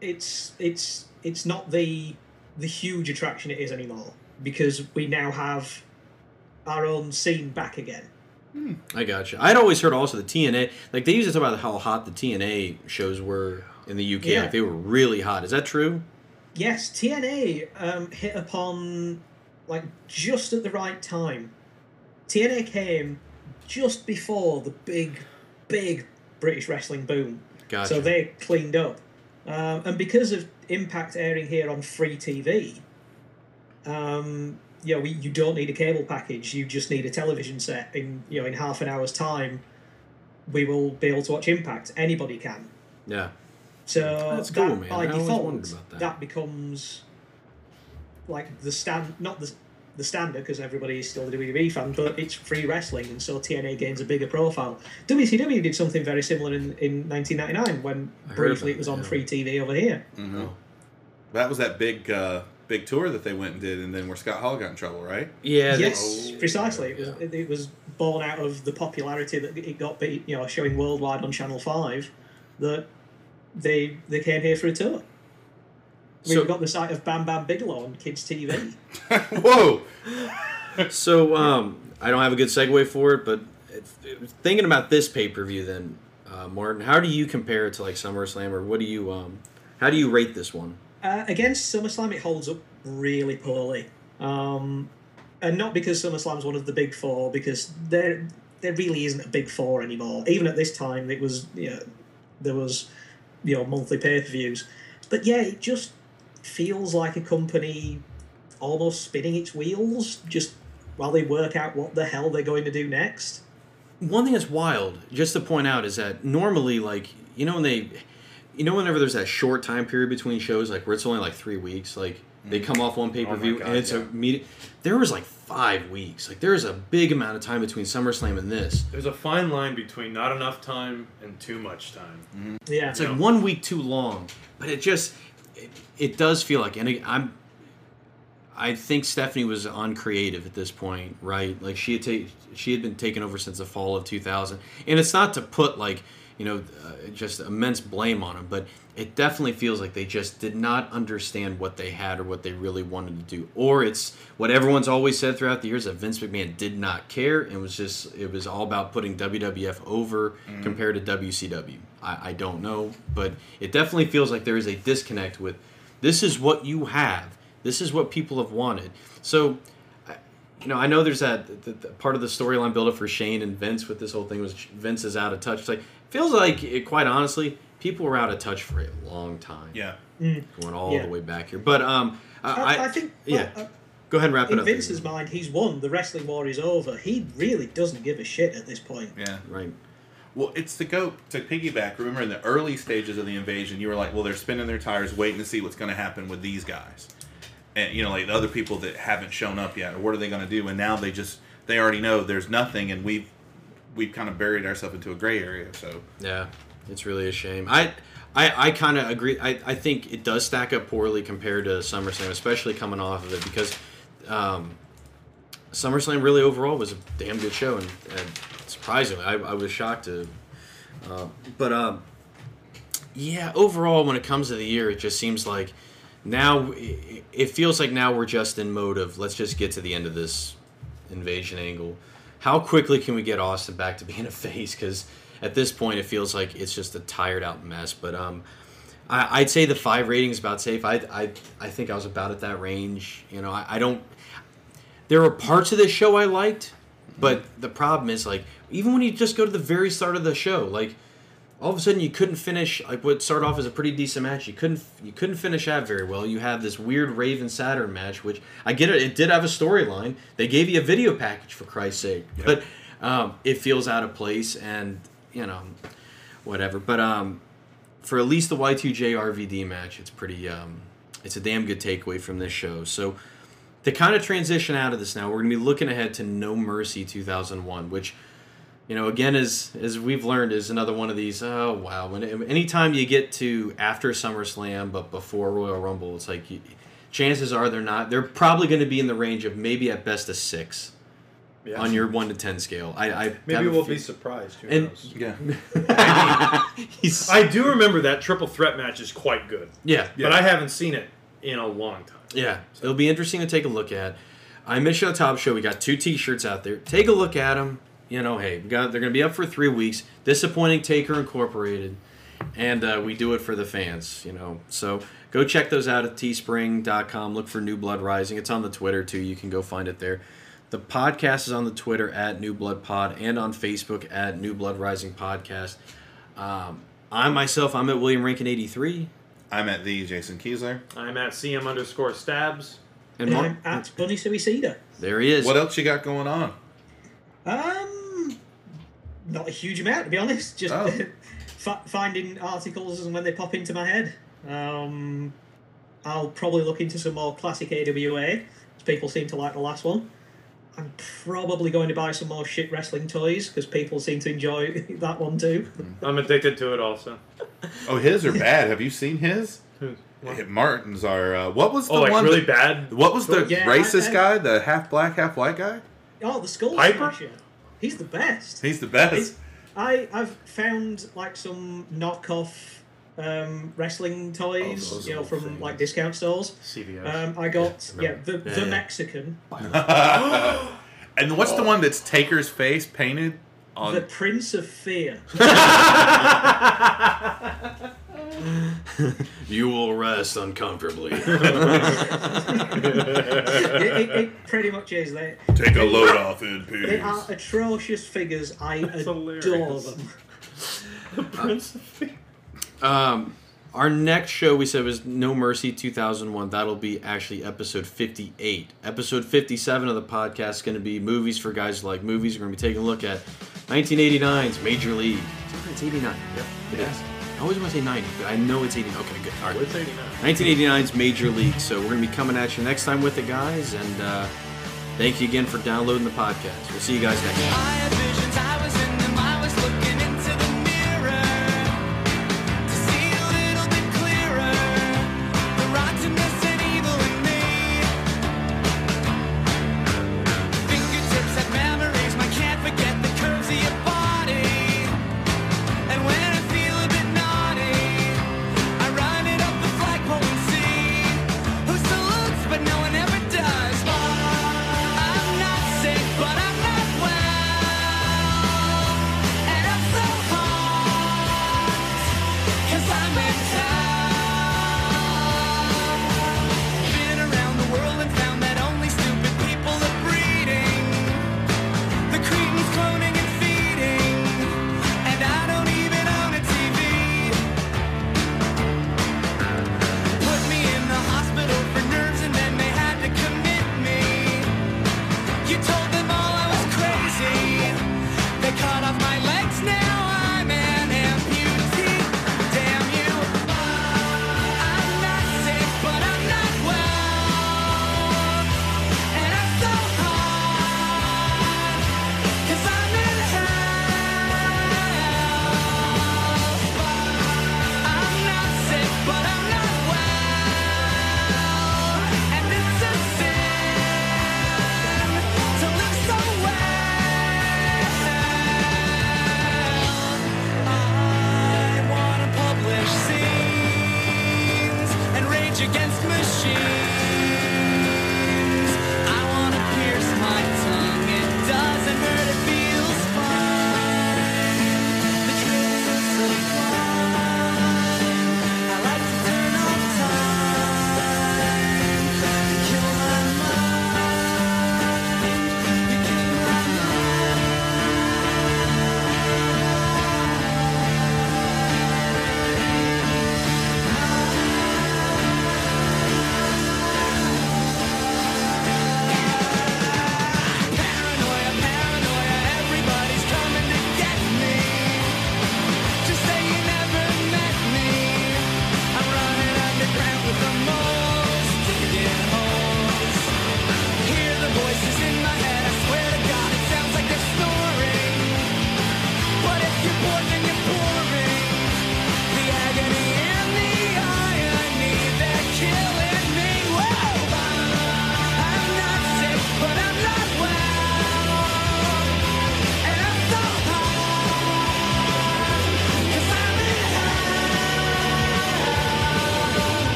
[SPEAKER 11] it's it's it's not the the huge attraction it is anymore because we now have our own scene back again.
[SPEAKER 9] I gotcha. I'd always heard also the TNA, like they used to talk about how hot the TNA shows were in the UK.
[SPEAKER 11] Yeah.
[SPEAKER 9] Like they were really hot. Is that true?
[SPEAKER 11] Yes, TNA um, hit upon like just at the right time. TNA came just before the big, big British wrestling boom.
[SPEAKER 9] Gotcha.
[SPEAKER 11] So they cleaned up, um, and because of Impact airing here on free TV, um, you know, we, you don't need a cable package. You just need a television set. In you know, in half an hour's time, we will be able to watch Impact. Anybody can.
[SPEAKER 9] Yeah.
[SPEAKER 11] So
[SPEAKER 9] That's cool,
[SPEAKER 11] that,
[SPEAKER 9] man.
[SPEAKER 11] By
[SPEAKER 9] I always wondered
[SPEAKER 11] default,
[SPEAKER 9] about
[SPEAKER 11] that.
[SPEAKER 9] that.
[SPEAKER 11] becomes like the stand, not the the standard, because everybody is still a WWE fan, but it's free wrestling, and so TNA gains a bigger profile. WCW did something very similar in, in 1999 when
[SPEAKER 10] I heard
[SPEAKER 11] briefly
[SPEAKER 10] about
[SPEAKER 11] it was
[SPEAKER 10] it,
[SPEAKER 11] on
[SPEAKER 10] yeah.
[SPEAKER 11] free TV over here.
[SPEAKER 10] Mm-hmm. That was that big uh, big tour that they went and did, and then where Scott Hall got in trouble, right?
[SPEAKER 9] Oh,
[SPEAKER 11] yes, precisely. It was it, it was born out of the popularity that it got, be, you know, showing worldwide on Channel Five that they they came here for a tour. We've
[SPEAKER 9] So-
[SPEAKER 11] got the site of Bam Bam Bigelow on kids' TV.
[SPEAKER 9] Whoa. so um, I don't have a good segue for it, but if- if- thinking about this pay per view, then uh, Martin, how do you compare it to like SummerSlam, or what do you um, how do you rate this one?
[SPEAKER 11] Uh, against SummerSlam, it holds up really poorly, um, and not because SummerSlam's one of the big four, because there there really isn't a big four anymore. Even at this time, it was you know, there was you know monthly pay per views, but yeah, it just feels like a company almost spinning its wheels just while they work out what the hell they're going to do next.
[SPEAKER 9] One thing that's wild, just to point out, is that normally, like you know, when they, you know, whenever there's that short time period between shows, like where it's only like three weeks, like they come off one pay per view
[SPEAKER 8] God,
[SPEAKER 9] and it's
[SPEAKER 8] yeah.
[SPEAKER 9] a meet. There was like five weeks. Like there is a big amount of time between SummerSlam and this.
[SPEAKER 8] There's a fine line between not enough time and too much time.
[SPEAKER 11] Yeah,
[SPEAKER 9] it's like one week too long, but it just it, it does feel like. And I- I'm, I think Stephanie was uncreative at this point, right? Like she had ta- she had been taken over since the fall of 2000, and it's not to put like you know uh, just immense blame on them, but it definitely feels like they just did not understand what they had or what they really wanted to do, or it's what everyone's always said throughout the years that Vince McMahon did not care and was just it was all about putting WWF over
[SPEAKER 8] Mhm.
[SPEAKER 9] compared to WCW. I, I don't know, but it definitely feels like there is a disconnect with this is what you have. This is what people have wanted. So, I- you know, I know there's that the, the part of the storyline buildup for Shane and Vince with this whole thing was Vince is out of touch. It's like feels like it, quite honestly, people were out of touch for a long time.
[SPEAKER 10] Yeah,
[SPEAKER 11] Mm.
[SPEAKER 9] going all
[SPEAKER 11] Yeah.
[SPEAKER 9] the way back here. But um, I,
[SPEAKER 11] I, I think
[SPEAKER 9] yeah.
[SPEAKER 11] well, uh,
[SPEAKER 9] Go ahead and wrap
[SPEAKER 11] in
[SPEAKER 9] it up.
[SPEAKER 11] Vince's mind, he's won. The wrestling war is over. He really doesn't give a shit at this point.
[SPEAKER 10] Yeah.
[SPEAKER 9] Right.
[SPEAKER 10] Well, it's to go to piggyback. Remember, in the early stages of the invasion, you were like, well, they're spinning their tires, waiting to see what's going to happen with these guys, and you know, like the other people that haven't shown up yet, or what are they going to do? And now they just they already know there's nothing, and we've we've kind of buried ourselves into a gray area. So
[SPEAKER 9] Yeah, it's really a shame. I I, I kind of agree. I, I think it does stack up poorly compared to SummerSlam, especially coming off of it because um, SummerSlam really overall was a damn good show, and, and surprisingly, I, I was shocked to. Uh, but um, yeah, overall, when it comes to the year, it just seems like now it, it feels like now we're just in mode of let's just get to the end of this invasion angle. How quickly can we get Austin back to being a face? Because at this point, it feels like it's just a tired out mess. But um, I, I'd say the five rating is about safe. I, I I think I was about at that range. You know, I, I don't. There were parts of this show I liked, but the problem is like even when you just go to the very start of the show, like all of a sudden you couldn't finish like what started off as a pretty decent match. You couldn't you couldn't finish that very well. You have this weird Raven Saturn match, which I get it. It did have a storyline. They gave you a video package for Christ's sake, but um, it feels out of place and you know whatever. But um, for at least the Y two J RVD match, it's pretty um, it's a damn good takeaway from this show. So to kind of transition out of this now, we're going to be looking ahead to No Mercy 2001, which, you know, again, as as we've learned, is another one of these. Oh wow! When anytime you get to after SummerSlam but before Royal Rumble, it's like you, chances are they're not. They're probably going to be in the range of maybe at best a six.
[SPEAKER 13] Yeah.
[SPEAKER 9] On your one to ten scale, I, I have
[SPEAKER 13] Maybe
[SPEAKER 9] a
[SPEAKER 13] we'll
[SPEAKER 9] fe-
[SPEAKER 13] be surprised. Who
[SPEAKER 9] And-
[SPEAKER 13] knows?
[SPEAKER 10] Yeah. [LAUGHS]
[SPEAKER 8] I do remember that triple threat match is quite good.
[SPEAKER 9] Yeah.
[SPEAKER 8] But I haven't seen it in a long time.
[SPEAKER 9] Yeah, it'll be interesting to take a look at. I mentioned on top show we got two T-shirts out there. Take a look at them. You know, hey, we got, they're going to be up for three weeks. Disappointing Taker Incorporated, and uh, we do it for the fans. You know, so go check those out at teespring.com. Look for New Blood Rising. It's on the Twitter too. You can go find it there. The podcast is on the Twitter at New Blood Pod and on Facebook at New Blood Rising Podcast. Um, I myself, I'm at William Rankin eighty three.
[SPEAKER 10] I'm at the Jason Kiesler.
[SPEAKER 8] I'm at CM underscore stabs.
[SPEAKER 9] And Mark,
[SPEAKER 11] at Bunny Suicida.
[SPEAKER 9] there he is. What
[SPEAKER 10] else you got going on?
[SPEAKER 11] Um, not a huge amount to be honest. Just [LAUGHS] fi- finding articles and when they pop into my head. Um, I'll probably look into some more classic AWA. 'cause People seem to like the last one. I'm probably going to buy some more shit wrestling toys because people seem to enjoy [LAUGHS] that one too.
[SPEAKER 8] I'm addicted to it also.
[SPEAKER 10] Oh, his are bad. Have you seen his? Hey, Martin's are. Uh, what was the
[SPEAKER 8] Oh, like
[SPEAKER 10] one
[SPEAKER 8] really
[SPEAKER 10] that-
[SPEAKER 8] bad?
[SPEAKER 10] What was the
[SPEAKER 11] Yeah, I-
[SPEAKER 10] racist
[SPEAKER 11] I-
[SPEAKER 10] guy? The half black, half white guy?
[SPEAKER 11] Oh, the skull
[SPEAKER 10] Piper?
[SPEAKER 11] smasher. He's the best.
[SPEAKER 10] He's the best.
[SPEAKER 11] I I've found like some knockoff um, wrestling toys,
[SPEAKER 10] Oh, those
[SPEAKER 11] you know,
[SPEAKER 10] old
[SPEAKER 11] from like discount stores.
[SPEAKER 8] CVS.
[SPEAKER 11] Um, I got yeah,
[SPEAKER 10] remember.
[SPEAKER 11] the
[SPEAKER 10] Yeah,
[SPEAKER 11] the
[SPEAKER 10] yeah.
[SPEAKER 11] Mexican,
[SPEAKER 10] and what's the one that's Taker's face painted on?
[SPEAKER 11] the Prince
[SPEAKER 10] [LAUGHS]
[SPEAKER 11] of Fear.
[SPEAKER 9] You will rest uncomfortably. [LAUGHS]
[SPEAKER 11] it, it, it pretty much is. They
[SPEAKER 10] Take a load off in
[SPEAKER 11] they are atrocious figures. I adore them.
[SPEAKER 8] The Prince of Fear.
[SPEAKER 9] um, our next show we said was No Mercy 2001. That'll be actually episode 58. Episode 57 of the podcast is going to be movies for guys who like movies. We're going to be taking a look at 1989's Major League. It's 89. Yep. It is. I always want to say 90, but I know it's 89. Okay, good. All right.
[SPEAKER 8] What's 89?
[SPEAKER 9] 1989's Major League. So we're going to be coming at you next time with it, guys. And uh, thank you again for downloading the podcast. We'll see you guys next time.
[SPEAKER 3] I